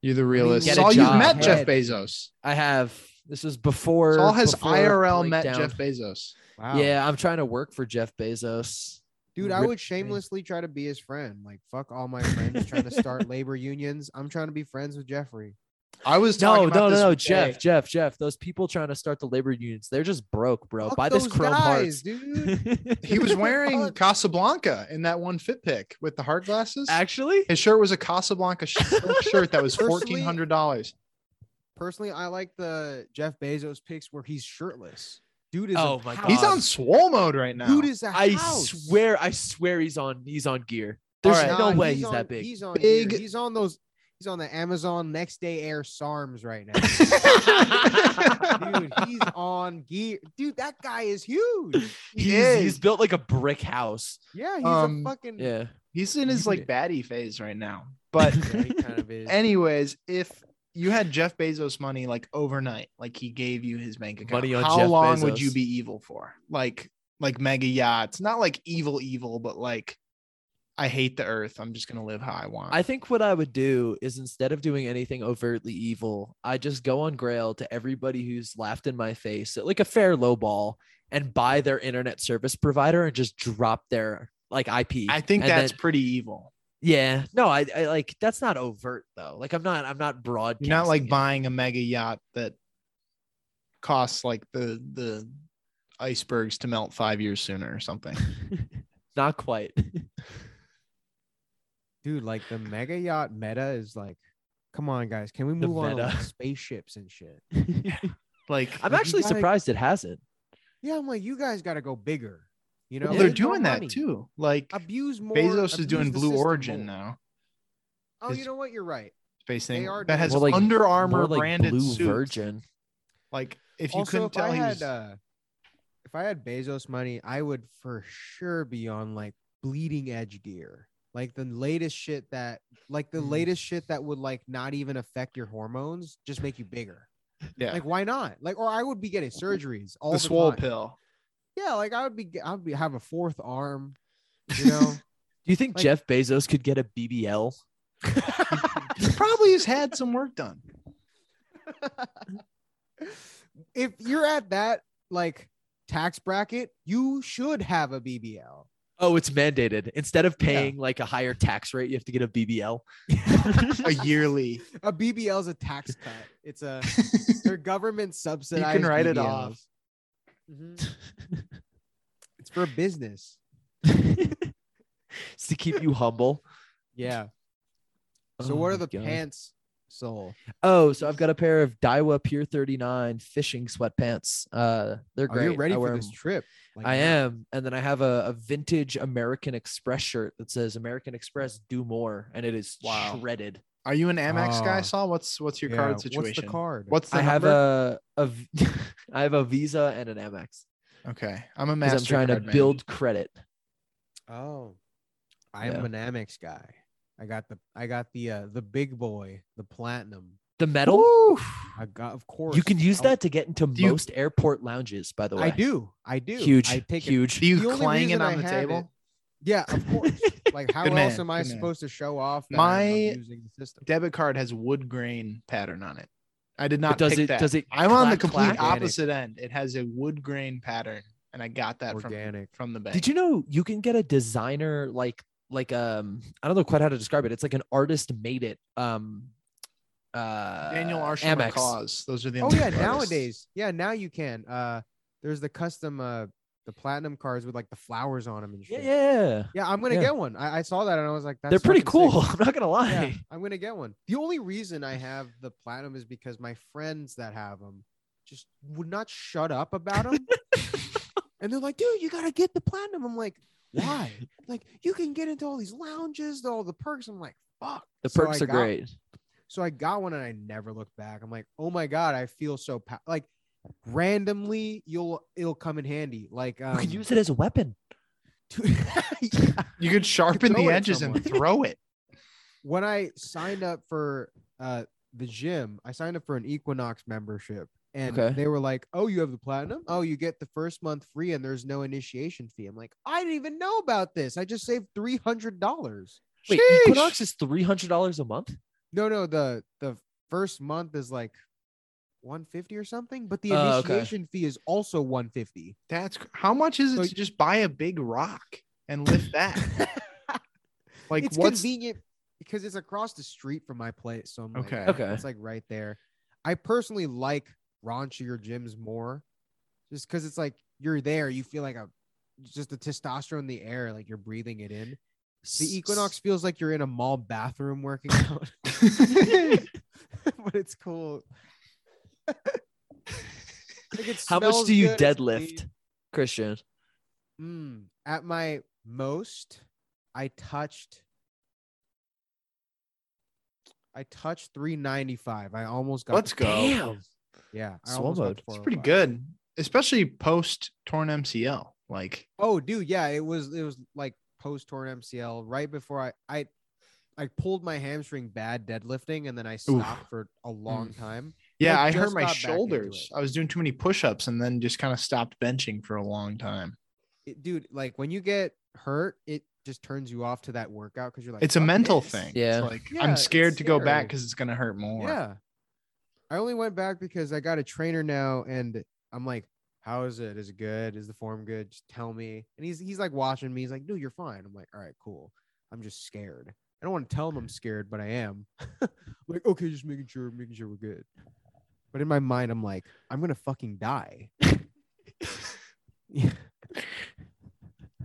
S1: You're the realist.
S2: Get a
S1: Saul, you've
S2: job.
S1: met Jeff
S3: Head.
S1: Bezos.
S2: I have. This was before.
S1: Saul has
S2: before
S1: IRL met
S2: Breakdown.
S1: Jeff Bezos.
S3: Wow.
S2: Yeah, I'm trying to work for Jeff Bezos.
S3: Dude, I
S2: Rip
S3: would shamelessly try to be his friend. Like, fuck all my friends trying to start labor unions. I'm trying to be friends with Jeffrey.
S1: I was
S2: No,
S1: talking
S2: no, no,
S1: about this
S2: no,
S1: today.
S2: Jeff, Jeff, Jeff. Those people trying to start the labor unions, they're just broke, bro.
S3: Fuck
S2: Oh, Buy this
S3: those
S2: chrome
S3: guys,
S2: hearts.
S3: dude.
S1: He was wearing
S3: Fuck.
S1: Casablanca in that one fit pick with the hard glasses.
S2: Actually,
S1: His shirt was a Casablanca sh- shirt that was
S3: Personally-
S1: fourteen hundred dollars.
S3: Personally, I like the Jeff Bezos pics where he's shirtless. Dude is
S2: Oh
S3: a
S2: my
S3: house.
S1: He's
S2: God.
S1: on swole mode right now.
S3: Dude is a
S2: I
S3: house.
S2: swear, I swear, he's on. He's on gear. There's
S1: All right.
S2: no
S3: Nah,
S2: way he's
S3: on-
S2: that big.
S3: He's on
S1: Big-
S3: big. He's on those. He's on the Amazon next day air SARMs right now. dude, he's on gear. Dude, that guy is huge.
S2: he's, he's built like a brick house.
S3: Yeah, he's
S1: Um,
S3: a fucking.
S2: Yeah.
S1: He's in his like baddie phase right now. But
S3: Yeah, he kind of is.
S1: anyways, if you had Jeff Bezos money like overnight, like he gave you his bank account,
S2: Money on
S1: how
S2: Jeff
S1: long would
S2: Bezos.
S1: you be evil for? Like like mega yachts, not like evil evil, but like I hate the earth. I'm just gonna live how I want.
S2: I think what I would do is instead of doing anything overtly evil, I just go on Grail to everybody who's laughed in my face at like a fair low ball and buy their internet service provider and just drop their like IP.
S1: I think
S2: And
S1: that's
S2: then-
S1: pretty evil.
S2: yeah. No, I, I like that's not overt though. Like I'm not I'm not broadcasting.
S1: You're not like
S2: it.
S1: buying a mega yacht that costs like the the icebergs to melt five years sooner or something.
S2: not quite.
S3: dude, like the mega yacht meta is like, come on, guys, can we
S2: The
S3: move on to
S2: meta.
S3: like, spaceships and shit?
S1: Like
S2: I'm
S3: You
S2: actually
S3: gotta-
S2: surprised it hasn't.
S3: Yeah, I'm like, you guys got to go bigger. You know,
S1: well,
S2: Yeah.
S1: they're
S3: Make more
S1: doing that
S3: money.
S1: too. Like
S3: Abuse more.
S1: Bezos is
S3: abuse
S1: doing
S3: the
S1: Blue
S3: system
S1: Origin
S3: more.
S1: now.
S3: Oh, you
S1: Is-
S3: know what? You're right.
S1: Space thing
S3: are
S1: that
S3: doing
S1: has
S3: More
S2: like-
S1: Under
S2: More
S1: Armour
S2: like
S1: branded
S2: Blue
S1: suits.
S2: Virgin.
S1: Like if you
S3: also,
S1: couldn't
S3: if
S1: tell,
S3: I
S1: he
S3: had
S1: was-
S3: uh, if I had Bezos money, I would for sure be on like bleeding edge gear, like the latest shit that, like the
S2: Mm.
S3: latest shit that would like not even affect your hormones, just make you bigger.
S1: yeah,
S3: Like why not? Like, or I would be getting surgeries all
S1: the
S3: the,
S1: swole
S3: time.
S1: pill.
S3: Yeah, like I would be, I would be have a fourth arm. You know,
S2: Do you think
S3: Like-
S2: Jeff Bezos could get a BBL?
S1: He probably has had some work done.
S3: if you're at that like tax bracket, you should have a BBL.
S2: Oh, it's mandated. Instead of paying like a higher tax rate, you have to get a BBL.
S1: a yearly.
S3: A BBL is a tax cut. It's a they're government subsidized.
S1: write it
S3: BBLs.
S1: off.
S4: Mhm.
S3: Mm-hmm. It's for business.
S2: it's to keep you humble.
S3: Yeah. So
S2: Oh
S3: what are
S2: my
S3: the
S2: God.
S3: pants sold?
S2: Oh, so I've got a pair of Daiwa Pure 39 fishing sweatpants. Uh, they're
S3: Are
S2: great.
S3: you ready
S2: I
S3: for
S2: wear
S3: this
S2: 'em
S3: trip? Like,
S2: I
S3: now.
S2: am. And then I have a, a vintage American Express shirt that says American Express do more. And it is
S1: Wow.
S2: shredded.
S1: Are you an Amex guy,
S2: Ah.
S3: Oh.
S1: Saul? What's what's your
S3: Yeah,
S1: card situation?
S3: What's the card?
S1: What's the
S2: I have
S1: number?
S2: a, a v- I have a Visa and an Amex
S1: okay. I'm a
S2: because
S1: master.
S2: I'm trying to
S1: card man.
S2: build credit.
S3: Oh, I'm
S2: Yeah.
S3: an Amex guy. I got the I got the uh, the big boy, the platinum.
S2: The metal
S3: I got of course.
S2: you can use
S3: I-
S2: that to get into
S1: Do you-
S2: most airport lounges. By the way,
S3: I do. I do.
S2: Huge,
S3: I take it-
S2: huge.
S1: Do you
S3: The only
S1: clang it
S3: reason
S1: on
S3: I
S1: the
S3: have
S1: table?
S3: Yeah, of course. like how
S1: Good
S3: else
S1: man,
S3: am I
S1: good man.
S3: supposed to show off that I'm-
S1: My-
S3: I'm using the system?
S1: Debit card has wood grain pattern on it. I did
S2: But
S1: not
S2: does
S1: pick
S2: it?
S1: that.
S2: Does it?
S1: I'm on the
S2: clack,
S1: complete
S2: clack?
S3: Organic.
S1: opposite end. It has a wood grain pattern, and I got that
S3: Organic.
S1: from from the bank.
S2: Did you know you can get a designer like like um I don't know quite how to describe it. It's like an artist made it. Um, uh,
S1: Daniel Arsham
S2: Amex.
S1: Cause? Those are the.
S3: Oh
S1: only
S3: yeah,
S1: artists.
S3: nowadays. Yeah, now you can. Uh there's the custom uh the platinum cards with like the flowers on them and
S2: Yeah,
S3: shit.
S2: yeah,
S3: Yeah, I'm gonna
S2: Yeah.
S3: get one. I, I saw that and I was like, that's
S2: they're pretty
S3: fucking sick.
S2: cool. I'm not gonna lie.
S3: Yeah, I'm gonna get one. The only reason I have the platinum is because my friends that have them just would not shut up about them, and they're like, "Dude, you gotta get the platinum." I'm like, "Why?" like, you can get into all these lounges, all the perks. I'm like, "Fuck."
S2: The
S3: So I
S2: perks are
S3: got-
S2: great.
S3: So I got one, and I never looked back. I'm like, "Oh my god, I feel so pow-. like." Randomly, you'll it'll come in handy. Like, um,
S2: you can use it as a weapon.
S3: to-
S1: You could sharpen
S3: throw
S1: the
S3: it at
S1: edges and
S3: someone.
S1: throw it.
S3: when I signed up for uh the gym, I signed up for an Equinox membership. And
S2: Okay.
S3: they were like, Oh, you have the platinum? Oh, you get the first month free and there's no initiation fee. I'm like, I didn't even know about this. I just saved three hundred dollars.
S2: Wait,
S1: Sheesh.
S2: Equinox is three hundred dollars a month.
S3: No, no, the the first month is like 150 or something, but the
S2: Oh, okay.
S3: initiation fee is also 150.
S1: That's cr- how much is it
S3: So-
S1: to just buy a big rock and lift that? like
S3: it's
S1: what's
S3: convenient because it's across the street from my place. So I'm like,
S1: Okay.
S2: Okay.
S3: It's like right there. I personally like raunchier gyms more just because it's like you're there, you feel like a just the testosterone in the air, like you're breathing it in. The Equinox feels like you're in a mall bathroom working out, but it's cool. Like, it
S2: How much
S3: smells
S2: do you
S3: good, it's
S2: deadlift, Christian?
S3: clean. Mm, at my most, I touched. I touched 395. I almost got
S1: Let's
S3: the- oh
S1: go.
S2: Damn.
S3: Yeah, I
S2: Slow
S3: almost got
S2: mode.
S3: the
S1: It's pretty
S3: 405.
S1: good, especially post torn MCL. Like
S3: Oh, dude, yeah, it was it was like post torn MCL right before I I I pulled my hamstring bad deadlifting and then I stopped for a long
S1: Mm.
S3: time.
S1: yeah,
S3: I
S1: I hurt
S3: just
S1: my
S3: got back into
S1: shoulders.
S3: it.
S1: I was doing too many push-ups and then just kind of stopped benching for a long time.
S3: It, dude, like when you get hurt, it just turns you off to that workout because you're like
S1: It's a
S3: "Fuck
S1: mental
S3: this."
S1: thing.
S2: Yeah.
S1: It's like
S3: Yeah,
S1: I'm
S3: it's
S1: scared to go back
S3: scary.
S1: because it's gonna hurt more.
S3: Yeah. I only went back because I got a trainer now and I'm like, how is it? Is it good? Is the form good? Just tell me. And he's he's like watching me. He's like, dude, you're fine. I'm like, all right, cool. I'm just scared. I don't want to tell him I'm scared, but I am. I'm like, okay, just making sure, making sure we're good. But in my mind, I'm like, I'm gonna fucking die. Yeah.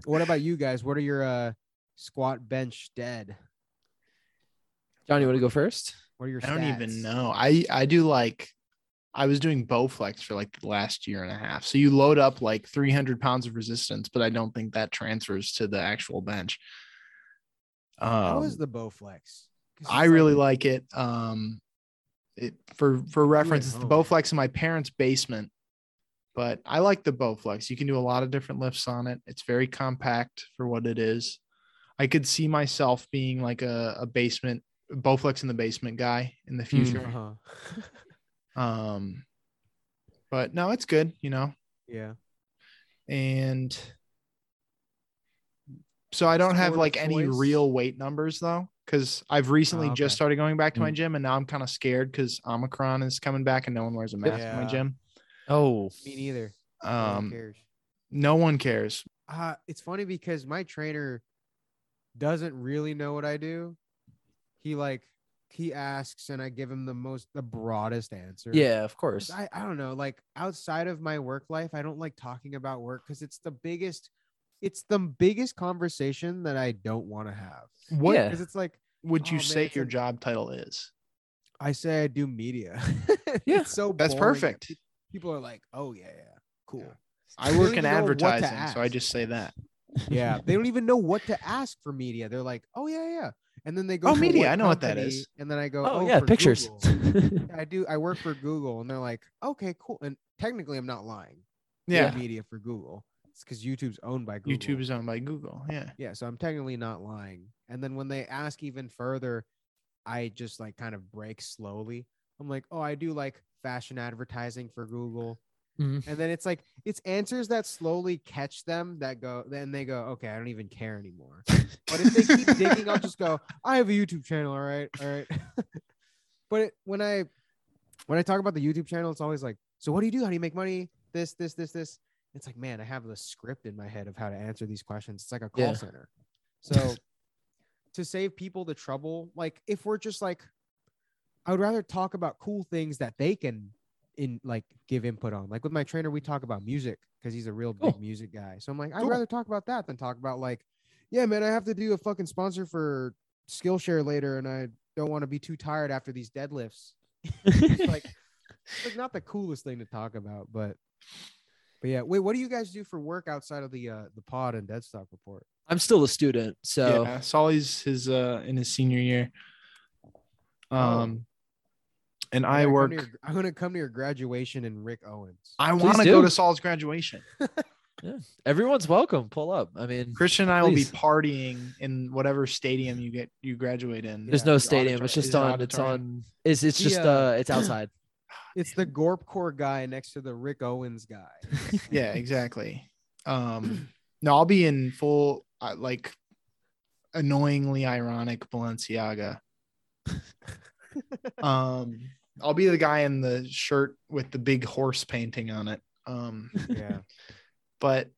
S3: what about you guys? What are your uh squat bench dead?
S2: Johnny, you want to go first?
S3: What are your
S1: I don't
S3: stats?
S1: even know. I I do like I was doing Bowflex for like the last year and a half. So you load up like 300 pounds of resistance, but I don't think that transfers to the actual bench. Um,
S3: How is the Bowflex? 'Cause
S1: I
S3: it's
S1: really like it. Um, it for for reference, it's the
S3: home.
S1: Bowflex in my parents' basement, but I like the Bowflex. You can do a lot of different lifts on it. It's very compact for what it is. I could see myself being like a, a basement Bowflex in the basement guy in the future.
S3: Hmm. Uh-huh.
S1: Um, but no, it's good, you know.
S3: yeah.
S1: And So I don't have
S3: Or the
S1: like any
S3: choice.
S1: real weight numbers though, because I've recently
S3: Ah, okay. Hmm.
S1: just started going back to my gym, and now I'm kind of scared because Omicron is coming back, and no one wears a mask in my
S3: Yeah.
S1: gym.
S2: Oh,
S3: Me neither. No one
S1: Um,
S3: cares.
S1: no one cares.
S3: Uh, it's funny because my trainer doesn't really know what I do. He like he asks and I give him the most the broadest answer.
S2: yeah, of course.
S3: I, I don't know. Like outside of my work life, I don't like talking about work because it's the biggest, it's the biggest conversation that I don't want to have.
S1: What
S2: Yeah.
S3: Because it's like
S1: would you
S3: Oh, man,
S1: say
S3: it's
S1: your
S3: an-
S1: job title is?
S3: I say I do media.
S2: Yeah.
S3: It's so
S1: That's
S3: boring that
S1: perfect.
S3: pe- People are like, oh yeah, yeah, cool.
S1: I
S3: They
S1: work in
S3: don't even know what to
S1: advertising, so I
S3: ask.
S1: just say that.
S3: Yeah, they don't even know what to ask for media. They're like, oh yeah, yeah, and then they go,
S1: Oh,
S3: "For
S1: media,
S3: what
S1: I know what that
S3: company?"
S1: is.
S3: And then I go,
S2: oh,
S3: oh,
S2: yeah,
S3: for
S2: pictures.
S3: Google." I do. I work for Google, and they're like, okay, cool. And technically, I'm not lying. I do
S1: Yeah.
S3: media for Google. It's because YouTube's owned by Google.
S1: YouTube is owned by Google. Yeah.
S3: Yeah, so I'm technically not lying. And then when they ask even further, I just like kind of break slowly. I'm like, oh, I do like fashion advertising for Google.
S2: Mhm.
S3: And then it's like it's answers that slowly catch them that go then they go, okay, I don't even care anymore. but if they keep digging, I'll just go, I have a YouTube channel, all right, all right. but it, when I when I talk about the YouTube channel, it's always like, so what do you do? How do you make money? This, this, this, this. It's like, man, I have the script in my head of how to answer these questions. It's like a call
S2: Yeah.
S3: center. So to save people the trouble, like if we're just like, I would rather talk about cool things that they can in like give input on. Like with my trainer, we talk about music because he's a real big
S2: Cool.
S3: music guy. So I'm like, I'd
S1: Cool.
S3: rather talk about that than talk about like, yeah, man, I have to do a fucking sponsor for Skillshare later, and I don't want to be too tired after these deadlifts. It's like, it's like not the coolest thing to talk about, but but yeah. Wait, what do you guys do for work outside of the uh the pod and deadstock report?
S2: I'm still a student, so
S1: yeah. Solly's his uh in his senior year.
S3: Oh.
S1: Um and I
S3: I'm gonna come
S1: work
S3: to your- I'm gonna come to your graduation and Rick Owens.
S1: I
S2: Please
S1: want to go
S2: do.
S1: to Saul's graduation.
S2: everyone's welcome. Pull up. I mean,
S1: Christian and I will
S2: Please.
S1: be partying in whatever stadium you get you graduate in.
S2: there's
S3: yeah,
S2: no
S1: the
S2: stadium.
S1: auditor-
S2: It's
S1: is
S2: just
S1: it
S2: on. It's
S1: auditorium?
S2: on. It's it's just
S3: Yeah.
S2: uh. It's outside.
S3: It's the Gorp Core guy next to the Rick Owens guy.
S1: Yeah, exactly. Um no, I'll be in full uh, like annoyingly ironic Balenciaga. um I'll be the guy in the shirt with the big horse painting on it. Um
S3: yeah.
S1: but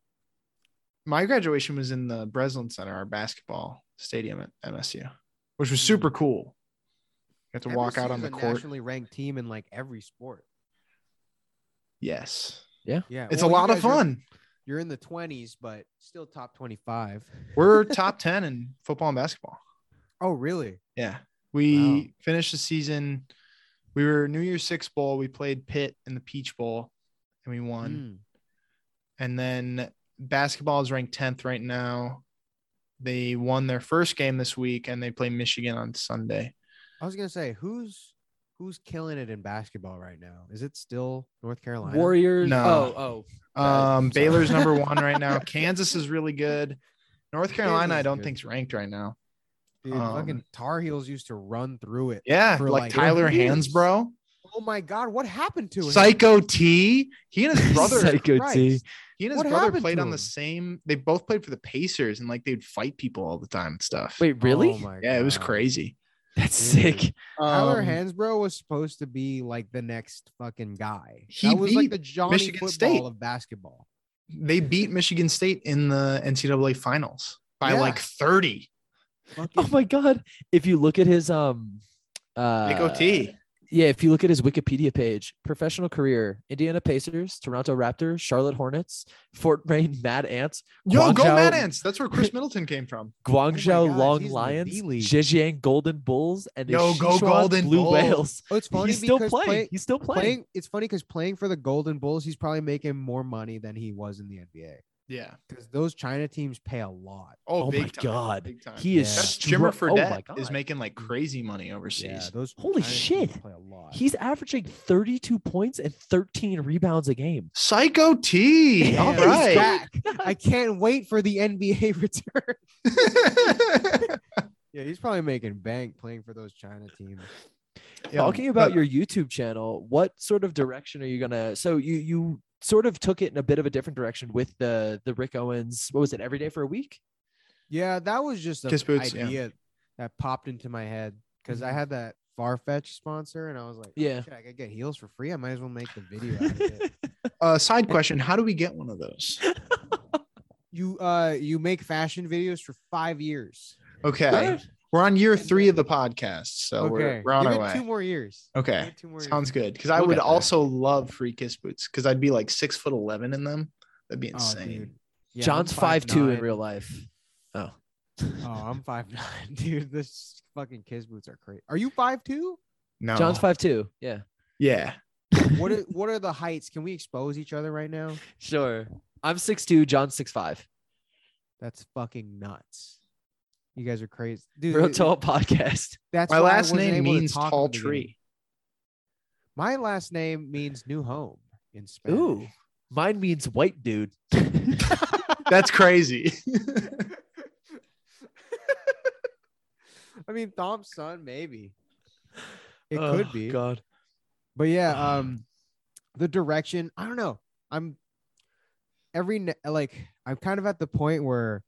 S1: my graduation was in the Breslin Center, our basketball stadium at MSU, which
S3: Hmm.
S1: was super cool. Got to walk out
S3: MSU
S1: on
S3: is
S1: the
S3: a
S1: court.
S3: Nationally ranked team in like every sport.
S1: Yes.
S3: Yeah,
S1: It's
S3: well,
S1: a
S3: you
S1: lot of
S3: guys are-
S1: fun.
S3: you're in the 20s, but still top 25.
S1: We're top 10 in football and basketball.
S3: Oh, really?
S1: Yeah. We
S3: Wow.
S1: finished the season. We were New Year's Six Bowl. We played Pitt in the Peach Bowl and we won.
S3: Mm.
S1: And then basketball is ranked 10th right now. They won their first game this week and they play Michigan on Sunday.
S3: Hmm. I was gonna say who's who's killing it in basketball right now? Is it still North Carolina?
S2: Warriors.
S1: No.
S2: Oh oh. Uh,
S1: Um,
S2: sorry.
S1: Baylor's number one right now. Kansas is really good. North Carolina,
S3: Kansas
S1: I
S3: is
S1: don't
S3: good.
S1: think is ranked right now.
S3: Dude,
S1: um,
S3: fucking Tar Heels used to run through it.
S1: Yeah,
S3: For
S1: like,
S3: like
S1: Tyler
S3: years.
S1: Hansbrough,
S3: Oh my god, what happened to him?
S1: Psycho T. He and his brother,
S2: Psycho T.
S3: Christ.
S1: he and his
S3: What
S1: brother
S3: happened
S1: played
S3: to
S1: on the
S3: him?
S1: same. They both played for the Pacers, and like they'd fight people all the time and stuff.
S2: Wait, really?
S3: Oh my
S1: yeah, it was
S3: God.
S1: crazy.
S2: That's
S3: Dude.
S2: sick.
S3: Tyler
S1: Um,
S3: Hansbrough was supposed to be like the next fucking guy.
S1: He
S3: that was like
S1: beat
S3: the Johnny
S1: Michigan
S3: football
S1: State.
S3: of basketball.
S1: They beat Michigan State in the NCAA finals by
S3: Yeah.
S1: like thirty.
S2: Oh my god. If you look at his um. Uh,
S1: Psycho T.
S2: Yeah, if you look at his Wikipedia page, professional career: Indiana Pacers, Toronto Raptors, Charlotte Hornets, Fort Wayne Mad Ants,
S1: Yo, go
S2: Guangzhou-
S1: Mad Ants. That's where Chris Middleton came from.
S2: Guangzhou
S3: Oh God,
S2: Long
S3: he's in the
S2: Lions,
S3: D-League.
S2: Zhejiang Golden Bulls, and the
S1: Yo, go
S2: Sichuan
S1: Golden
S2: Blue
S1: Bulls.
S2: Whales.
S3: Oh, it's funny
S2: He's still
S3: because
S2: playing.
S3: play-
S2: He's still
S3: playing.
S2: playing.
S3: It's funny because playing for the Golden Bulls, he's probably making more money than he was in the NBA
S1: Yeah.
S3: because those China teams pay a lot.
S1: Oh,
S2: Oh
S1: big
S2: my
S1: time,
S2: God.
S1: Big time.
S2: He is
S3: Yeah.
S1: That's Jimmer
S2: stro- oh my
S1: Fredette
S2: God.
S1: is making like crazy money overseas.
S3: those
S2: Holy
S3: China teams
S2: shit.
S3: play a lot.
S2: He's averaging 32 points and 13 rebounds a game.
S1: Psycho T.
S3: Yeah,
S1: All
S3: he's
S1: right.
S3: back. I can't wait for the NBA return. yeah, he's probably making bank playing for those China teams.
S1: Yeah, Uh,
S2: Talking about
S1: but-
S2: your YouTube channel, what sort of direction are you gonna? So you you sort of took it in a bit of a different direction with the the Rick Owens. What was it? Every day for a week.
S3: Yeah, that was just an
S1: Kiss Boots, yeah. Mm-hmm.
S3: idea that popped into my head because I
S2: Mhm.
S3: had that Farfetch sponsor, and I was like, oh,
S2: Yeah.
S3: shit, I could get heels for free. I might as well make the video. Out of it.
S1: Uh, side question: How do we get one of those?
S3: you uh, you make fashion videos for five years.
S1: Okay, we're on year three of the podcast, so Oh, we're, we're on
S3: Give
S1: our
S3: it
S1: way.
S3: Two more years. Give
S1: Okay,
S3: it two more
S1: sounds
S3: years.
S1: good. Because I
S3: We'll
S1: would
S3: get there.
S1: also love free kiss boots because I'd be like six foot eleven in them. That'd be
S3: Oh,
S1: insane.
S3: dude. Yeah, I'm
S2: John's five two in
S3: 5'9".
S2: real life. Oh,
S3: Oh, I'm five nine, dude. This fucking kids boots are crazy. Are you five two?
S1: no,
S2: John's five two. Yeah,
S1: yeah,
S3: What are, what are the heights? Can we expose each other right now?
S2: sure. I'm six two. John's six five.
S3: That's fucking nuts. You guys are crazy, dude.
S2: Real tall podcast.
S3: That's
S1: my
S3: why I
S1: last
S3: wasn't
S1: name
S3: able to
S1: means
S3: talk in
S1: tall
S3: the beginning.
S1: tree.
S3: My last name means new home in Spanish.
S2: Ooh, mine means white dude.
S1: That's crazy.
S3: I mean Tom's son, maybe. It
S2: Oh,
S3: could be.
S2: God.
S3: But yeah, um the direction, I don't know. I'm every ne- like I'm kind of at the point where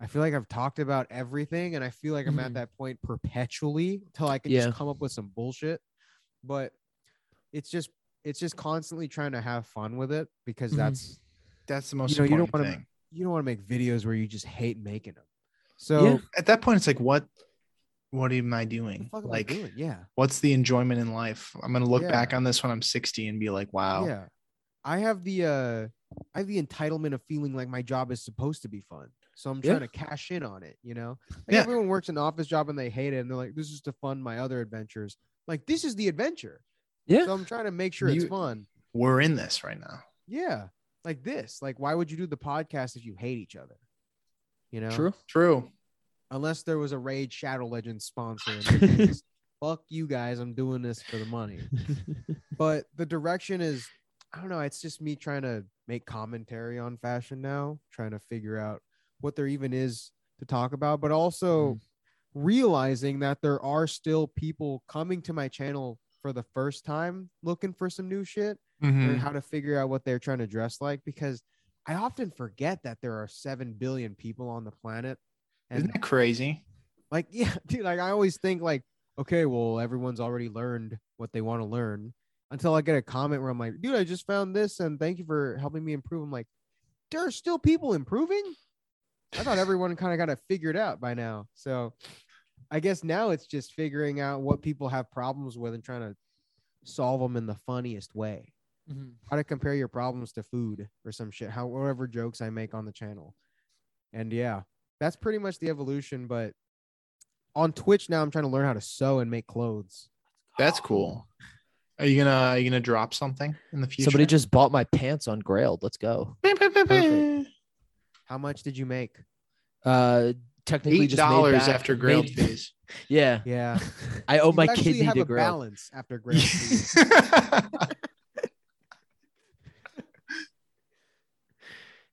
S3: I feel like I've talked about everything and I feel like I'm
S2: Mhm.
S3: at that point perpetually till I can
S2: Yeah.
S3: just come up with some bullshit. But it's just it's just constantly trying to have fun with it because
S2: Mhm.
S3: that's
S1: That's the most
S3: You know, you don't
S1: important
S3: wanna-
S1: thing.
S3: you don't want to make videos where you just hate making them. So
S2: Yeah.
S1: At that point, it's like, what, what am I
S3: the
S1: doing?
S3: fuck am I
S1: like,
S3: doing? yeah.
S1: what's the enjoyment in life? I'm gonna look
S3: Yeah.
S1: back on this when I'm 60 and be like,
S2: Oh.
S1: wow.
S3: Yeah. I have the uh I have the entitlement of feeling like my job is supposed to be fun. So I'm
S2: Yeah.
S3: trying to cash in on it, you know? Like
S1: Yeah.
S3: everyone works an office job and they hate it and they're like, this is to fund my other adventures. Like this is the adventure.
S2: Yeah.
S3: So I'm trying to make sure it's
S1: You-
S3: fun.
S1: We're in this right now.
S3: Yeah. Like this. Like, why would you do the podcast if you hate each other? You know?
S2: True.
S1: True.
S3: Unless there was a Raid Shadow Legends sponsor. in which case, Fuck you guys. I'm doing this for the money but the direction is i don't know it's just me trying to make commentary on fashion now trying to figure out what there even is to talk about but also realizing that there are still people coming to my channel for the first time looking for some new shit
S2: Mm-hmm.
S1: Mm.
S3: or how to figure out what they're trying to dress like because i often forget that there are 7 billion people on the planet
S1: Isn't that crazy?
S3: like, yeah, dude, like I always think like, okay, well, everyone's already learned what they want to learn until I get a comment where I'm like, dude, I just found this and thank you for helping me improve. I'm like, there are still people improving. I thought everyone kind of got it figured out by now. So I guess now it's just figuring out what people have problems with and trying to solve them in the funniest way. How to compare your problems to food or some shit. How whatever jokes I make on the channel. And yeah, that's pretty much the evolution, but on Twitch now I'm trying to learn how to sew and make clothes.
S1: That's cool. Are you gonna are you gonna drop something in the future?
S2: Somebody just bought my pants on Grailed. Let's go.
S3: Perfect. How much did you make?
S2: Uh, technically,
S1: eight
S2: just made
S1: dollars
S2: back-
S1: after grail
S2: made-
S1: fees.
S2: Yeah,
S3: Yeah.
S2: I
S1: Oh,
S2: owe
S3: You
S2: my
S3: actually
S2: kidney
S3: have
S2: to
S3: a
S2: Grailed.
S3: balance after grade.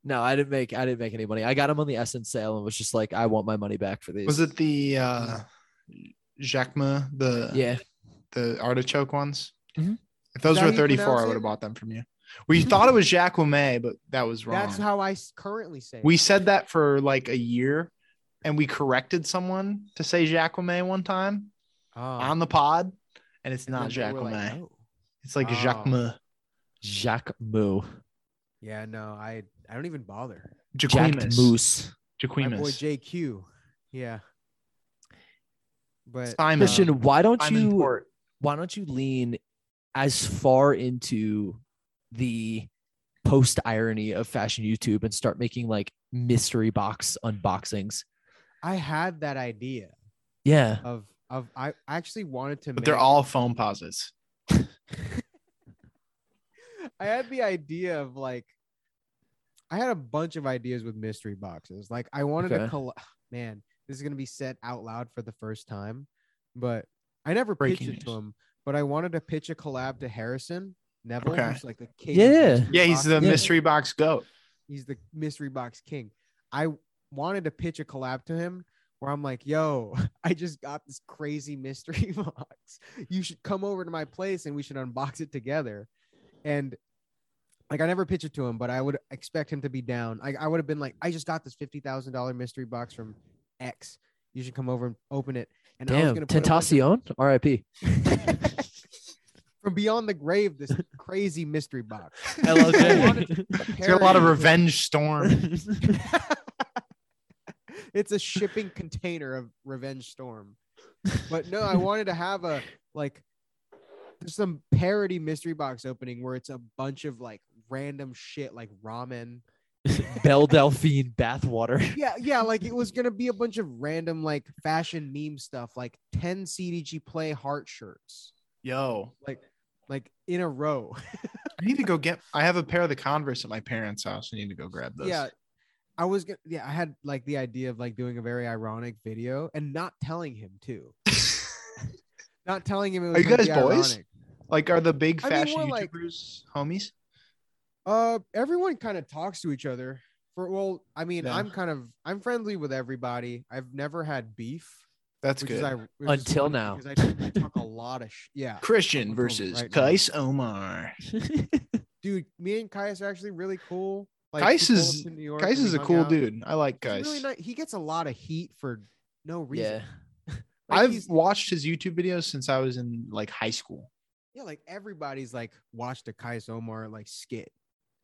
S2: No, I didn't make. I didn't make any money. I got them on the Essence sale and was just like, I want my money back for these.
S1: Was it the uh Jacquemin, the
S2: Yeah.
S1: the artichoke ones?
S2: Mhm.
S1: If those
S3: Mm-hmm.
S1: were
S3: that how you
S1: 34, I
S3: pronounce
S1: would have
S3: it?
S1: bought them from you. We thought it was Jacquemin, but that was wrong.
S3: That's how I s- currently say. it.
S1: We said that for like a year and we corrected someone to say Jacquemin one time
S3: Oh.
S1: on the pod, and it's
S3: And
S1: not
S3: then they were
S1: Jacquemin.
S3: like, "Oh."
S1: It's like
S3: Oh.
S1: Jacquemin.
S2: Jacques Moo.
S3: Yeah, no, I I don't even bother.
S2: Jack
S1: Jaquimus.
S2: Moose.
S3: My boy
S1: Jaquimus.
S3: JQ. Yeah. But
S1: Simon.
S2: Christian, why don't
S1: Simon
S2: you?
S1: Port.
S2: why don't you lean as far into the post irony of fashion YouTube and start making like mystery box unboxings? Uh,
S3: I had that idea
S2: Yeah.
S3: of of I I actually wanted to
S1: But
S3: make
S1: they're all foam posits.
S3: I had the idea of like I had a bunch of ideas with mystery boxes. Like I wanted to
S2: Okay.
S3: col- man, this is gonna be said out loud for the first time, but I never
S1: Breaking
S3: pitched it to
S1: news.
S3: him. But I wanted to pitch a collab to Harrison Neville,
S1: Okay.
S3: who's like the king. of
S2: Yeah.
S3: mystery
S1: Yeah, he's the
S3: boxes.
S2: Yeah.
S1: mystery box goat.
S3: He's the mystery box king. I wanted to pitch a collab to him where I'm like, yo, I just got this crazy mystery box. You should come over to my place and we should unbox it together. And Like I never pitch it to him, but I would expect him to be down. I, I would have been like, I just got this fifty thousand dollar mystery box from X. You should come over and open it. And I was
S2: Damn,
S3: gonna put a bunch of-
S2: Tentacion, R.I.P.
S3: from beyond the grave, this crazy mystery box.
S1: LLJ.
S2: LLJ.
S1: It's got a lot of
S3: Parody-
S1: revenge storm.
S3: it's a shipping container of revenge storm but no i wanted to have a like there's some parody mystery box opening where it's a bunch of like random shit like ramen
S2: Belle Delphine bathwater.
S3: yeah yeah like it was gonna be a bunch of random like fashion meme stuff like 10 cdg play heart shirts
S1: Yo,
S3: like in a row
S1: I need to go get. I have a pair of the Converse at my parents' house. I need to go grab those.
S3: yeah i was gonna yeah i had like the idea of like doing a very ironic video and not telling him too not telling him it was
S1: you
S3: gonna
S1: guys
S3: be
S1: boys?
S3: ironic.
S1: Like, are the big
S3: I mean,
S1: fashion
S3: we're like-
S1: YouTubers homies?
S3: Uh, everyone kind of talks to each other. For well, I mean,
S1: Yeah.
S3: I'm kind of I'm friendly with everybody. I've never had beef,
S1: That's
S3: which
S1: good.
S3: is I which is
S2: Until
S3: funny
S2: now.
S3: because I, I talk a lot of sh- yeah,
S1: Christian
S3: Until
S1: versus
S3: right now.
S1: Kais Omar.
S3: dude. Me and Kais are actually really cool. Like
S1: Kais
S3: we pulled
S1: is-
S3: up to New York
S1: Kais
S3: and we
S1: is a
S3: hung
S1: cool
S3: out.
S1: dude. I like
S3: He's
S1: Kais.
S3: really nice. He gets a lot of heat for no reason.
S2: yeah.
S3: Like,
S1: I've
S3: he's-
S1: watched his YouTube videos since I was in like high school.
S3: yeah, like everybody's like watched a Kais Omar like skit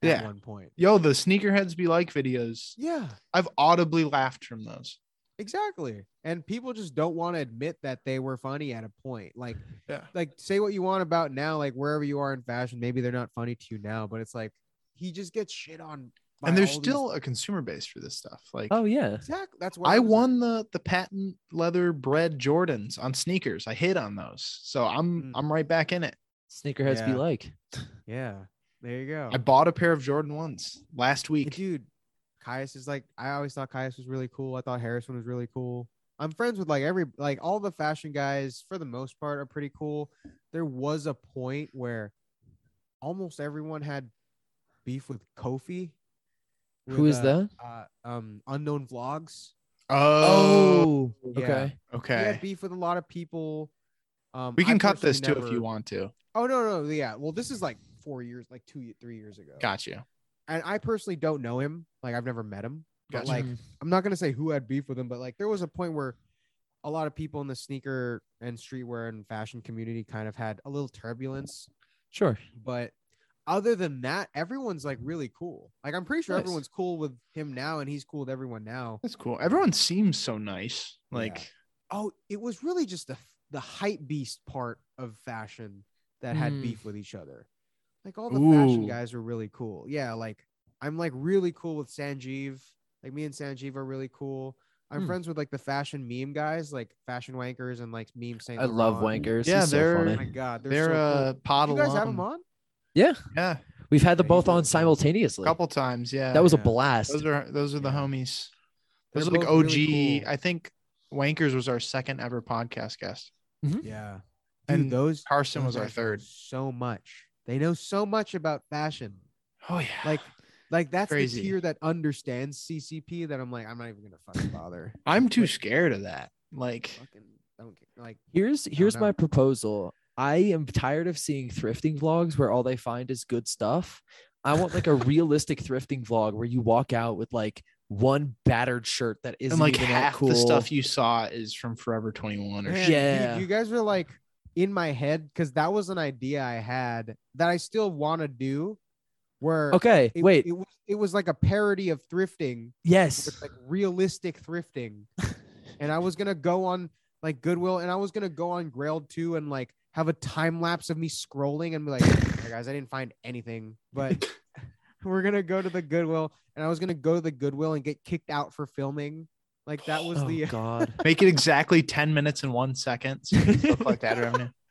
S3: at
S1: Yeah.
S3: one point.
S1: Yo, the sneakerheads be like videos.
S3: Yeah,
S1: I've audibly laughed from those.
S3: Exactly. And people just don't want to admit that they were funny at a point. Like,
S1: Yeah.
S3: like say what you want about now, like wherever you are in fashion, maybe they're not funny to you now, but it's like he just gets shit on. by
S1: and there's
S3: all these-
S1: still a consumer base for this stuff. Like
S2: Oh yeah.
S3: exactly that's why
S1: I won the the patent leather bread Jordans on sneakers. I hit on those. So I'm
S3: Mm.
S1: I'm right back in it.
S2: Sneakerheads be
S3: Yeah.
S2: like.
S3: Yeah, there you go.
S1: I bought a pair of Jordan ones last
S3: And
S1: week.
S3: dude, Caius is like I always thought Caius was really cool. I thought Harrison was really cool. I'm friends with like every like all the fashion guys for the most part are pretty cool. There was a point where almost everyone had beef with Kofi.
S2: Who
S3: with,
S2: is
S3: uh,
S2: that?
S3: Uh, um, unknown vlogs.
S1: Oh,
S3: yeah.
S2: okay.
S3: He had
S1: okay.
S3: beef with a lot of people. Um,
S1: We
S3: I
S1: can cut
S3: personally
S1: this too if
S3: never-
S1: you want to.
S3: Oh no, no, yeah. Well, this is like four years, like two, ye- three years ago.
S1: Got you.
S3: And I personally don't know him. Like I've never met him. But
S1: Gotcha.
S3: like
S2: Mhm.
S3: I'm not gonna say who had beef with him, but like there was a point where a lot of people in the sneaker and streetwear and fashion community kind of had a little turbulence.
S2: Sure.
S3: But other than that, everyone's like really cool. Like I'm pretty sure
S1: Nice.
S3: everyone's cool with him now, and he's cool with everyone now.
S1: That's cool. Everyone seems so nice.
S3: Yeah.
S1: Like
S3: Oh, it was really just the f- the hype beast part of fashion that had
S2: Mm.
S3: beef with each other. Like all the fashion
S1: Hmm. Ooh.
S3: guys were really cool. Yeah, like I'm like really cool with Sanjeev. Like me and Sanjeev are really cool. I'm
S2: Hmm.
S3: friends with like the fashion meme guys, like fashion wankers and like meme Saint.
S2: I love
S3: Laurent.
S2: wankers.
S1: Yeah,
S2: He's so
S1: they're-
S3: Oh
S2: funny.
S3: my god, they're,
S1: they're,
S3: so cool.
S1: uh pod
S3: Do you guys have
S1: alum.
S3: them on?
S1: Yeah,
S2: We've had them
S3: Yeah, he's
S2: both on
S3: really funny.
S2: simultaneously.
S1: a couple times. Yeah.
S2: that was a
S3: Yeah.
S2: blast.
S1: those are those are the
S3: Yeah.
S1: homies.
S3: They're
S1: Those are like
S3: both
S1: OG.
S3: really cool.
S1: I think Wankers was our second ever podcast guest.
S3: Yeah, Dude,
S1: And
S3: those
S1: Carson
S3: those
S1: was our
S3: guys know
S1: third.
S3: So much. They know so much about fashion.
S1: Oh yeah.
S3: Like Like that's
S1: Crazy.
S3: the tier that understands CCP that I'm like, I'm not even gonna fucking bother.
S1: I'm too scared of that. Like
S3: fucking don't care. Like
S2: Here's here's
S3: know.
S2: my proposal. I am tired of seeing thrifting vlogs where all they find is good stuff. I want like a realistic thrifting vlog where you walk out with like one battered shirt that isn't
S1: and like
S2: even
S1: half
S2: that cool.
S1: the stuff you saw is from Forever 21 or
S3: man,
S1: shit.
S3: dude,
S2: Yeah.
S3: you guys were like in my head because that was an idea I had that I still want to do. Where
S2: okay,
S3: it,
S2: wait.
S3: it was it was like a parody of thrifting,
S2: yes.
S3: but like realistic thrifting, and I was gonna go on like Goodwill, and I was gonna go on Grailed too, and like have a time lapse of me scrolling and be like, "Hey, guys, I didn't find anything, but we're gonna go to the Goodwill, and I was gonna go to the Goodwill and get kicked out for filming. Like that was
S2: oh
S3: the
S2: god.
S1: Make it exactly 10 minutes and one second. So you can still collect ad revenue.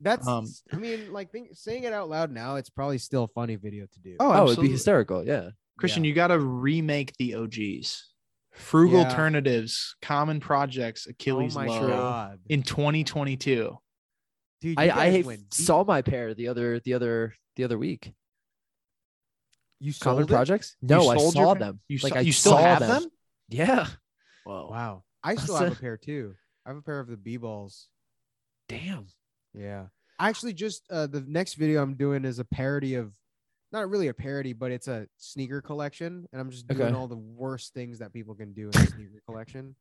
S3: That's
S1: Um,
S3: I mean, like think, saying it out loud now, it's probably still a funny video to do.
S1: Oh,
S2: Oh, it'd
S1: absolutely.
S2: be hysterical. Yeah.
S1: Christian, you got to remake the OGs. Frugal
S3: Yeah.
S1: alternatives, common projects, Achilles
S3: Oh my
S1: low
S3: god,
S1: in 2022.
S3: dude! you
S2: I, I
S3: guys went deep.
S2: saw my pair the other the other the other week.
S3: you
S2: Common
S3: sold it?
S2: projects? No, I
S1: sold your
S2: saw
S1: pair?
S2: them.
S1: You
S2: like
S1: saw-
S2: I
S1: you still
S2: saw
S1: have
S2: them.
S1: them?
S2: Yeah.
S1: Whoa.
S3: Wow, I still
S2: So-
S3: have a pair too. I have a pair of the B balls.
S2: Damn.
S3: Yeah, I actually just uh, the next video I'm doing is a parody of not really a parody, but it's a sneaker collection, and I'm just doing
S2: Okay.
S3: all the worst things that people can do in a sneaker collection.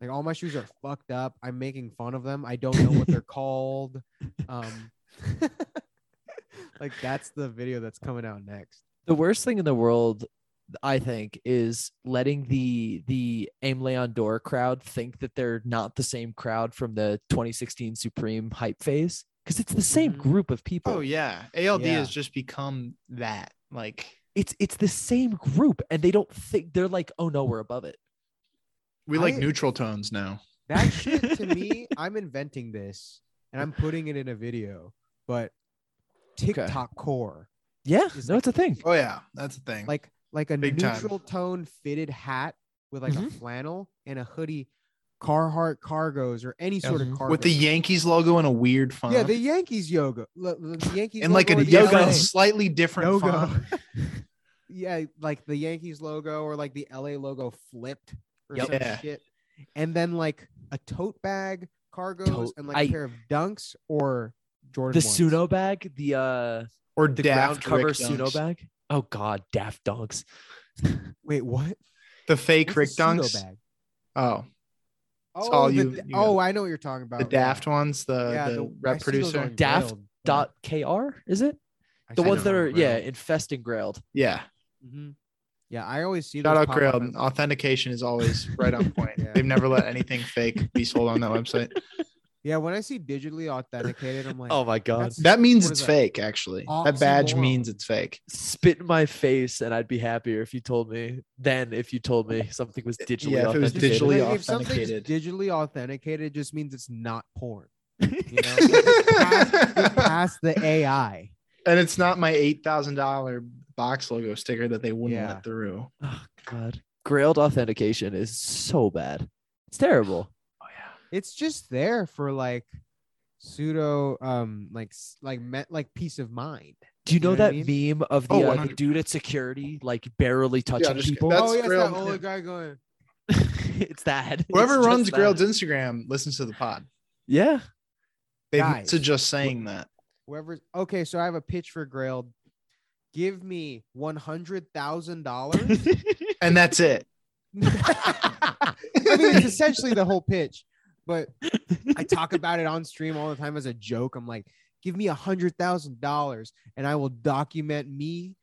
S3: Like all my shoes are fucked up. I'm making fun of them. I don't know what they're called. Um, like that's the video that's coming out next.
S2: the worst thing in the world i think is letting the the aim leon dor crowd think that they're not the same crowd from the 2016 supreme hype phase because it's the same
S4: Mhm.
S2: group of people
S1: Oh yeah, ALD
S3: Yeah.
S1: has just become that. Like
S2: it's it's the same group and they don't think they're like oh no we're above it
S1: we like
S3: I-
S1: neutral tones now.
S3: That shit to me, I'm inventing this and I'm putting it in a video, but TikTok core.
S2: yeah
S3: It's
S2: no
S3: like-
S2: it's a thing
S1: Oh yeah, that's a thing.
S3: like like a
S1: Big time.
S3: neutral tone fitted hat with like a
S2: Mhm.
S3: flannel and a hoodie, Carhartt cargos or any sort
S2: Mhm.
S3: of cargo
S1: Mm-hmm. with the Yankees logo in a weird font.
S3: yeah the Yankees yoga l- l- the Yankees
S1: and like
S3: logo
S1: a
S3: or the
S1: different-
S3: LA
S1: slightly different
S3: logo.
S1: font.
S3: yeah like the Yankees logo or like the LA logo flipped or
S1: Yep.
S3: some
S1: Yeah.
S3: shit and then like a tote bag cargos
S2: Tote-
S3: and like a
S2: I-
S3: pair of dunks or Jordan
S2: the
S3: ones.
S2: pseudo bag the uh
S1: or
S2: the ground
S1: daft
S2: cover
S1: Rick
S2: pseudo
S1: Dunks.
S2: bag oh god daft dunks
S3: wait what
S1: The fake
S3: What's a
S1: Rick
S3: pseudo
S1: Dunks.
S3: bag?
S1: Oh,
S3: oh
S1: all
S3: the
S1: you-
S3: da-
S1: you got.
S3: oh I know what you're talking about
S1: the daft ones. The
S3: yeah,
S1: uh, the,
S3: I
S1: rep
S3: see those
S1: producer.
S3: on
S2: Daft
S3: Grailed, but-
S2: dot kr is it
S3: I
S2: the
S3: see
S2: ones
S3: them
S2: that
S3: on
S2: are yeah
S3: Grailed.
S2: infesting grailed
S1: Yeah.
S3: Mhm. Yeah, I always see
S1: Shout
S3: those
S1: out
S3: pop
S1: Grail.
S3: up.
S1: Authentication is always right on point.
S3: Yeah.
S1: They've never let anything fake be sold on that website.
S3: Yeah, when I see digitally authenticated, I'm like,
S2: oh my god
S3: that's-
S1: That means
S3: What
S1: it's
S3: is that?
S1: fake, actually. That badge
S3: Oxymoron.
S1: means it's fake.
S2: spit in my face and I'd be happier if you told me than if you told me something was digitally
S1: yeah, if it was
S2: authenticated.
S1: digitally
S3: if something's
S1: authenticated.
S3: digitally authenticated, it just means it's not porn. You know, It's past, it's past the AI.
S1: And it's not my eight thousand dollar box logo sticker that they wouldn't
S3: Yeah.
S1: let through.
S2: oh god. Grailed authentication is so bad. It's terrible.
S1: Oh yeah.
S3: It's just there for like pseudo, um, like s- like me- like peace of mind.
S2: Do you
S3: You
S2: know,
S3: know what I
S2: that meme of the,
S1: Oh,
S2: uh, the
S1: 100.
S2: dude at security like barely touching
S1: just-
S2: people?
S1: That's
S3: oh, yeah, it's
S1: Grail.
S3: that old guy going.
S2: it's that.
S1: Whoever
S2: It's just
S1: runs
S2: that.
S1: Grail's Instagram listens to the pod.
S2: Yeah.
S1: They've
S3: Guys.
S1: to just saying that.
S3: Whoever's okay, so I have a pitch for Grailed. Give me one hundred thousand dollars.
S1: And that's it.
S3: I mean, it's essentially the whole pitch, but I talk about it on stream all the time as a joke. I'm like, give me a hundred thousand dollars and I will document me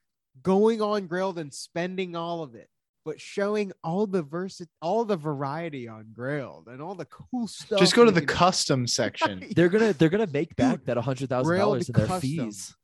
S3: going on Grailed and spending all of it, but showing all the versi- all the variety on Grailed and all the cool stuff.
S1: Just go to
S3: you
S1: the
S3: can-
S1: custom section.
S2: They're gonna they're gonna make back that hundred thousand
S3: Grailed
S2: dollars in their
S3: custom.
S2: fees.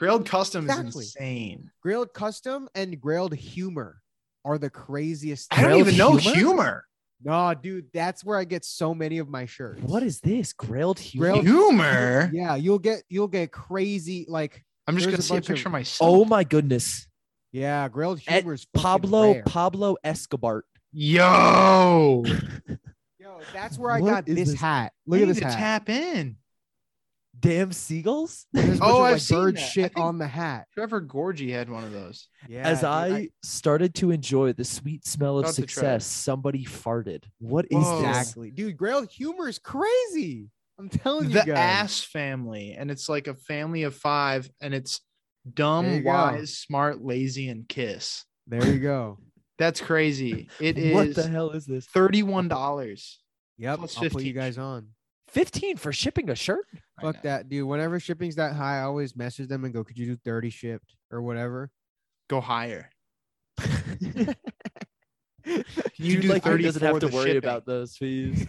S1: Grailed custom is
S3: Exactly.
S1: insane.
S3: Grailed custom and Grailed humor are the craziest.
S1: I don't
S2: Grailed
S1: even know
S2: humor?
S1: humor.
S3: No, dude, that's where I get so many of my shirts.
S2: What is this? Grailed humor.
S1: Humor.
S3: Grailed- Yeah, you'll get you'll get crazy like
S1: I'm just
S3: There's
S1: gonna
S3: a
S1: see a
S3: bunch of-
S1: picture of myself.
S2: Oh my goodness.
S3: yeah, Grailed
S2: At
S3: humor is fucking
S2: Pablo
S3: rare.
S2: Pablo Escobar.
S1: Yo.
S3: Yo, that's where I
S2: What
S3: got
S2: is
S3: this,
S2: this?
S3: hat.
S1: I
S3: Look at
S1: need
S3: this
S1: to
S3: hat.
S1: tap in.
S2: Damn seagulls.
S3: There's a bunch
S1: Oh,
S3: of,
S1: I've
S3: like,
S1: seen
S3: bird
S1: that. I
S3: shit
S1: think-
S3: on the hat.
S1: Trevor Gorgie had one of those.
S3: Yeah,
S2: As
S3: dude,
S2: I, started to enjoy the sweet smell of
S1: Shout out to Trev.
S2: success, somebody farted. What is
S1: Whoa.
S2: this?
S3: exactly, dude, Grail humor is crazy. I'm telling you
S1: the
S3: guys.
S1: ass family and it's like a family of five and it's
S3: There you
S1: dumb
S3: go.
S1: wise smart lazy and kiss
S3: There you go.
S1: that's crazy it
S2: What
S1: is
S2: the hell is this?
S1: $31
S3: Yep,
S1: Plus
S3: I'll put
S1: 15.
S3: you guys on.
S2: 15 for shipping a shirt?
S1: I know.
S3: Fuck that, dude. Whenever shipping's that high, I always message them and go, "Could you do 30 shipped or whatever?"
S1: go higher
S2: You
S1: do
S2: like who
S1: 30
S2: doesn't
S1: for
S2: have to
S1: the
S2: worry
S1: shipping?
S2: about those fees.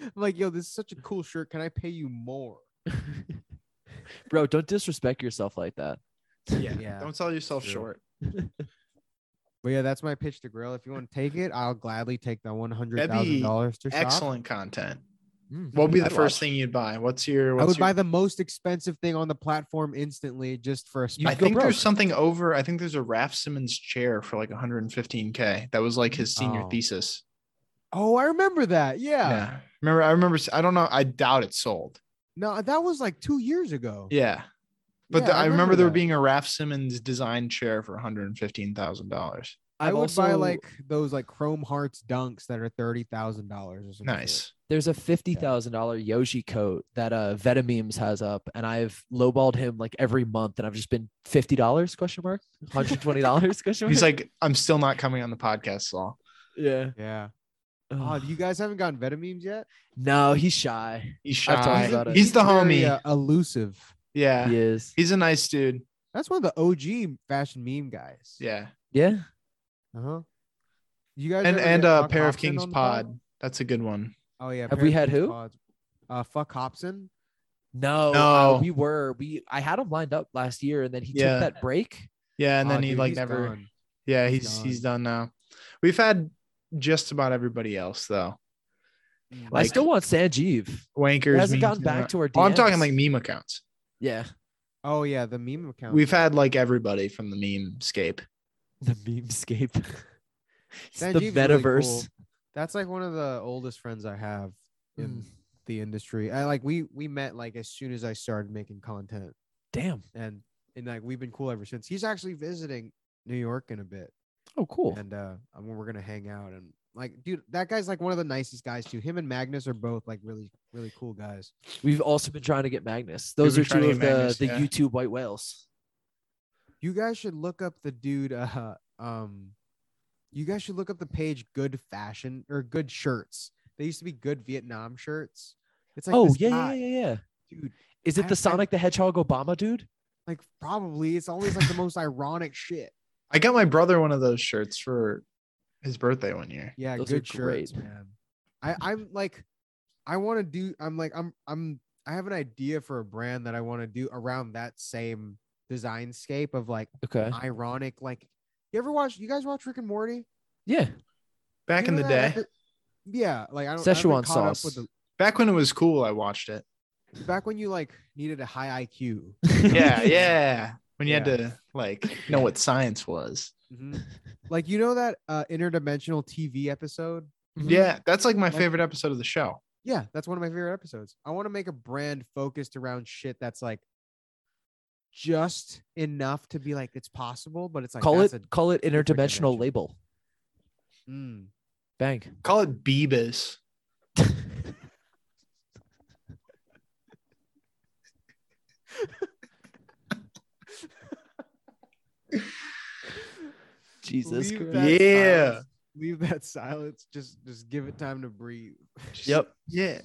S3: I'm like, yo, this is such a cool shirt. Can I pay you more?
S2: Bro, don't disrespect yourself like that.
S1: yeah,
S3: Yeah,
S1: don't sell yourself
S3: true.
S1: short
S3: But yeah, that's my pitch to Grail. If you want to take it, I'll gladly take the one hundred thousand dollars to shop.
S1: excellent content what would be the
S2: I'd
S1: first
S2: watch.
S1: thing you'd buy what's your what's
S3: I would
S1: your-
S3: buy the most expensive thing on the platform instantly just for a
S1: I
S3: special
S2: go
S1: think
S2: broke.
S1: there's something over. I think there's a Raph Simmons chair for like 115k. That was like his senior
S3: Oh.
S1: thesis.
S3: Oh, I remember that. Yeah.
S1: yeah, remember? I remember. I don't know. I doubt it sold.
S3: No, that was like two years ago.
S1: Yeah, But
S3: Yeah,
S1: the- I, remember, there
S3: that.
S1: being a Raph Simmons design chair for $115,000.
S3: I
S2: I've
S3: would buy
S2: also-
S3: like those like Chrome Hearts dunks that are thirty thousand dollars or something. for it.
S1: Nice.
S2: There's a fifty thousand dollar Yoshi coat that uh Veta memes has up, and I've lowballed him like every month, and I've just been fifty dollars question mark, hundred twenty dollars question mark.
S1: He's like, I'm still not coming on the podcast, Saul.
S2: yeah.
S3: Yeah. Oh,
S2: Ugh.
S3: you guys haven't gotten Vetamemes yet?
S2: no, he's shy.
S1: He's
S2: I've talked
S1: shy.
S2: about it.
S1: He's the
S3: very,
S1: homie.
S3: uh, elusive.
S1: yeah.
S2: He is.
S1: He's a nice dude.
S3: That's one of the OG fashion meme guys.
S1: Yeah.
S2: Yeah.
S3: Uh huh. You guys
S1: And
S3: ever
S1: and
S3: get
S1: a
S3: Fuck
S1: pair of
S3: Hobson
S1: Kings
S3: on
S1: pod.
S3: the pod?
S1: That's a good one.
S3: Oh yeah.
S2: Have
S3: Pair
S2: we
S3: of
S2: had
S3: Kings
S2: who?
S3: pods. Uh, fuck Hobson.
S2: No, uh,
S1: No.
S2: we were. We I had him lined up last year, and then he
S1: Yeah.
S2: took that break.
S1: Yeah, and
S3: Aw,
S1: then he
S3: Uh, Oh, dude,
S1: like
S3: he's
S1: never.
S3: gone.
S1: Yeah,
S3: He's
S1: he's he's done now. We've had just about everybody else though.
S3: Mm.
S2: I still want Sanjeev.
S1: Wankers
S2: He hasn't
S1: memes,
S2: gotten back
S1: and-
S2: to our. DMs.
S1: Oh, I'm talking like meme accounts.
S2: yeah,
S3: Oh yeah, the meme account.
S1: We've had like everybody from the meme scape.
S2: the memescape. it's the
S3: Sanjeev's really cool.
S2: metaverse.
S3: That's like one of the oldest friends I have in
S2: Mm.
S3: the industry. I like we we met like as soon as I started making content,
S2: Damn.
S3: and and like we've been cool ever since. He's actually visiting New York in a bit,
S2: Oh, cool.
S3: and uh, I mean, we're gonna hang out and like, dude, that guy's like one of the nicest guys too. Him and Magnus are both like really really cool guys.
S2: We've also been trying to get Magnus. Those
S1: been
S2: are
S1: trying
S2: two
S1: to
S2: of the
S1: get Magnus,
S2: the
S1: yeah.
S2: YouTube white whales.
S3: You guys should look up the dude. Uh, um, you guys should look up the page Good Fashion or Good Shirts. They used to be Good Vietnam Shirts. It's like
S2: oh
S3: this
S2: yeah,
S3: guy-
S2: yeah, yeah, yeah.
S3: dude.
S2: Is it
S3: I-
S2: the
S3: I-
S2: Sonic the Hedgehog Obama dude?
S3: Like probably it's always like the most ironic shit.
S1: I got my brother one of those shirts for his birthday one year.
S3: Yeah,
S2: Those are
S3: good shirts,
S2: great.
S3: man. I I'm like, I want to do. I'm like, I'm I'm I have an idea for a brand that I want to do around that same design scape of like
S2: Okay.
S3: ironic. Like, you ever watch? You guys watch Rick and Morty?
S2: Yeah.
S1: Back
S3: You
S1: in
S3: know
S1: the day,
S3: that epi- yeah, like I don't. I haven't been
S2: Szechuan
S3: caught up
S2: sauce.
S3: with the-
S1: back when it was cool, I watched it.
S3: back when you like needed a high IQ.
S1: Yeah, yeah. When you
S3: Yeah.
S1: had to like know what science was.
S3: Like you know that uh, interdimensional TV episode?
S2: Mhm.
S1: Yeah, that's like my
S3: Like-
S1: favorite episode of the show.
S3: Yeah, that's one of my favorite episodes. I want to make a brand focused around shit that's like just enough to be like it's possible, but it's like
S2: call it
S3: that's
S2: call it interdimensional
S3: dimension.
S2: label.
S3: a, mm.
S2: Bang.
S1: Call it Beebus.
S2: Jesus
S3: Leave
S2: Christ.
S3: that
S1: Yeah.
S3: silence- Leave that silence. Just just give it time to breathe.
S2: Yep.
S1: Yeah.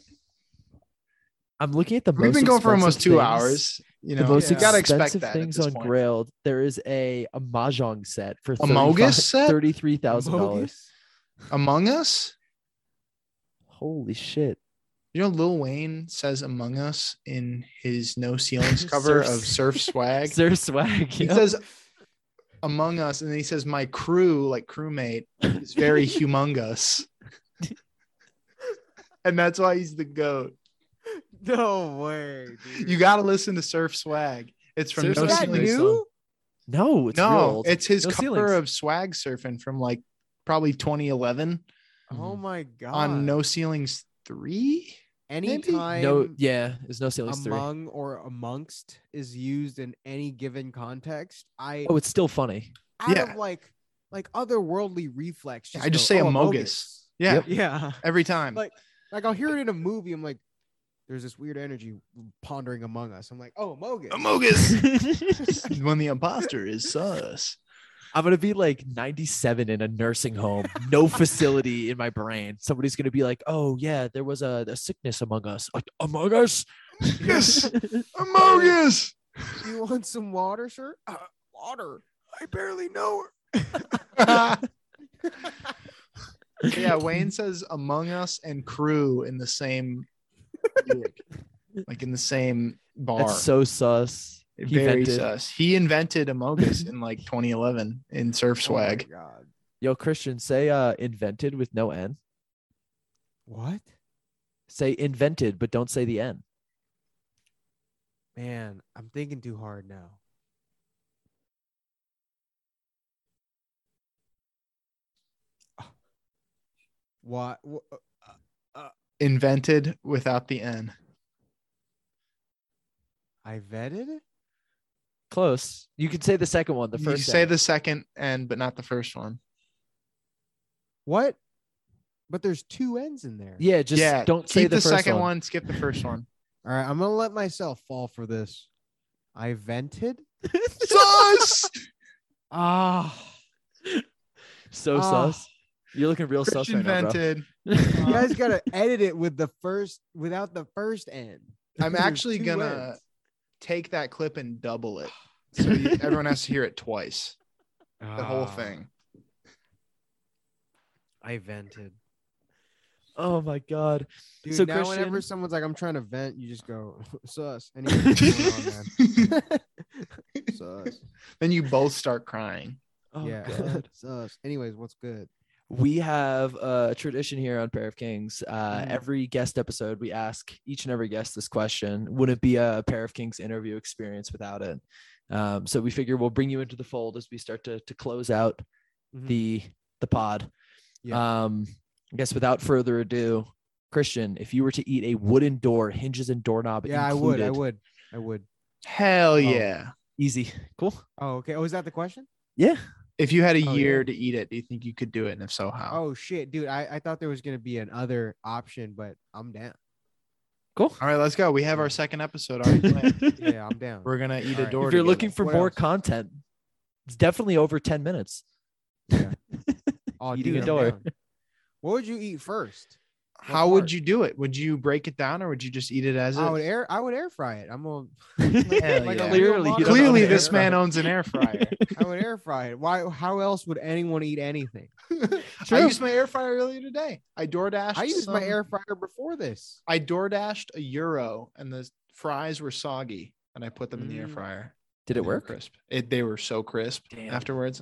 S2: I'm looking at the
S1: We've
S2: most
S1: been going for almost
S2: expensive
S1: two
S2: things-
S1: hours. You know,
S2: the most
S1: you gotta expect
S2: expensive
S1: that.
S2: things
S1: at this
S2: on
S1: point.
S2: Grailed. There is a, a mahjong set for
S1: Mogus set?
S2: thirty-three thousand dollars.
S3: Bogus?
S1: Among Us?
S2: Holy shit!
S1: You know, Lil Wayne says Among Us in his No Ceilings cover
S2: Surf-
S1: of Surf Swag.
S2: Is there swag?
S1: He
S2: Yep.
S1: says Among Us, and then he says, My crew, like crewmate, is very humongous. and that's why he's the GOAT.
S3: No way. Dude.
S1: You gotta listen to Surf Swag. It's from
S2: Surf
S1: No
S3: Is that
S2: Swag
S1: Ceilings.
S2: song.
S3: new?
S2: no. It's real
S1: no,
S2: old.
S1: it's his
S2: No
S1: cover
S2: Ceilings.
S1: of Swag Surfing from like probably 2011
S3: Oh my god.
S1: on No Ceilings 3.
S3: anytime
S2: no. Yeah, it's no ceilings three.
S3: among or amongst is used in any given context, I
S2: Oh, it's still funny.
S3: out
S1: Yeah.
S3: of like like otherworldly reflex.
S1: I just
S3: go,
S1: say
S3: "Oh,
S1: Amogus." Yeah,
S2: Yep.
S3: Yeah.
S1: every time.
S3: Like- Like I'll hear it in a movie. I'm like, there's this weird energy pondering among us. I'm like, oh, Amogus.
S1: Amogus. when the imposter is sus.
S2: I'm gonna be like 97 in a nursing home, no facility in my brain. Somebody's gonna be like, "Oh yeah, there was a, a sickness among us, like, among us."
S1: Yes. Amogus.
S3: you want some water, sir? Oh Uh, water. I barely know
S1: yeah, Wayne says Among Us and Crew in the same, like in the same bar.
S2: That's so sus. He
S1: Very
S2: vented.
S1: sus. He invented Amogus in like 2011 in Surf Swag.
S3: Oh my God.
S2: Yo, Christian, say uh, invented with no n.
S3: What?
S2: Say invented, but don't say the n.
S3: Man, I'm thinking too hard now. What?
S1: invented without the N.
S3: I vetted?
S2: Close. You could say the second one. The
S1: you
S2: first.
S1: say
S2: N.
S1: the second N, but not the first one.
S3: What? But there's two ends in there.
S2: Yeah, just
S1: yeah,
S2: don't
S1: keep
S2: say the,
S1: the,
S2: first
S1: second
S2: one.
S1: one. Skip the first one.
S3: All right, I'm gonna let myself fall for this. I vented.
S1: Sus!
S3: Ah,
S2: So
S3: Ah.
S2: sus. You're looking real sus
S1: Christian
S2: right now, bro.
S1: vented.
S3: you guys gotta edit it with the first without the first end.
S1: I'm
S3: There's
S1: actually
S3: two
S1: gonna
S3: ends.
S1: take that clip and double it, so you, everyone has to hear it twice. The whole
S3: Ah,
S1: thing.
S3: I vented.
S2: Oh my god.
S3: Dude,
S2: So,
S3: now whenever
S2: Christian-
S3: someone's like, "I'm trying to vent," you just go sus. And you know what's going on, man. sus.
S1: Then you both start crying.
S2: Oh
S3: yeah,
S2: god.
S3: sus. Anyways, what's good?
S2: We have a tradition here on Pair of Kings. Uh,
S1: Mm.
S2: Every guest episode, we ask each and every guest this question: Would it be a Pair of Kings interview experience without it? Um, so we figure we'll bring you into the fold as we start to to close out
S3: Mhm.
S2: the the pod. Um, I guess without further ado, Christian, if you were to eat a wooden door, hinges and doorknob,
S3: yeah, I would, I
S2: included-
S3: would, I would.
S1: Hell yeah!
S2: easy, cool,
S3: Oh, okay. Oh, is that the question?
S2: yeah.
S1: If you had a
S3: Oh,
S1: year to eat it, do you think you could do it? And if so, how?
S3: Oh shit, dude. I, I thought there was gonna be another option, but I'm down. Oh.
S2: Cool.
S1: All right, let's go. We have our second episode already planned.
S2: if
S3: Yeah, I'm down.
S1: We're gonna eat
S3: All
S1: a
S3: right.
S1: door.
S2: you're
S1: together.
S2: looking for
S3: What
S2: more
S3: else?
S2: content, it's definitely over 10 minutes.
S3: oh,
S2: eating
S3: dude,
S2: a
S3: I'm
S2: door.
S3: down. What would you eat first?
S1: how would
S3: part?
S1: you do it? Would you break it down or would you just eat it as
S3: I would
S1: is?
S3: air. I would air fry it. I'm gonna.
S1: Hell
S3: like
S1: yeah.
S3: a
S1: Clearly,
S3: real
S2: Clearly,
S3: model.
S2: you don't know how to
S1: this
S2: air
S1: man
S2: fry.
S1: owns an air fryer.
S3: I would air fry it. Why? How else would anyone eat anything?
S1: I
S2: True.
S1: used my air fryer earlier today. I door dashed.
S3: I used my air fryer before this.
S1: I door dashed a euro, and the fries were soggy, and I put them in the air
S3: Mm.
S1: fryer.
S2: Did it
S1: They were
S2: work?
S1: Crisp. It, they were so crisp
S2: Damn.
S1: afterwards.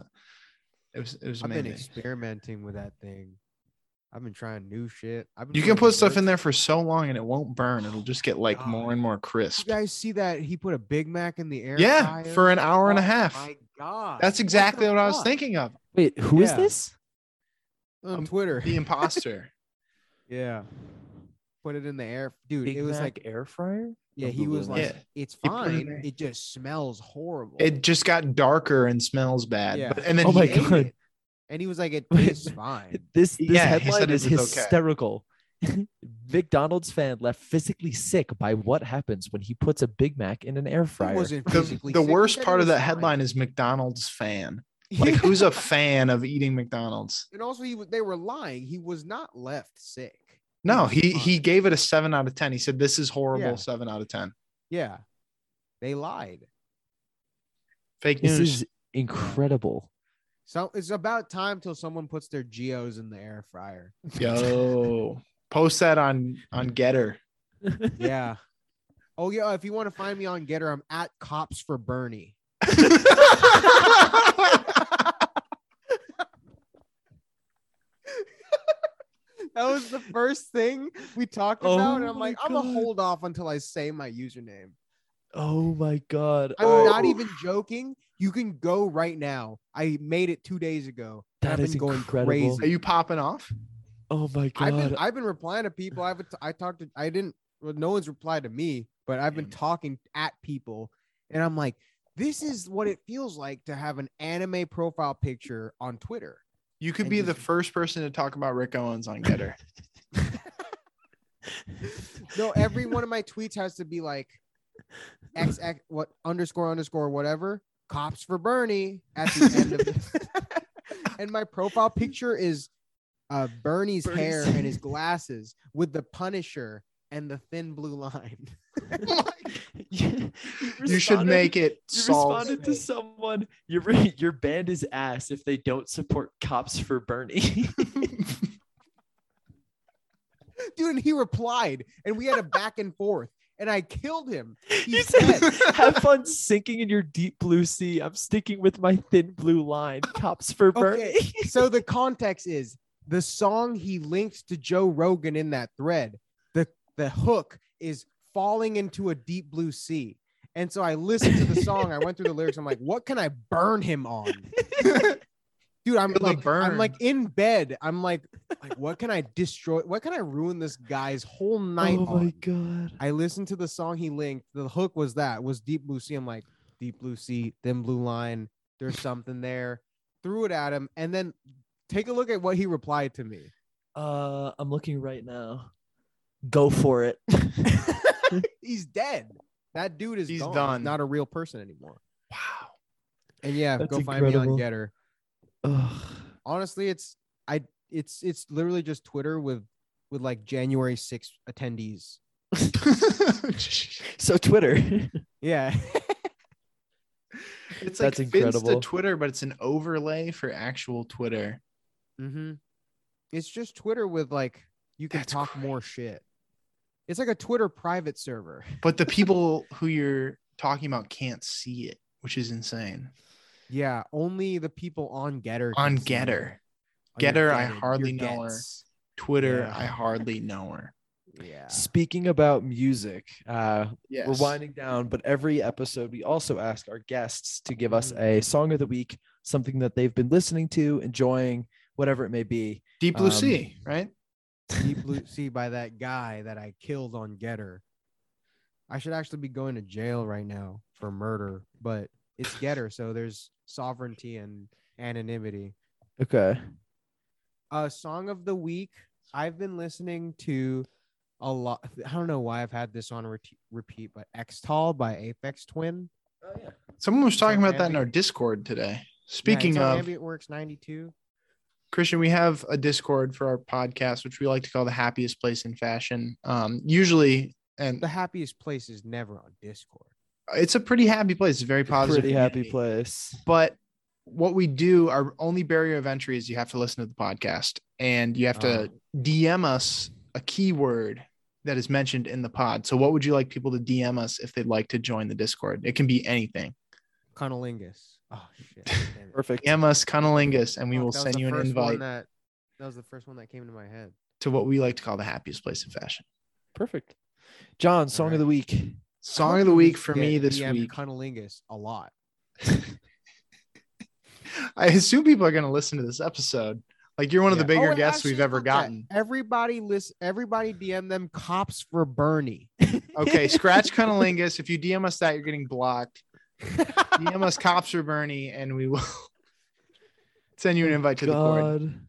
S1: It was it was
S3: I've been
S1: amazing.
S3: experimenting with that thing. I've been trying new shit. I've been
S1: you can put stuff in there for so long, and it won't burn. It'll just get like more
S3: God.
S1: and more
S3: You
S1: crisp.
S3: guys see that he put a Big Mac in the air?
S1: Yeah,
S3: fryer?
S1: for an hour and a
S3: Oh
S1: half.
S3: My God,
S1: That's
S3: the
S1: exactly what I was
S3: fuck?
S1: thinking of.
S2: Wait, who is
S3: Yeah.
S2: this?
S3: on
S1: Um,
S3: Twitter.
S1: The imposter.
S3: Yeah, put it in the air, dude.
S2: Big
S3: it was
S2: Mac
S3: like,
S2: air fryer.
S3: yeah,
S2: or
S3: he was
S2: Google
S3: like,
S1: Mac?
S3: it's
S1: He put it in
S3: fine.
S1: there.
S3: It just smells horrible.
S1: it just got darker and smells bad.
S3: Yeah.
S1: But, and then
S2: Oh
S1: he
S2: my
S1: ate
S2: God.
S1: it.
S3: and he was like, it
S2: Wait.
S3: tastes fine.
S2: This this
S1: Yeah, he said
S2: headline
S1: it
S2: is
S1: was okay.
S2: hysterical. McDonald's fan left physically sick by what happens when he puts a Big Mac in an air
S3: It
S2: fryer.
S3: wasn't
S1: The,
S3: physically
S1: the
S3: sick, he
S1: worst
S3: said it
S1: part of
S3: was
S1: that
S3: fine.
S1: headline is McDonald's fan. Like, who's a fan of eating McDonald's?
S3: and also he was they were lying. He was not left sick.
S1: No,
S3: was
S1: he
S3: fine.
S1: he gave it a seven out of ten. He said this is horrible.
S3: Yeah.
S1: Seven out of ten.
S3: Yeah, they lied.
S1: Fake
S2: this
S1: news.
S2: is incredible.
S3: So it's about time till someone puts their geos in the air fryer.
S1: Yo, post that on on Getter.
S3: Yeah. oh yeah. If you want to find me on Getter, I'm at Cops for Bernie. That was the first thing we talked
S2: Oh
S3: about, and I'm
S2: my
S3: like, I'm gonna
S2: God.
S3: hold off until I say my username.
S2: Oh my god.
S3: I'm
S2: oh,
S3: not even joking. You can go right now. I made it two days ago. and
S2: That
S3: I've
S2: is
S3: been going
S2: incredible.
S1: Are
S3: crazy.
S1: you popping off?
S2: Oh my
S3: I've been
S2: god.
S3: I've been replying to people. I've I talked to I didn't well, no one's replied to me, but I've been
S1: Damn.
S3: talking at people, and I'm like, this is what it feels like to have an anime profile picture on Twitter.
S1: You could
S3: I
S1: be
S3: just-
S1: the first person to talk about Rick Owens on Getter.
S3: No, every one of my tweets has to be like X X what underscore underscore whatever cops for Bernie at the end of it. and my profile picture is uh Bernie's,
S2: Bernie's-
S3: hair and his glasses with the Punisher and the thin blue line.
S2: you,
S1: you should
S2: responded-
S1: make it
S2: You
S1: salt.
S2: responded to someone. Your your band is ass if they don't support cops for Bernie.
S3: Dude, and he replied and we had a back and forth and I killed him.
S2: you
S3: He's
S2: said,
S3: dead.
S2: "Have fun sinking in your deep blue sea." I'm sticking with my thin blue line. Cops for Bernie.
S3: Okay. so the context is the song he linked to Joe Rogan in that thread. The the hook is falling into a deep blue sea. And so I listened to the song. I went through the lyrics. I'm like, what can I burn him on? Dude, I'm
S1: Feel the
S3: like,
S1: burn.
S3: I'm like in bed. I'm like, like, what can I destroy? What can I ruin this guy's whole night?
S2: oh my
S3: on?
S2: god.
S3: I listened to the song he linked. The hook was that was Deep Blue Sea. I'm like, Deep Blue Sea, then Blue Line. There's something there. Threw it at him, and then Take a look at what he replied to me.
S2: Uh, I'm looking right now. Go for it.
S3: He's dead. That dude is
S1: He's
S3: gone.
S1: done.
S3: not a real person anymore.
S1: Wow.
S3: And yeah,
S2: That's
S3: go find me
S2: incredible.
S3: on Getter.
S2: Ugh.
S3: Honestly, it's I it's it's literally just Twitter with with like January 6th attendees.
S2: So Twitter.
S3: Yeah.
S1: it's like
S2: That's incredible.
S1: Finsta Twitter, but it's an overlay for actual Twitter.
S3: Mm-hmm. It's just Twitter with like you can
S1: That's
S3: talk more shit. It's like a Twitter private server.
S1: But the people who you're talking about can't see it, which is insane.
S3: Yeah, only the people on Getter. can
S1: On
S3: see it.
S1: Getter.
S3: On your
S1: Getter, I
S3: your
S1: hardly know her.
S3: Gets.
S1: Twitter,
S3: Yeah.
S1: I hardly know her.
S3: Yeah.
S2: Speaking about music, uh,
S1: Yes.
S2: we're winding down, but every episode we also ask our guests to give us
S3: Mhm.
S2: a song of the week, something that they've been listening to, enjoying, whatever it may be.
S1: Deep Blue
S2: Um,
S1: Sea, right?
S3: Deep Blue Sea by that guy that I killed on Getter. I should actually be going to jail right now for murder, but it's Getter, so there's sovereignty and anonymity.
S2: Okay.
S3: Uh, song of the week. I've been listening to a lot. I don't know why I've had this on rete- repeat, but Extol by Apex Twin.
S2: Oh yeah.
S1: Someone was talking
S3: on
S1: about that in
S3: Ambi-
S1: our Discord today. Speaking
S3: yeah, it's on
S1: of
S3: Ambient Works 92.
S1: Christian, we have a Discord for our podcast, which we like to call the happiest place in fashion. Um, usually, and
S3: The happiest place is never on Discord.
S1: it's a pretty happy place. It's a very positive.
S2: Pretty happy
S1: community.
S2: place.
S1: But what we do, our only barrier of entry is you have to listen to the podcast and you have to
S3: Um, Ah.
S1: DM us a keyword that is mentioned in the pod. So, what would you like people to DM us if they'd like to join the Discord? It can be anything.
S3: Cunnilingus. Oh shit. damn it.
S2: Perfect.
S1: DM us Cunnilingus, and we
S3: Fuck,
S1: will
S3: that was
S1: send
S3: the
S1: you an
S3: first one
S1: invite
S3: That, that was the first one that came to my head.
S1: to what we like to call the happiest place in fashion.
S2: Perfect. John, song
S3: right.
S2: of the week.
S1: Song of the week for me this week.
S3: Cunnilingus a lot.
S1: I assume people are going to listen to this episode. Like you're one of the
S3: Yeah.
S1: bigger
S3: Oh,
S1: guests we've
S3: actually,
S1: ever
S3: fuck that.
S1: gotten.
S3: Everybody list. Everybody DM them cops for Bernie.
S1: Okay, scratch Cunnilingus. If you DM us that, you're getting blocked. DM us cops or Bernie, and we will send
S3: Oh
S1: you an invite to the
S2: God.
S1: board.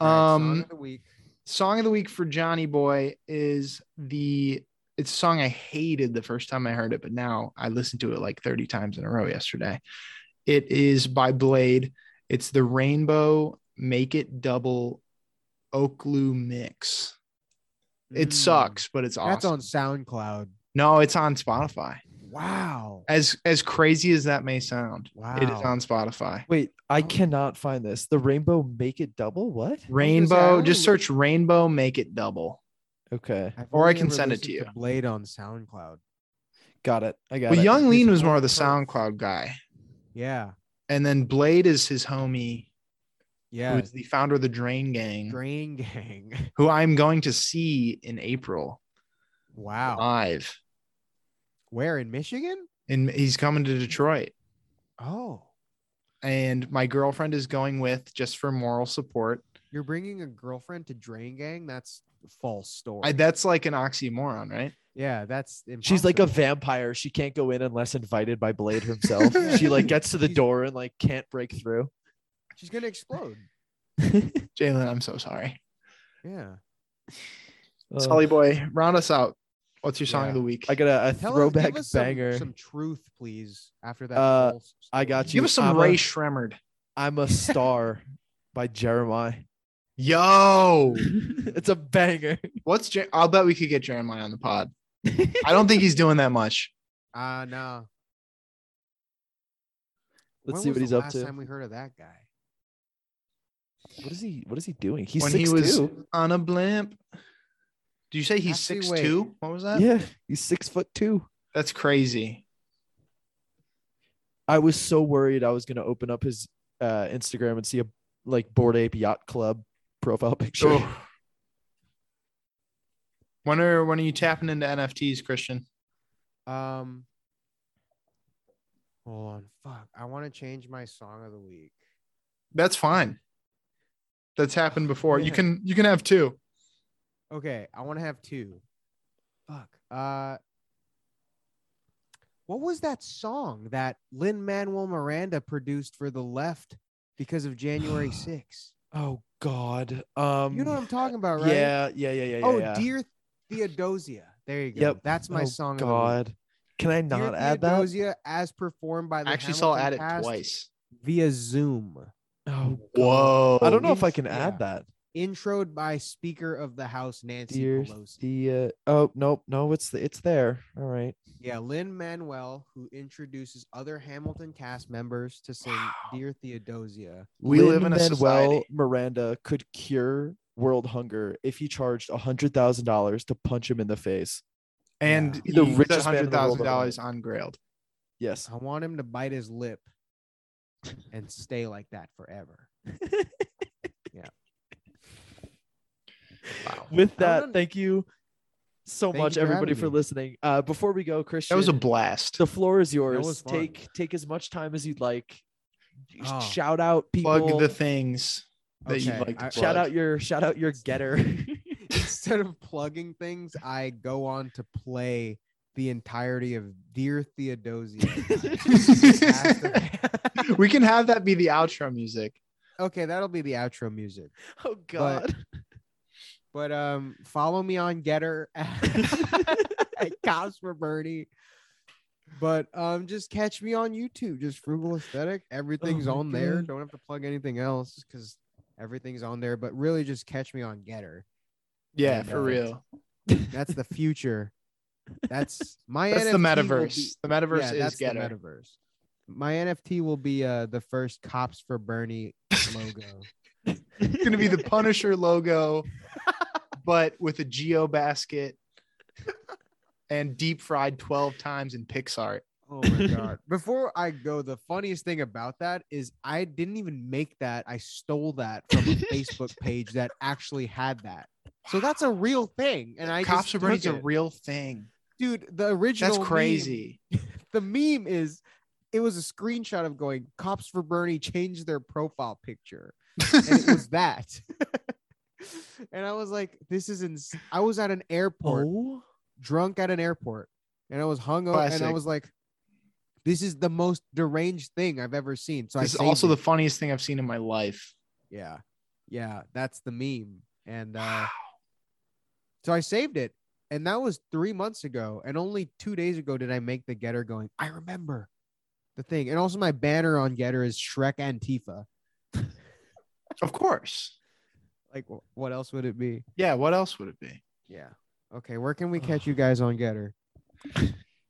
S3: Alright,
S1: Um,
S3: song of the week.
S1: song of the week for Johnny Boy is the it's a song I hated the first time I heard it, but now I listened to it like 30 times in a row yesterday. It is by Blade. It's the Rainbow Make It Double Oakloo Mix. It
S3: Mm,
S1: sucks, but it's awesome.
S3: That's on SoundCloud.
S1: no, it's on Spotify.
S3: Wow.
S1: As as crazy as that may sound,
S3: Wow.
S1: it is on Spotify.
S2: Wait, I
S3: Oh.
S2: cannot find this. The rainbow make it double? What?
S1: Rainbow,
S3: only
S1: just
S3: look-
S1: search Rainbow Make It Double.
S2: Okay.
S3: I've
S1: or I
S3: only
S1: can
S3: ever
S1: send it
S3: listened
S1: to you.
S3: Blade on SoundCloud.
S2: Got it. I got
S1: But
S2: it.
S1: Young Lean
S3: It's
S1: was more
S3: all
S1: of the
S3: perfect.
S1: SoundCloud guy.
S3: Yeah.
S1: and then Blade is his homie,
S3: Yeah.
S1: who's the founder of the Drain Gang,
S3: Drain Gang.
S1: who I'm going to see in April
S3: Wow.
S1: live,
S3: Where in Michigan?
S1: and he's coming to Detroit.
S3: Oh,
S1: And my girlfriend is going with just for moral support.
S3: you're bringing a girlfriend to Drain Gang? That's a false story.
S1: I, that's like an oxymoron, right?
S3: yeah, that's
S2: She's like a
S3: impossible.
S2: vampire. She can't go in unless invited by Blade himself. she like gets to the
S3: She's-
S2: door and like can't break through.
S3: She's gonna explode.
S1: Jalen, I'm so sorry.
S3: Yeah.
S1: Sully
S2: Ugh.
S1: boy, round us out. What's your song
S3: Yeah.
S1: of the week?
S2: Uh, I got a, a
S3: Tell us-
S2: throwback
S3: give us some-
S2: banger.
S3: Some, truth, please. After that,
S2: Uh,
S3: false
S2: I
S3: story.
S2: got
S1: Give
S2: you.
S1: us some
S2: I'm
S1: Ray
S2: a-
S1: Shremmerd.
S2: I'm a star by Jeremiah.
S1: Yo,
S2: it's a banger.
S1: what's Jer- I'll bet we could get Jeremiah on the pod. I don't think he's doing that much.
S3: Ah, uh, no.
S2: Let's
S3: When
S2: see
S3: was
S2: what he's
S3: the
S2: up
S3: last
S2: to.
S3: Time we heard of that guy.
S2: What is he what is he doing? He's
S1: when
S2: six
S1: he was
S2: two.
S1: on a blimp. Do you say he's
S3: Actually,
S1: six
S3: wait.
S1: two? What was that?
S2: Yeah, he's six foot two.
S1: That's crazy.
S2: I was so worried I was gonna open up his uh, Instagram and see a like board ape yacht club profile picture.
S1: Ugh. When are when are you tapping into NFTs, Christian?
S3: Um. Hold on, fuck. I want to change my song of the week.
S1: That's fine. That's happened before. You
S3: Yeah.
S1: can you can have two.
S3: Okay, I want to have two. Fuck. Uh. What was that song that Lin Manuel Miranda produced for the left because of January 6th.
S2: Oh God. Um.
S3: You know what I'm talking about, right?
S2: Yeah. Yeah. Yeah. Yeah. yeah,
S3: oh,
S2: yeah.
S3: dear Theodosia. There you go.
S2: Yep.
S3: That's my
S2: Oh,
S3: song. Of
S2: God. Can I
S3: the week.
S2: not
S3: dear
S2: add that?
S3: Theodosia, as performed by the
S1: I actually saw at
S3: Hamilton
S1: it
S3: cast
S1: twice.
S3: via Zoom,
S2: Oh, God.
S1: Whoa.
S2: I don't know if I
S3: Inch-
S2: can add that.
S3: introed by Speaker of the House Nancy
S2: Dear
S3: Pelosi.
S2: the uh, oh nope no it's the it's there. All right.
S3: Yeah, Lynn Manuel, who introduces other Hamilton cast members to sing "Dear Theodosia."
S1: We live in a
S2: Manuel
S1: society.
S2: Miranda could cure world hunger if he charged a hundred thousand dollars to punch him in the face.
S1: And
S2: Yeah.
S1: the
S2: The richest
S1: richest
S2: man in
S1: hundred
S2: the world
S1: thousand dollars on Grailed.
S2: Yes.
S3: I want him to bite his lip and stay like that forever.
S1: Wow.
S2: With
S3: don't
S2: that,
S3: know.
S2: thank you so
S3: Thank
S2: much,
S3: you for
S2: everybody,
S3: having
S2: for
S3: me.
S2: listening. Uh, before we go, Christian,
S1: That was a blast.
S2: the floor is
S3: was
S2: yours.
S3: fun.
S2: Take take as much time as you'd like.
S3: Oh.
S2: Shout out people.
S1: Plug the things that you'd
S3: Okay,
S1: like to
S3: I-
S1: plug.
S2: shout out your shout out your getter.
S3: Instead of plugging things, I go on to play the entirety of "Dear Theodosia."
S1: we can have that be the outro music.
S3: okay, that'll be the outro music.
S2: oh God.
S3: But um, follow me on Getter at Cops for Birdie. But um, just catch me on YouTube. Just Frugal Aesthetic. Everything's
S2: Oh my
S3: on there.
S2: God.
S3: Don't have to plug anything else because everything's on there. But really, just catch me on Getter.
S1: Yeah,
S3: Yeah,
S1: for
S3: no.
S1: real.
S3: That's the future. That's my.
S1: That's the
S3: NFT will
S1: metaverse. the
S3: Be, yeah,
S1: metaverse is
S3: that's the
S1: getter.
S3: metaverse. My NFT will be uh the first Cops for Bernie logo.
S1: it's gonna be the Punisher logo, but with a geo basket and deep fried 12 times in Pixar.
S3: Oh my god. Before I go, the funniest thing about that is I didn't even make that. I stole that from a Facebook page that actually had that. So that's a real thing. And I
S1: Cops
S3: just
S1: for Bernie's
S3: took
S1: a
S3: it.
S1: real thing.
S3: dude. The original
S1: That's
S3: meme-
S1: crazy.
S3: the meme is it was a screenshot of going, Cops for Bernie changed their profile picture. and it was that. and I was like, this is ins- I was at an airport
S2: oh.
S3: drunk at an airport and I was hung over and I
S1: Classic.
S3: was like, this is the most deranged thing I've ever seen. So I
S1: This is
S3: saved
S1: also the
S3: it.
S1: funniest thing I've seen in my life.
S3: yeah, yeah, that's the meme. And uh, so I saved it. And that was three months ago. And only two days ago did I make the getter going, I remember the thing. And also my banner on getter is Shrek Antifa.
S1: Of course.
S3: Like wh- what else would it be?
S1: Yeah, what else would it be?
S3: Yeah. Okay. Where can we catch you guys on getter?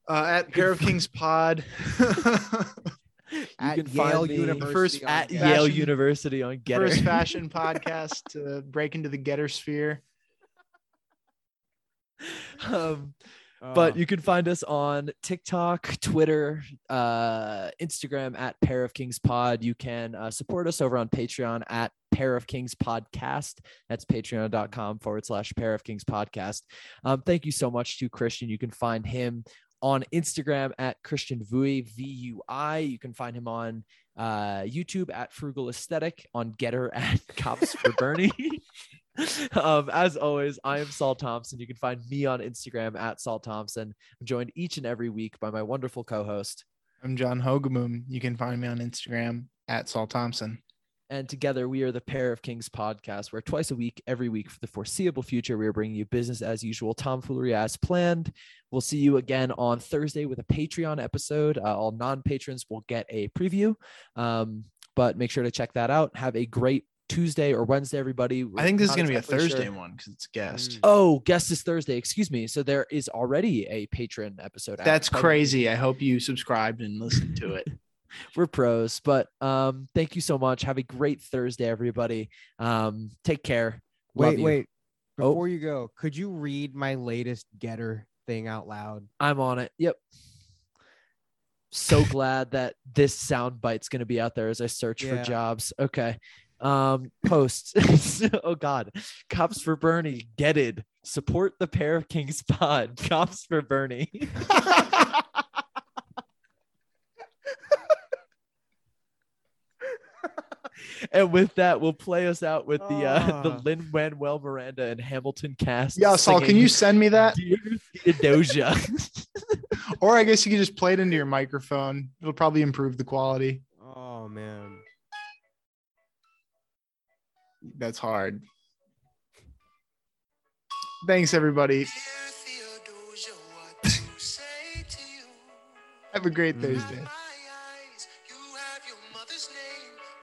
S1: Uh, at Pair of Kings Pod.
S2: You
S3: At
S2: can find
S3: Yale
S2: me
S3: University.
S1: first
S3: on
S2: at
S3: Getter.
S2: Yale
S1: Fashion-
S2: University on Getter.
S1: First fashion podcast to break into the getter sphere.
S2: um,
S3: Uh,
S2: but you can find us on TikTok, Twitter, uh, Instagram at Pair of Kings Pod. You can uh, support us over on Patreon at Pair of Kings Podcast. That's patreon.com forward slash Pair of Kings Podcast. Um, thank you so much to Christian. You can find him on Instagram at Christian Vui, V U I. You can find him on uh, YouTube at Frugal Aesthetic, on Getter at Cops for Bernie. um, as always, I am Saul Thompson. You can find me on Instagram at Saul Thompson. I'm joined each and every week by my wonderful co host.
S1: I'm John Hogamoom. You can find me on Instagram at Saul Thompson.
S2: And together, we are the Pair of Kings podcast, where twice a week, every week for the foreseeable future, we are bringing you business as usual, tomfoolery as planned. We'll see you again on Thursday with a Patreon episode. Uh, all non patrons will get a preview, um, but make sure to check that out. Have a great Tuesday or Wednesday, everybody. We're
S1: I think this is going
S2: not
S1: to be a
S2: exactly sure.
S1: Thursday one because it's a guest.
S3: Mm.
S2: Oh, guest is Thursday. Excuse me. So there is already a patron episode. out.
S1: That's
S2: Like,
S1: crazy. I hope you subscribed and listened to it.
S2: We're pros, but um, thank you so much. Have a great Thursday, everybody. Um, take care. Love
S3: Wait,
S2: you.
S3: wait.
S2: Oh.
S3: Before you go, could you read my latest getter thing out loud?
S2: I'm on it. Yep. So glad that this sound bite's gonna be out there as I search for
S3: Yeah.
S2: jobs. Okay. Um, posts. oh God, cops for Bernie. Get it. Support the pair of Kings pod. Cops for Bernie. and with that, we'll play us out with the uh, the
S3: Ah.
S2: Lin Manuel Miranda and Hamilton cast.
S1: yeah, Saul, can
S2: singing
S1: you send me that?
S2: Dear Theodosia.
S1: Or I guess you can just play it into your microphone. It'll probably improve the quality.
S3: Oh man.
S1: That's hard. Thanks, everybody.
S5: Dear Theodosia, what to say to you?
S1: Have a great
S3: Mhm.
S1: Thursday.
S5: My eyes, you have your mother's name.